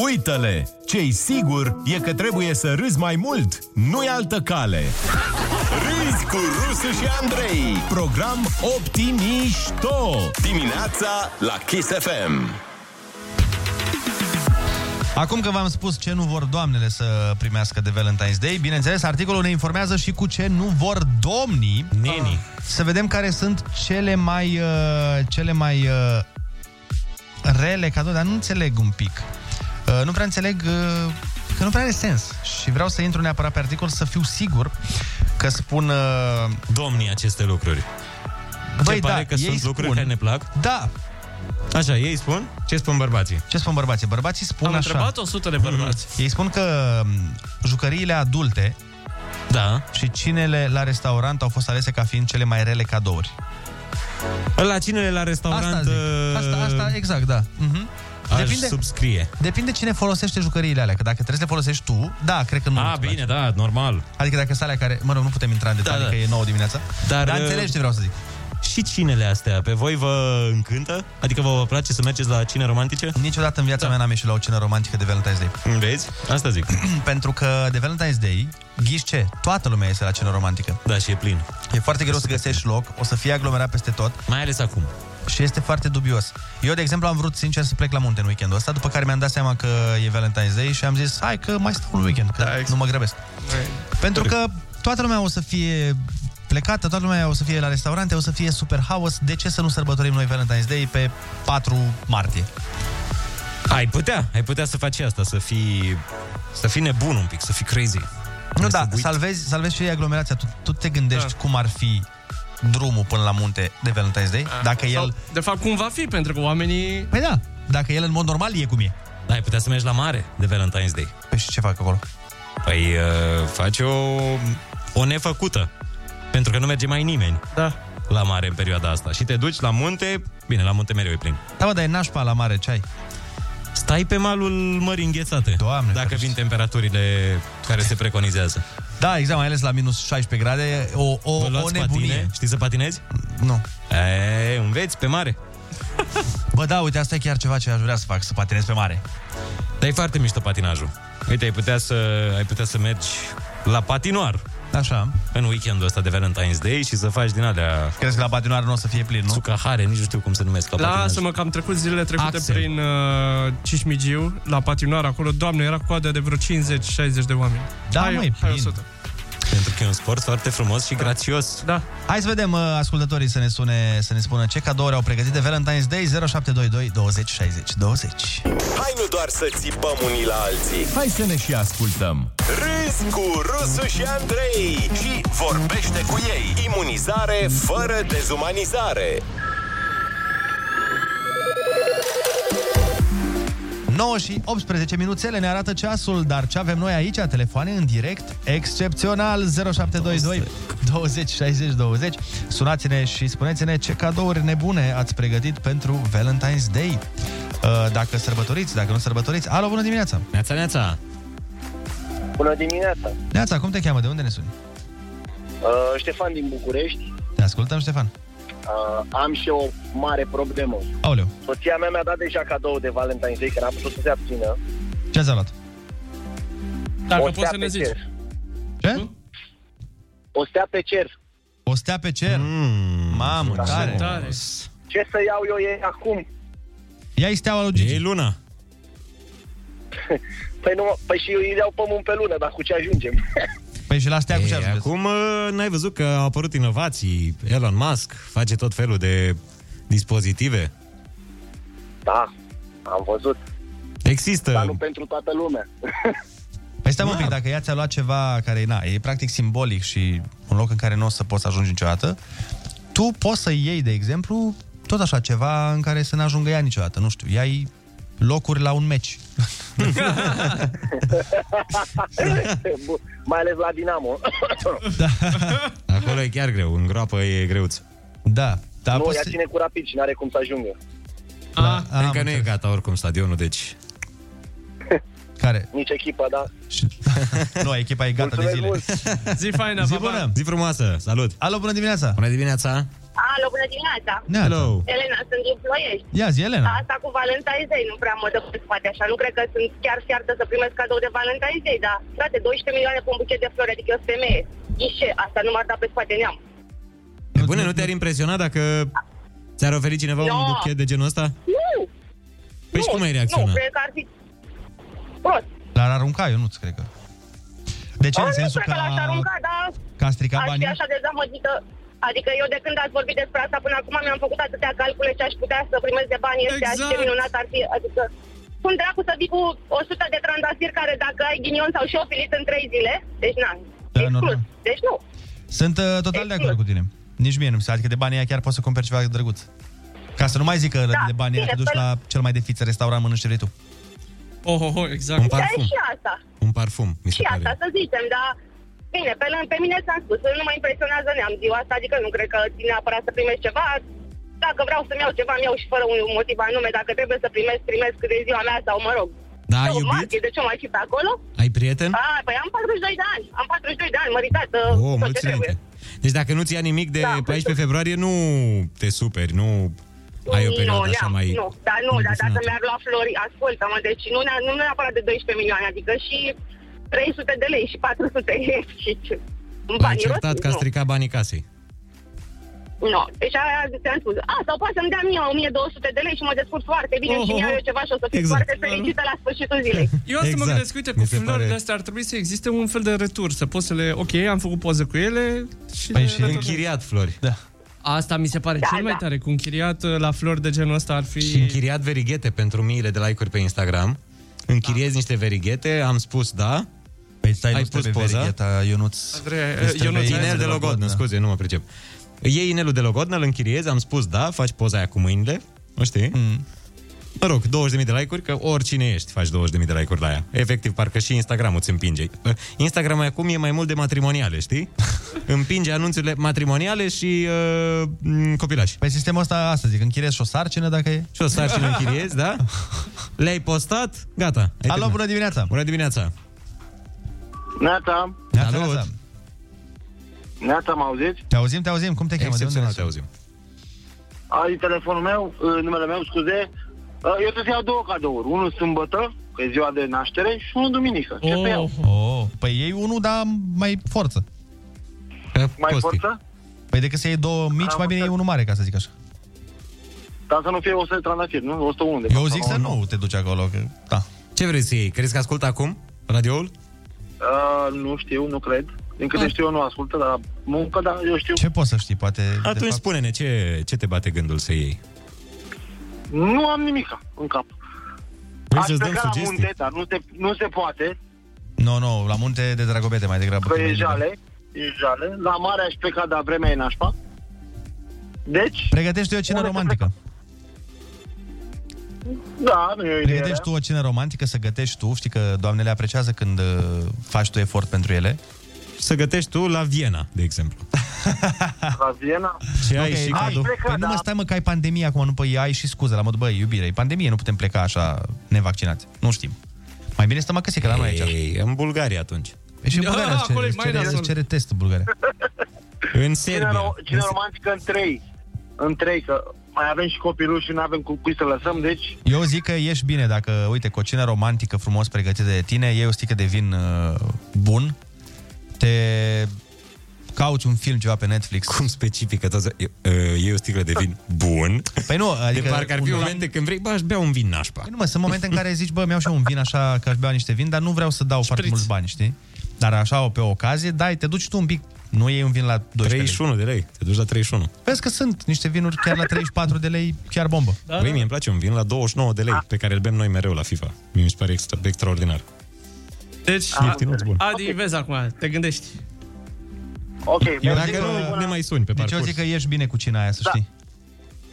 Speaker 1: Uită-le! Cei sigur e că trebuie să râzi mai mult, nu-i altă cale! Râzi cu Rusu și Andrei! Program Optimișto! Dimineața la Kiss FM!
Speaker 8: Acum că v-am spus ce nu vor doamnele să primească de Valentine's Day, bineînțeles, articolul ne informează și cu ce nu vor domnii. Nenii. Să vedem care sunt cele mai uh, cele mai uh, rele cadouri, dar nu înțeleg un pic. Uh, nu prea înțeleg uh, că nu prea are sens și vreau să intru neapărat pe articol să fiu sigur că spun uh,
Speaker 11: domnii aceste lucruri.
Speaker 8: Băi,
Speaker 11: Se
Speaker 8: da,
Speaker 11: pare că
Speaker 8: ei
Speaker 11: sunt lucruri
Speaker 8: spun.
Speaker 11: care ne plac?
Speaker 8: Da.
Speaker 11: Așa, ei spun? Ce spun bărbații?
Speaker 8: Ce spun bărbații? Bărbații spun
Speaker 11: Am
Speaker 8: așa. Mm-hmm.
Speaker 11: întrebat 100 de bărbați.
Speaker 8: Ei spun că m, jucăriile adulte
Speaker 11: da.
Speaker 8: și cinele la restaurant au fost alese ca fiind cele mai rele cadouri.
Speaker 11: La cinele la restaurant... uh,
Speaker 8: Asta zic. Asta, asta exact, da. Mhm.
Speaker 11: Aș subscrie.
Speaker 8: Depinde cine folosește jucăriile alea, că dacă trebuie să le folosești tu, da, cred că nu.
Speaker 11: A, bine, da, normal.
Speaker 8: Adică dacă sunt alea care, mă rog, nu putem intra în detalii,
Speaker 11: da.
Speaker 8: da, că e 9 dimineața.
Speaker 11: Dar, uh,
Speaker 8: Dar Da, înțelegi ce vreau să zic.
Speaker 11: Și cinele astea, pe voi vă încântă? Adică vă, vă place să mergeți la cine romantice?
Speaker 8: Niciodată în viața da. mea n-am ieșit la o cină romantică de Valentine's Day.
Speaker 11: Vezi? Asta zic.
Speaker 8: Pentru că de Valentine's Day, ghiși ce? Toată lumea este la cină romantică.
Speaker 11: Da, și e plin.
Speaker 8: E foarte greu să găsești loc, o să fie aglomerat peste tot.
Speaker 11: Mai ales acum.
Speaker 8: Și este foarte dubios. Eu, de exemplu, am vrut sincer să plec la munte în weekendul ăsta, după care mi-am dat seama că e Valentine's Day și am zis, hai că mai stau un weekend, că da, nu mă grăbesc. Pentru că toată lumea o să fie plecată, toată lumea o să fie la restaurante, o să fie super haos. De ce să nu sărbătorim noi Valentine's Day pe 4 martie?
Speaker 11: Ai putea, ai putea să faci asta, să fii, să fii nebun un pic, să fii crazy.
Speaker 8: Nu, da, salvezi, salvezi și aglomerația. Tu, tu te gândești da. cum ar fi drumul până la munte de Valentine's Day,
Speaker 11: Da.
Speaker 8: dacă
Speaker 10: Sau,
Speaker 8: el...
Speaker 10: De fapt, cum va fi, pentru că oamenii...
Speaker 8: Păi da, dacă el în mod normal e cum e.
Speaker 11: Da, ai putea să mergi la mare de Valentine's Day.
Speaker 8: Păi și ce fac acolo?
Speaker 11: Păi uh, faci o, o nefăcută. Pentru că nu merge mai nimeni
Speaker 10: da.
Speaker 11: la mare în perioada asta. Și te duci la munte, bine, la munte mereu e plin.
Speaker 8: Da, mă, dar e nașpa la mare, ce ai?
Speaker 11: Stai pe malul mării înghețate.
Speaker 8: Doamne,
Speaker 11: dacă vin temperaturile care se preconizează.
Speaker 8: Da, exact, mai ales la minus 16 grade, o, o,
Speaker 11: Vă
Speaker 8: o
Speaker 11: luați
Speaker 8: nebunie.
Speaker 11: patine? Știi să patinezi?
Speaker 8: Nu.
Speaker 11: E, înveți pe mare.
Speaker 8: Bă, da, uite, asta e chiar ceva ce aș vrea să fac, să patinez pe mare.
Speaker 11: Dar e foarte mișto patinajul. Uite, ai putea să, ai putea să mergi la patinoar
Speaker 8: Așa.
Speaker 11: în weekendul ăsta de Valentine's Day și să faci din alea...
Speaker 8: Crezi că la patinoar nu o să fie plin, nu?
Speaker 11: Sucahare, nici nu știu cum se numesc la, patinaj.
Speaker 10: Lasă-mă că am trecut zilele trecute
Speaker 11: Axel.
Speaker 10: prin uh, Cismigiu, la patinoar acolo. Doamne, era coadă de vreo 50-60 de oameni.
Speaker 8: Da,
Speaker 10: hai,
Speaker 8: măi,
Speaker 10: hai
Speaker 8: plin.
Speaker 10: 100.
Speaker 11: Pentru că e un sport foarte frumos și grațios.
Speaker 10: Da.
Speaker 8: Hai să vedem uh, ascultătorii să ne, sune, să ne spună ce cadouri au pregătit de Valentine's Day 0722 20 60 20.
Speaker 1: Hai nu doar să țipăm unii la alții
Speaker 8: Hai să ne și ascultăm.
Speaker 1: Râzi cu Rusu și Andrei Și vorbește cu ei Imunizare fără dezumanizare
Speaker 8: 9 și 18 minuțele ne arată ceasul, dar ce avem noi aici, telefoane în direct, excepțional 0722 20 60 20. Sunați-ne și spuneți-ne ce cadouri nebune ați pregătit pentru Valentine's Day. Uh, Dacă sărbătoriți, dacă nu sărbătoriți. Alo, bună dimineața!
Speaker 11: Neața, neața!
Speaker 20: Bună dimineața!
Speaker 8: Neața, cum te cheamă? De unde ne suni?
Speaker 20: Uh, Ștefan din București,
Speaker 8: Te ascultăm, Ștefan.
Speaker 20: uh, am și eu o mare problemă.
Speaker 8: Aoleu,
Speaker 20: Soția mea mi-a dat deja cadou de Valentine's Day, că n-a putut să se abțină.
Speaker 8: ce ți-a luat?
Speaker 10: Dacă
Speaker 20: o
Speaker 10: poți
Speaker 20: stea
Speaker 10: să ne
Speaker 20: pe
Speaker 10: zici.
Speaker 20: Cer.
Speaker 8: Ce?
Speaker 20: O stea pe cer.
Speaker 8: O stea pe cer? Mm, Mamă,
Speaker 20: Da.
Speaker 8: tare!
Speaker 20: Tare. Ce să iau eu ei acum?
Speaker 8: Ia-i steaua lui Gigi.
Speaker 11: E luna.
Speaker 20: Păi, nu, păi și eu îi iau pe mun pe lună, dar cu ce ajungem?
Speaker 8: Păi și la stea cu ce
Speaker 11: Ei, Acum uh, n-ai văzut că au apărut inovații. Elon Musk face tot felul de dispozitive.
Speaker 20: da, am văzut.
Speaker 11: Există.
Speaker 20: Dar nu pentru toată lumea.
Speaker 8: Păi stai mă, un pic, dacă ea ți-a luat ceva care na, e practic simbolic și un loc în care nu o să poți să ajungi niciodată, tu poți să iei, de exemplu, tot așa ceva în care să nu ajungă ea niciodată, nu știu, ia-i locuri la un meci.
Speaker 20: Bun. Mai ales la Dinamo.
Speaker 11: Acolo e chiar greu, în groapă e greuț.
Speaker 8: Da,
Speaker 20: da nu, ea ține cu rapid și n-are cum să ajungă.
Speaker 11: A, a, Da, încă nu e gata oricum stadionul, deci...
Speaker 8: Care?
Speaker 20: Nici echipa, da.
Speaker 8: nu, echipa e gata de zile.
Speaker 10: Zi faină,
Speaker 11: Zi bună! Zi frumoasă! Salut!
Speaker 8: Alo, bună dimineața!
Speaker 11: Bună dimineața!
Speaker 18: Alo, bună dimineața!
Speaker 8: Neața. Hello.
Speaker 18: Elena, sunt din Ploiești.
Speaker 8: Ia zi, Elena.
Speaker 18: Asta cu Valentine's Day nu prea mă dă pe spate așa. Nu cred că sunt chiar fiartă să primesc cadou de Valentine's Day, dar, frate, 12 milioane pe un buchet de flori, adică eu sunt femeie. Ghișe, asta nu m-ar da pe spate neam.
Speaker 11: Pe bune, nu te-ar impresiona dacă ți-ar oferi cineva
Speaker 18: No.
Speaker 11: un buchet de genul ăsta?
Speaker 18: Nu!
Speaker 11: Păi și
Speaker 18: nu,
Speaker 11: cum ai reacționat?
Speaker 18: Nu, cred că ar fi prost.
Speaker 8: L-ar arunca, eu nu cred că. De ce?
Speaker 18: Bă,
Speaker 8: În
Speaker 18: nu
Speaker 8: sensul
Speaker 18: cred
Speaker 8: că
Speaker 18: că l-aș
Speaker 8: a,
Speaker 18: arunca, dar
Speaker 8: că a stricat
Speaker 18: aș fi
Speaker 8: banii?
Speaker 18: așa dezamăgită. Adică eu de când ați vorbit despre asta până acum mi-am făcut atâtea calcule ce aș putea să primesc de bani ăștia exact. și ce minunat ar fi. Adică cum dracu să vii cu 100 de trandafiri care dacă ai ghinion sau șofilit în 3 zile, deci na,
Speaker 8: Da, normal.
Speaker 18: deci nu.
Speaker 8: Sunt uh, total de acord cu tine. Nici mie nu mi se Adică de banii aia chiar poți să cumperi ceva drăguț. Ca să nu mai zic că
Speaker 18: Da,
Speaker 8: de banii aia te
Speaker 18: bine,
Speaker 8: duci
Speaker 18: pe-
Speaker 8: la cel mai de fiță restaurant mănânci ce vrei tu.
Speaker 10: Oh, oh, oh, exact.
Speaker 8: Un
Speaker 18: Dar
Speaker 8: parfum.
Speaker 18: și asta.
Speaker 11: Un parfum, mi
Speaker 18: Și asta, să zicem, dar bine, pe, lân- pe mine ți-am spus, nu mă impresionează neam ziua asta, adică nu cred că ține neapărat să primești ceva. Dacă vreau să-mi iau ceva, mi iau și fără un motiv anume. Dacă trebuie să primesc, primesc de ziua mea sau, mă rog,
Speaker 11: Da, ai
Speaker 18: sau
Speaker 11: iubit?
Speaker 18: martie, de ce mai fi pe acolo?
Speaker 11: Ai prieten?
Speaker 18: A, păi am 42 de ani, am 42 de ani, măritată,
Speaker 11: Oh,
Speaker 18: tot ce
Speaker 11: mulți
Speaker 18: trebuie. păi
Speaker 11: înainte. Deci dacă nu-ți ia nimic de da, 14 februarie, nu te superi, nu ai o perioadă
Speaker 18: nu,
Speaker 11: așa
Speaker 18: neam,
Speaker 11: mai...
Speaker 18: Nu, dar nu, dar
Speaker 11: nebucunată.
Speaker 18: dacă mi-ar lua flori, ascultă-mă, deci nu, ne- nu neapărat de 12 milioane, adică și 300 de lei și 400 de lei și ce.
Speaker 11: L-ai
Speaker 18: banii
Speaker 11: certat
Speaker 18: roți,
Speaker 11: că a
Speaker 18: nu.
Speaker 11: stricat banii casei.
Speaker 18: Nu, deci aia ți-am spus. A, sau poate să-mi dea mie 1200 de lei și mă descurc foarte bine
Speaker 10: Oh,
Speaker 18: oh, și mi
Speaker 10: oh,
Speaker 18: iau eu
Speaker 10: oh.
Speaker 18: ceva și o să fiu
Speaker 10: Exact.
Speaker 18: foarte fericită la sfârșitul zilei.
Speaker 10: Eu asta exact. mă gândesc, uite, cu florile pare... astea ar trebui să existe un fel de retur, să poți să le... Ok, am făcut poze cu ele și...
Speaker 11: Păi
Speaker 10: le
Speaker 11: și
Speaker 10: returnezi.
Speaker 11: închiriat flori. Da.
Speaker 10: Asta mi se pare da, cel mai tare, cu închiriat uh, la flori de genul ăsta ar fi...
Speaker 11: Și închiriat verighete pentru miile de like-uri pe Instagram. Închiriez
Speaker 10: Da.
Speaker 11: niște verighete, am spus da.
Speaker 8: Păi stai,
Speaker 11: ai
Speaker 8: nu-ți
Speaker 11: pus
Speaker 8: trebuie
Speaker 11: poza.
Speaker 8: verigheta, Ionuț. Îți trebuie
Speaker 11: Inel de Logodnă, scuze, nu mă pricep. Iei inelul de Logodnă, îl închiriezi, am spus da, faci poza aia cu mâinile, nu știi? Mm. Mă rog, 20.000 de like-uri, că oricine ești faci 20.000 de like-uri la aia. Efectiv, parcă și Instagram îți împinge. Instagram acum e mai mult de matrimoniale, știi? împinge anunțurile matrimoniale și uh, m, copilași.
Speaker 8: Păi sistemul ăsta, asta zic, închiriezi și o sarcină dacă e...
Speaker 11: Și o sarcină închiriezi, da? Le-ai postat, gata. Ai
Speaker 8: Alo,
Speaker 11: terminat.
Speaker 8: bună dimineața!
Speaker 11: Bună dimineața!
Speaker 20: Neața,
Speaker 8: Neața, neața.
Speaker 20: Neața, mă auziți?
Speaker 8: Te auzim, te auzim, cum te cheamă? De unde
Speaker 11: Excepțional
Speaker 8: ne
Speaker 11: te auzim.
Speaker 20: Ai telefonul meu, uh, numele meu, scuze. Uh, Eu trebuie să iau două cadouri. Unul sâmbătă, că e ziua de naștere, și unul duminică. Ce să iau?
Speaker 8: Oh, păi ei unul, dar mai forță.
Speaker 20: Mai forță?
Speaker 8: Păi decât să iei două mici, mai bine iei unul mare, ca să zic așa.
Speaker 20: Dar să nu fie 100 de trandafiri, nu? 101 de
Speaker 8: Eu
Speaker 20: fapt,
Speaker 8: zic
Speaker 20: sau
Speaker 8: să nu te duci acolo, că... Da.
Speaker 11: Ce vrei să iei? Crezi că ascultă acum radioul?
Speaker 20: Uh, nu știu, nu cred. Din câte știu eu nu ascultă, dar muncă, dar eu știu.
Speaker 8: Ce poți să știi, poate...
Speaker 11: Atunci spune-ne ce, ce te bate gândul să iei.
Speaker 20: Nu am nimic în cap.
Speaker 11: Vrei
Speaker 20: Aș
Speaker 11: să-ți
Speaker 20: pleca
Speaker 11: dăm
Speaker 20: la
Speaker 11: sugestii?
Speaker 20: munte, dar nu se, nu se poate,
Speaker 8: Nu, nu, la munte de dragobete mai degrabă.
Speaker 20: că Păi, e jale, e jale. La mare aș pleca, dar vremea e nașpa. Deci...
Speaker 8: Pregătește o cină romantică.
Speaker 20: Da, nu e o idee.
Speaker 8: Pregătești Păi, deci tu o cină romantică, să gătești tu, știi că doamnele apreciază când uh, faci tu efort pentru ele.
Speaker 11: Să gătești tu la Viena, de exemplu.
Speaker 20: La Viena? da.
Speaker 11: Ce ai și cadou?
Speaker 8: Păi nu mă stai mă că ai pandemie acum, nu păi ai și scuze la mod, băi, iubire, e pandemie, nu putem pleca așa nevaccinați. Nu știm. Mai bine stăm acasă, că la noi aici.
Speaker 11: în Bulgaria atunci.
Speaker 8: E și în Bulgaria,
Speaker 20: Ah,
Speaker 8: îți
Speaker 20: acolo
Speaker 8: cere,
Speaker 20: e
Speaker 8: îți
Speaker 20: mai
Speaker 8: cere,
Speaker 20: nasol.
Speaker 8: îți cere test în Bulgaria.
Speaker 11: În
Speaker 20: Cine, ro- cine romantică în trei. În trei, că mai avem și copilul și nu avem cu cui să lăsăm, deci...
Speaker 8: Eu zic că ești bine dacă, uite, cu o cină romantică frumos pregătită de tine, iei o sticlă de vin uh, bun, te cauți un film ceva pe Netflix.
Speaker 11: Cum specifică toată... E o sticlă de vin bun.
Speaker 8: Păi nu, adică...
Speaker 11: de parcă ar fi
Speaker 8: un ram-
Speaker 11: momente când vrei, bă, aș bea un vin nașpa.
Speaker 8: Păi nu, mă, sunt momente în care zici, bă, mi-au și eu un vin așa că aș bea niște vin, dar nu vreau să dau foarte mulți bani, știi? Dar așa, pe o ocazie, dai, te duci tu un pic, nu iei un vin la 12 lei.
Speaker 11: 31 de lei, te duci la 31.
Speaker 8: Vezi că sunt niște vinuri chiar la 34 de lei, chiar bombă.
Speaker 11: Da, Băi, mie îmi place un vin la 29 de lei, pe care îl bem noi mereu la FIFA. Mie mi se pare extra, extraordinar.
Speaker 10: Deci,
Speaker 11: Ah, Ieftinuț bun.
Speaker 10: Adi, vezi acum, te gândești.
Speaker 24: Ok,
Speaker 11: Eu dacă nu ne mai suni pe
Speaker 8: Deci eu
Speaker 11: parcurs.
Speaker 8: zic că ești bine cu cina
Speaker 24: Da.
Speaker 8: aia, să știi.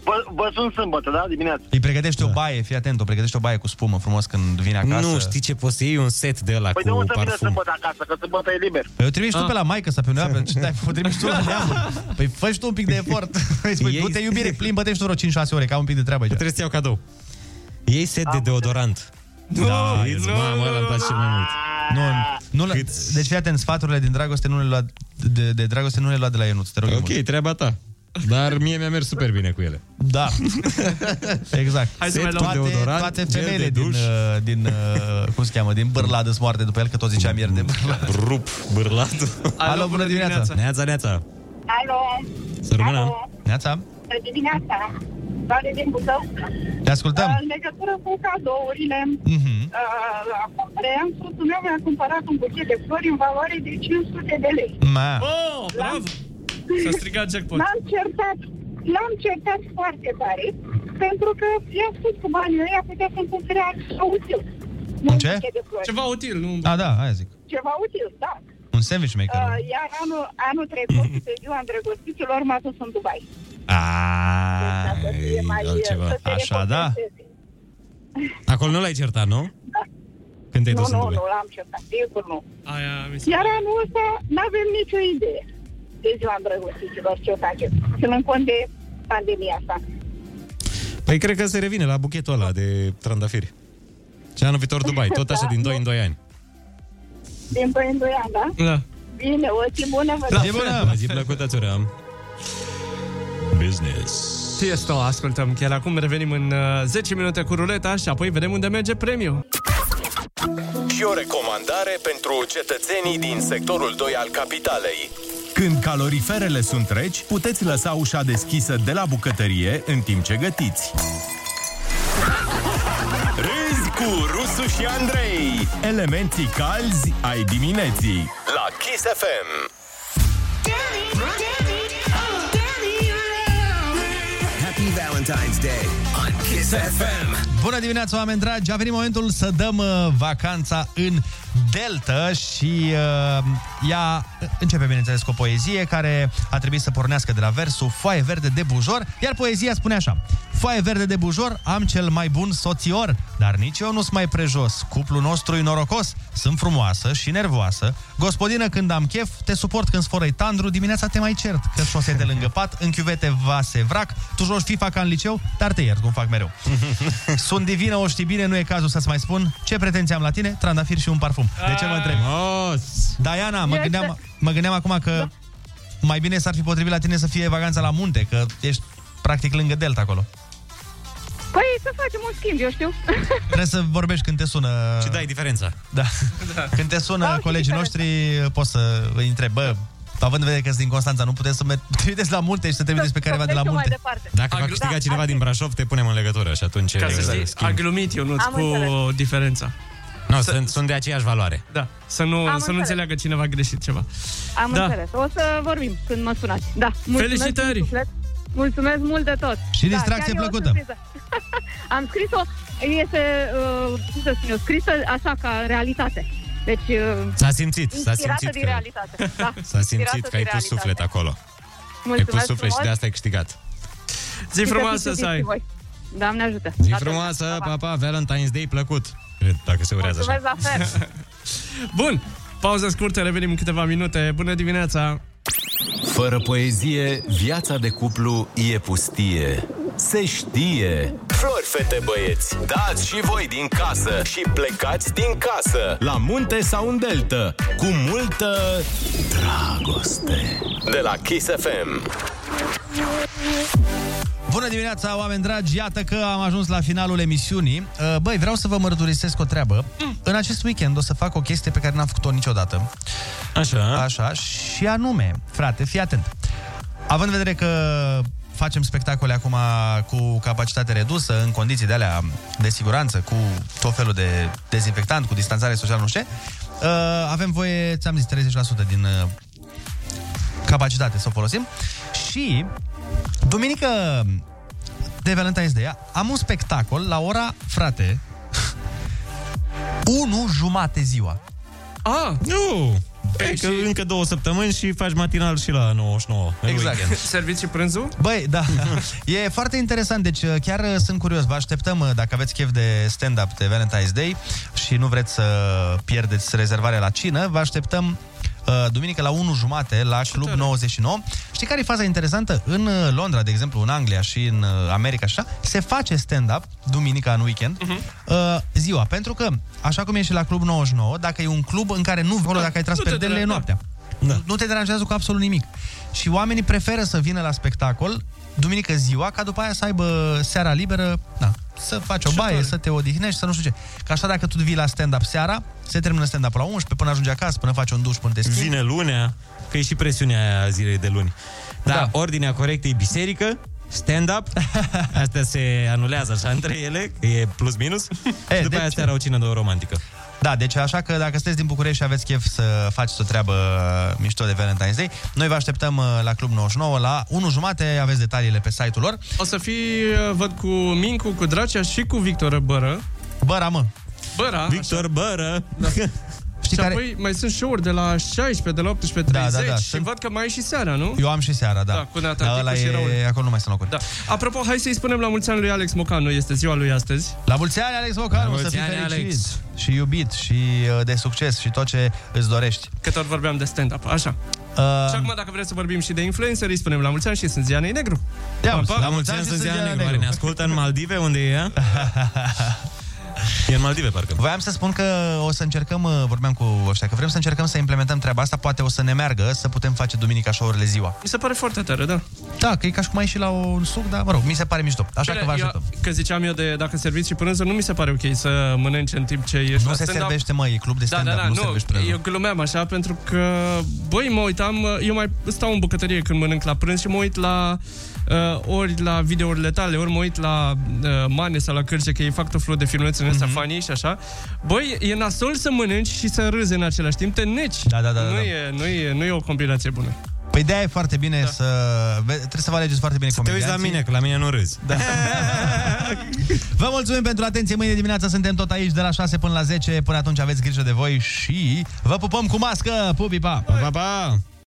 Speaker 24: Vă, vă sun sâmbătă, da, dimineața?
Speaker 8: Îi pregătești o baie, fii atent, o pregătești o baie cu spumă frumos când vine acasă.
Speaker 11: Nu, știi ce poți să iei un Ah. set de ăla
Speaker 24: Păi de
Speaker 11: cu
Speaker 24: unde să vină
Speaker 11: parfum.
Speaker 24: sâmbătă acasă, că sâmbătă e liber.
Speaker 8: Păi o trimiși tu pe la maică sau pe undeva, pe ce dai, o trimiși tu la neamul. Păi faci tu un pic de efort. Îi spui,
Speaker 11: Ei-
Speaker 8: du-te iubire, plimbă-te și tu vreo 5-6 ore, că am un pic de treabă aici. Trebuie
Speaker 11: să iau cadou. Iei set de deodorant. Da, îți- mamă, ăla îmi place cel mai mult.
Speaker 8: Nu, nu la, deci fii atent, sfaturile din dragoste nu le lua, de, de dragoste nu le lua de la Ionuț, te rog
Speaker 11: Ok, treaba ta. Dar mie mi-a mers super bine cu ele.
Speaker 8: Da. exact.
Speaker 11: Hai să
Speaker 8: Set
Speaker 11: mai luăm
Speaker 8: toate,
Speaker 11: deodorant,
Speaker 8: toate
Speaker 11: gel
Speaker 8: femeile
Speaker 11: de
Speaker 8: din,
Speaker 11: duș.
Speaker 8: uh, din uh, cum se cheamă, din bârladă sunt moarte după el, că tot ziceam ieri de bârladă.
Speaker 11: Rup, bârladă.
Speaker 8: Alo, bună dimineața.
Speaker 11: Neața, neața.
Speaker 25: Alo,
Speaker 11: Să rămână.
Speaker 8: Neața.
Speaker 25: bună dimineața. Doamne din Bucău.
Speaker 8: Te ascultăm. Mhm.
Speaker 25: În legătură cu cadourile, uh-huh. acum trei ani soțul meu mi-a cumpărat un buchet de flori în valoare de 500 de lei.
Speaker 8: Ma.
Speaker 10: Oh, bravo! S-a strigat jackpot.
Speaker 25: L-am certat, l-am certat foarte tare, pentru că i-a spus cu banii ăia putea să-mi cumpere altceva util. Nu
Speaker 8: Un
Speaker 25: un
Speaker 8: ce?
Speaker 25: buchet de flori.
Speaker 10: Ceva util, nu?
Speaker 8: A, da, aia zic.
Speaker 25: Ceva util, da.
Speaker 8: Un sandwich maker.
Speaker 25: Uh, iar anul, anul trecut, pe ziua îndrăgostiților, m-a dus în Dubai.
Speaker 11: Ai,
Speaker 25: mai, uh,
Speaker 11: altceva.
Speaker 25: să se
Speaker 11: Așa, da?
Speaker 25: recompenseze.
Speaker 11: Acolo nu l-ai certat, nu? Când te-ai
Speaker 25: Nu,
Speaker 11: dus în
Speaker 25: nu,
Speaker 11: Dubai.
Speaker 25: nu, l-am certat, sigur nu.
Speaker 10: Aia, mi se...
Speaker 25: Iar anul ăsta n-avem nicio idee de ziua îndrăgostiților ce o facem. Ținând cont de pandemia asta.
Speaker 11: Păi cred că se revine la buchetul ăla de trandafiri. Și anul viitor Dubai, tot așa
Speaker 25: Da,
Speaker 11: din 2 în 2 ani.
Speaker 25: Din 2 în 2 ani, da?
Speaker 11: Da.
Speaker 25: Bine, o zi bună vă
Speaker 11: La bună! La zi plăcută, țuream. Business.
Speaker 10: Tiesto, ascultăm chiar acum, revenim în uh, 10 minute cu ruleta și apoi vedem unde merge premiul.
Speaker 6: Și o recomandare pentru cetățenii din sectorul 2 al capitalei.
Speaker 26: Când caloriferele sunt reci, puteți lăsa ușa deschisă de la bucătărie în timp ce gătiți.
Speaker 6: Râzi cu Rusu și Andrei, elementii calzi ai dimineții la Kiss FM.
Speaker 14: Happy Valentine's Day on Kiss FM.
Speaker 8: Bună dimineața, oameni dragi! A venit momentul să dăm uh, vacanța în Delta și uh, ea începe, bineînțeles, cu o poezie care a trebuit să pornească de la versul Foaie verde de bujor, iar poezia spune așa Foaie verde de bujor, am cel mai bun soțior, dar nici eu nu-s mai prejos. Cuplul nostru e norocos, sunt frumoasă și nervoasă. Gospodină, când am chef, te suport când sforăi tandru, dimineața te mai cert, că șose de lângă pat, în chiuvete vase vrac, tu joci FIFA ca în liceu, dar te iert, cum fac mereu. Sunt divină, o știi bine, nu e cazul să-ți mai spun ce pretenții am la tine, trandafir și un parfum. De ce mă întreb?
Speaker 11: Oh,
Speaker 8: Diana, mă
Speaker 18: Este-
Speaker 8: gândeam, mă gândeam acum că mai bine s-ar fi potrivit la tine să fie vacanța la munte, că ești practic lângă delta acolo.
Speaker 18: Păi să facem un schimb, eu știu.
Speaker 8: Trebuie să vorbești când te sună... Și dai diferența. Da. Când te sună da, colegii noștri, poți să îi întrebi, bă, având în vedere că sunt din Constanța, nu puteți să mă trimiteți la munte și să trimiteți pe careva de la
Speaker 18: Mergem mai
Speaker 8: munte.
Speaker 18: departe.
Speaker 11: Dacă va câștiga cineva din Brașov, te punem în legătură și atunci...
Speaker 10: Da. Ca să știi, a glumit eu, nu
Speaker 18: Am
Speaker 10: cu
Speaker 18: înțeles.
Speaker 10: diferența.
Speaker 11: Nu, sunt, sunt de aceeași valoare.
Speaker 10: Da, să nu,
Speaker 18: Am
Speaker 10: să nu
Speaker 18: înțeles.
Speaker 10: înțeleagă cineva greșit ceva.
Speaker 18: Am
Speaker 10: Da.
Speaker 18: înțeles. O să vorbim când mă sunați. Da.
Speaker 10: Felicitări!
Speaker 18: din suflet. Mulțumesc mult de tot. Da,
Speaker 8: Și distracție
Speaker 18: chiar e o
Speaker 8: plăcută.
Speaker 18: surpriză. Am scris-o, este, uh, cum să spun eu, scrisă așa ca realitate. Deci, uh,
Speaker 11: S-a simțit, s-a
Speaker 18: inspirată
Speaker 11: simțit
Speaker 18: din
Speaker 11: că-
Speaker 18: realitate. Da,
Speaker 11: S-a simțit
Speaker 18: inspirată
Speaker 11: că ai
Speaker 18: din
Speaker 11: pus
Speaker 18: realitate.
Speaker 11: suflet acolo. Ai
Speaker 18: Mulțumesc
Speaker 11: pus suflet și
Speaker 18: frumos.
Speaker 11: de asta ai câștigat.
Speaker 18: Și fiți iubiți și voi. Doamne ajută.
Speaker 11: Zi
Speaker 18: La
Speaker 11: frumoasă, pa,
Speaker 18: fel.
Speaker 11: pa, Valentine's Day plăcut. Cred, dacă se urează așa.
Speaker 18: Mulțumesc la fel.
Speaker 10: Bun, pauză scurtă, revenim în câteva minute. Bună dimineața!
Speaker 26: Fără poezie, viața de cuplu e pustie. Se știe.
Speaker 6: Flori, fete, băieți, dați și voi din casă și plecați din casă
Speaker 26: La munte sau în delta, cu multă
Speaker 6: dragoste. De la Kiss FM.
Speaker 8: Bună dimineața, oameni dragi! Iată că am ajuns la finalul emisiunii. Uh, Băi, vreau să vă mărturisesc o treabă. În acest weekend o să fac o chestie pe care n-am făcut-o niciodată.
Speaker 11: Așa.
Speaker 8: Așa, și anume, frate, fii atent. Având în vedere că facem spectacole acum cu capacitate redusă, în condiții de alea de siguranță, cu tot felul de dezinfectant, cu distanțare socială, nu știu, ce, uh, avem voie, ți-am zis, 30% din uh, capacitate să o folosim. Și duminică de Valentine's Day am un spectacol la ora, frate, 1 jumate ziua.
Speaker 10: Ah!
Speaker 11: Nu! Păi că încă două săptămâni și faci matinal și la 99. în weekend.
Speaker 10: Servici și prânzul?
Speaker 8: Băi, da. e foarte interesant, deci uh, chiar uh, sunt curios. Vă așteptăm uh, dacă aveți chef de stand-up de Valentine's Day și nu vreți să pierdeți rezervarea la cină, vă așteptăm uh, duminică la 1 jumate la Club 99. Știi care e faza interesantă? În uh, Londra, de exemplu, în Anglia și în uh, America și așa, se face stand-up duminica în weekend
Speaker 10: Mhm.
Speaker 8: uh-huh. uh, ziua, pentru că, așa cum e și la Club 99, dacă e un club în care nu vreo, dacă ai tras
Speaker 10: Da, nu te
Speaker 8: perdelele, e
Speaker 10: deranjează.
Speaker 8: noaptea. Da. Nu te deranjează cu absolut nimic. Și oamenii preferă să vină la spectacol duminică ziua, ca după aia să aibă seara liberă, da, să faci o baie, să te odihnești, să nu știu ce. Că așa dacă tu vii la stand-up seara, se termină stand-up la 11, până ajungi acasă, până faci un duș, până te schimbi.
Speaker 11: Vine lunea, că e și presiunea aia zilei de luni. Dar da. ordinea corectă e biserică, stand-up, astea se anulează așa între ele, că e plus minus, e, deci- și după aia seara o cină de o romantică.
Speaker 8: Da, deci așa că dacă sunteți din București și aveți chef să faceți o treabă mișto de Valentine's Day, noi vă așteptăm uh, la Club 99 la 1 jumate, aveți detaliile pe site-ul lor.
Speaker 10: O să fii, uh, văd, cu Mincu, cu Dracea și cu Victor Bără.
Speaker 8: Băra, mă.
Speaker 10: Băra.
Speaker 11: Victor așa. Bără.
Speaker 10: Da.
Speaker 8: Știi
Speaker 10: și
Speaker 8: care-
Speaker 10: apoi mai sunt show-uri de la 16, de la 18,
Speaker 8: Da, da,
Speaker 10: 30
Speaker 8: da,
Speaker 10: și
Speaker 8: sunt-
Speaker 10: văd că mai e și seara, nu?
Speaker 8: Eu am și seara, da.
Speaker 10: Da, cu Nathan
Speaker 8: Dar
Speaker 10: Ticu
Speaker 8: ăla
Speaker 10: și
Speaker 8: e-
Speaker 10: Raul.
Speaker 8: Acolo nu mai sunt locuri. Da.
Speaker 10: Apropo, hai să-i spunem la mulți ani lui Alex Mocanu, este ziua lui astăzi.
Speaker 8: La mulți ani, Alex Mocanu, să fii fericit Alex. și iubit și uh, de succes și tot ce îți dorești.
Speaker 10: Că tot vorbeam de stand-up, așa.
Speaker 8: Uh,
Speaker 10: Și acum, dacă vreți să vorbim și de influenceri, îi spunem la mulți ani și sunt Zianei Negru.
Speaker 8: Ia
Speaker 10: Pa,
Speaker 8: uite,
Speaker 10: pa.
Speaker 11: La mulți ani sunt ziua negru. Oare ne ascultă în Maldive? Unde e ea? E în Maldive, parcă.
Speaker 8: Voiam să spun că o să încercăm, uh, vorbeam cu ăștia, că vrem să încercăm să implementăm treaba asta, poate o să ne meargă să putem face duminica show-urile ziua.
Speaker 10: Mi se pare foarte tare, da.
Speaker 8: Da, că e ca și cum ai și la un suc, dar mă rog, mi se pare mișto. Așa
Speaker 10: Bine,
Speaker 8: că vă
Speaker 10: Păi, eu-
Speaker 8: așteptăm.
Speaker 10: Că ziceam eu de dacă serviți și prânzul, nu mi se pare ok să mănânci în timp ce ești
Speaker 8: Nu
Speaker 10: la
Speaker 8: se
Speaker 10: stand-up.
Speaker 8: servește, mă, e club de
Speaker 10: Da,
Speaker 8: stand-up,
Speaker 10: da, da,
Speaker 8: nu, servește prânzul.
Speaker 10: eu glumeam așa pentru că, băi, mă uitam, eu mai stau în bucătărie când mănânc la prânz și mă uit la uh, ori la videourile tale, ori mă uit la uh, Mane sau la Cârce, că ei fac tot felul de filmulețe în
Speaker 8: Mhm.
Speaker 10: astea funny și așa. Băi, e nasol să mănânci și să râzi în același timp, te neci. Da,
Speaker 8: da,
Speaker 10: nu,
Speaker 8: da.
Speaker 10: E, nu, e, nu e o combinație bună.
Speaker 8: Păi de-aia e foarte bine da. să... ve- Trebuie să vă alegeți foarte bine să
Speaker 11: Te uiți la mine, că la mine nu râzi.
Speaker 8: Da. Vă mulțumim pentru atenție. Mâine dimineața suntem tot aici de la 6 până la 10. Până atunci aveți grijă de voi și vă pupăm cu mască. Pupi, pa! Pa, pa, pa!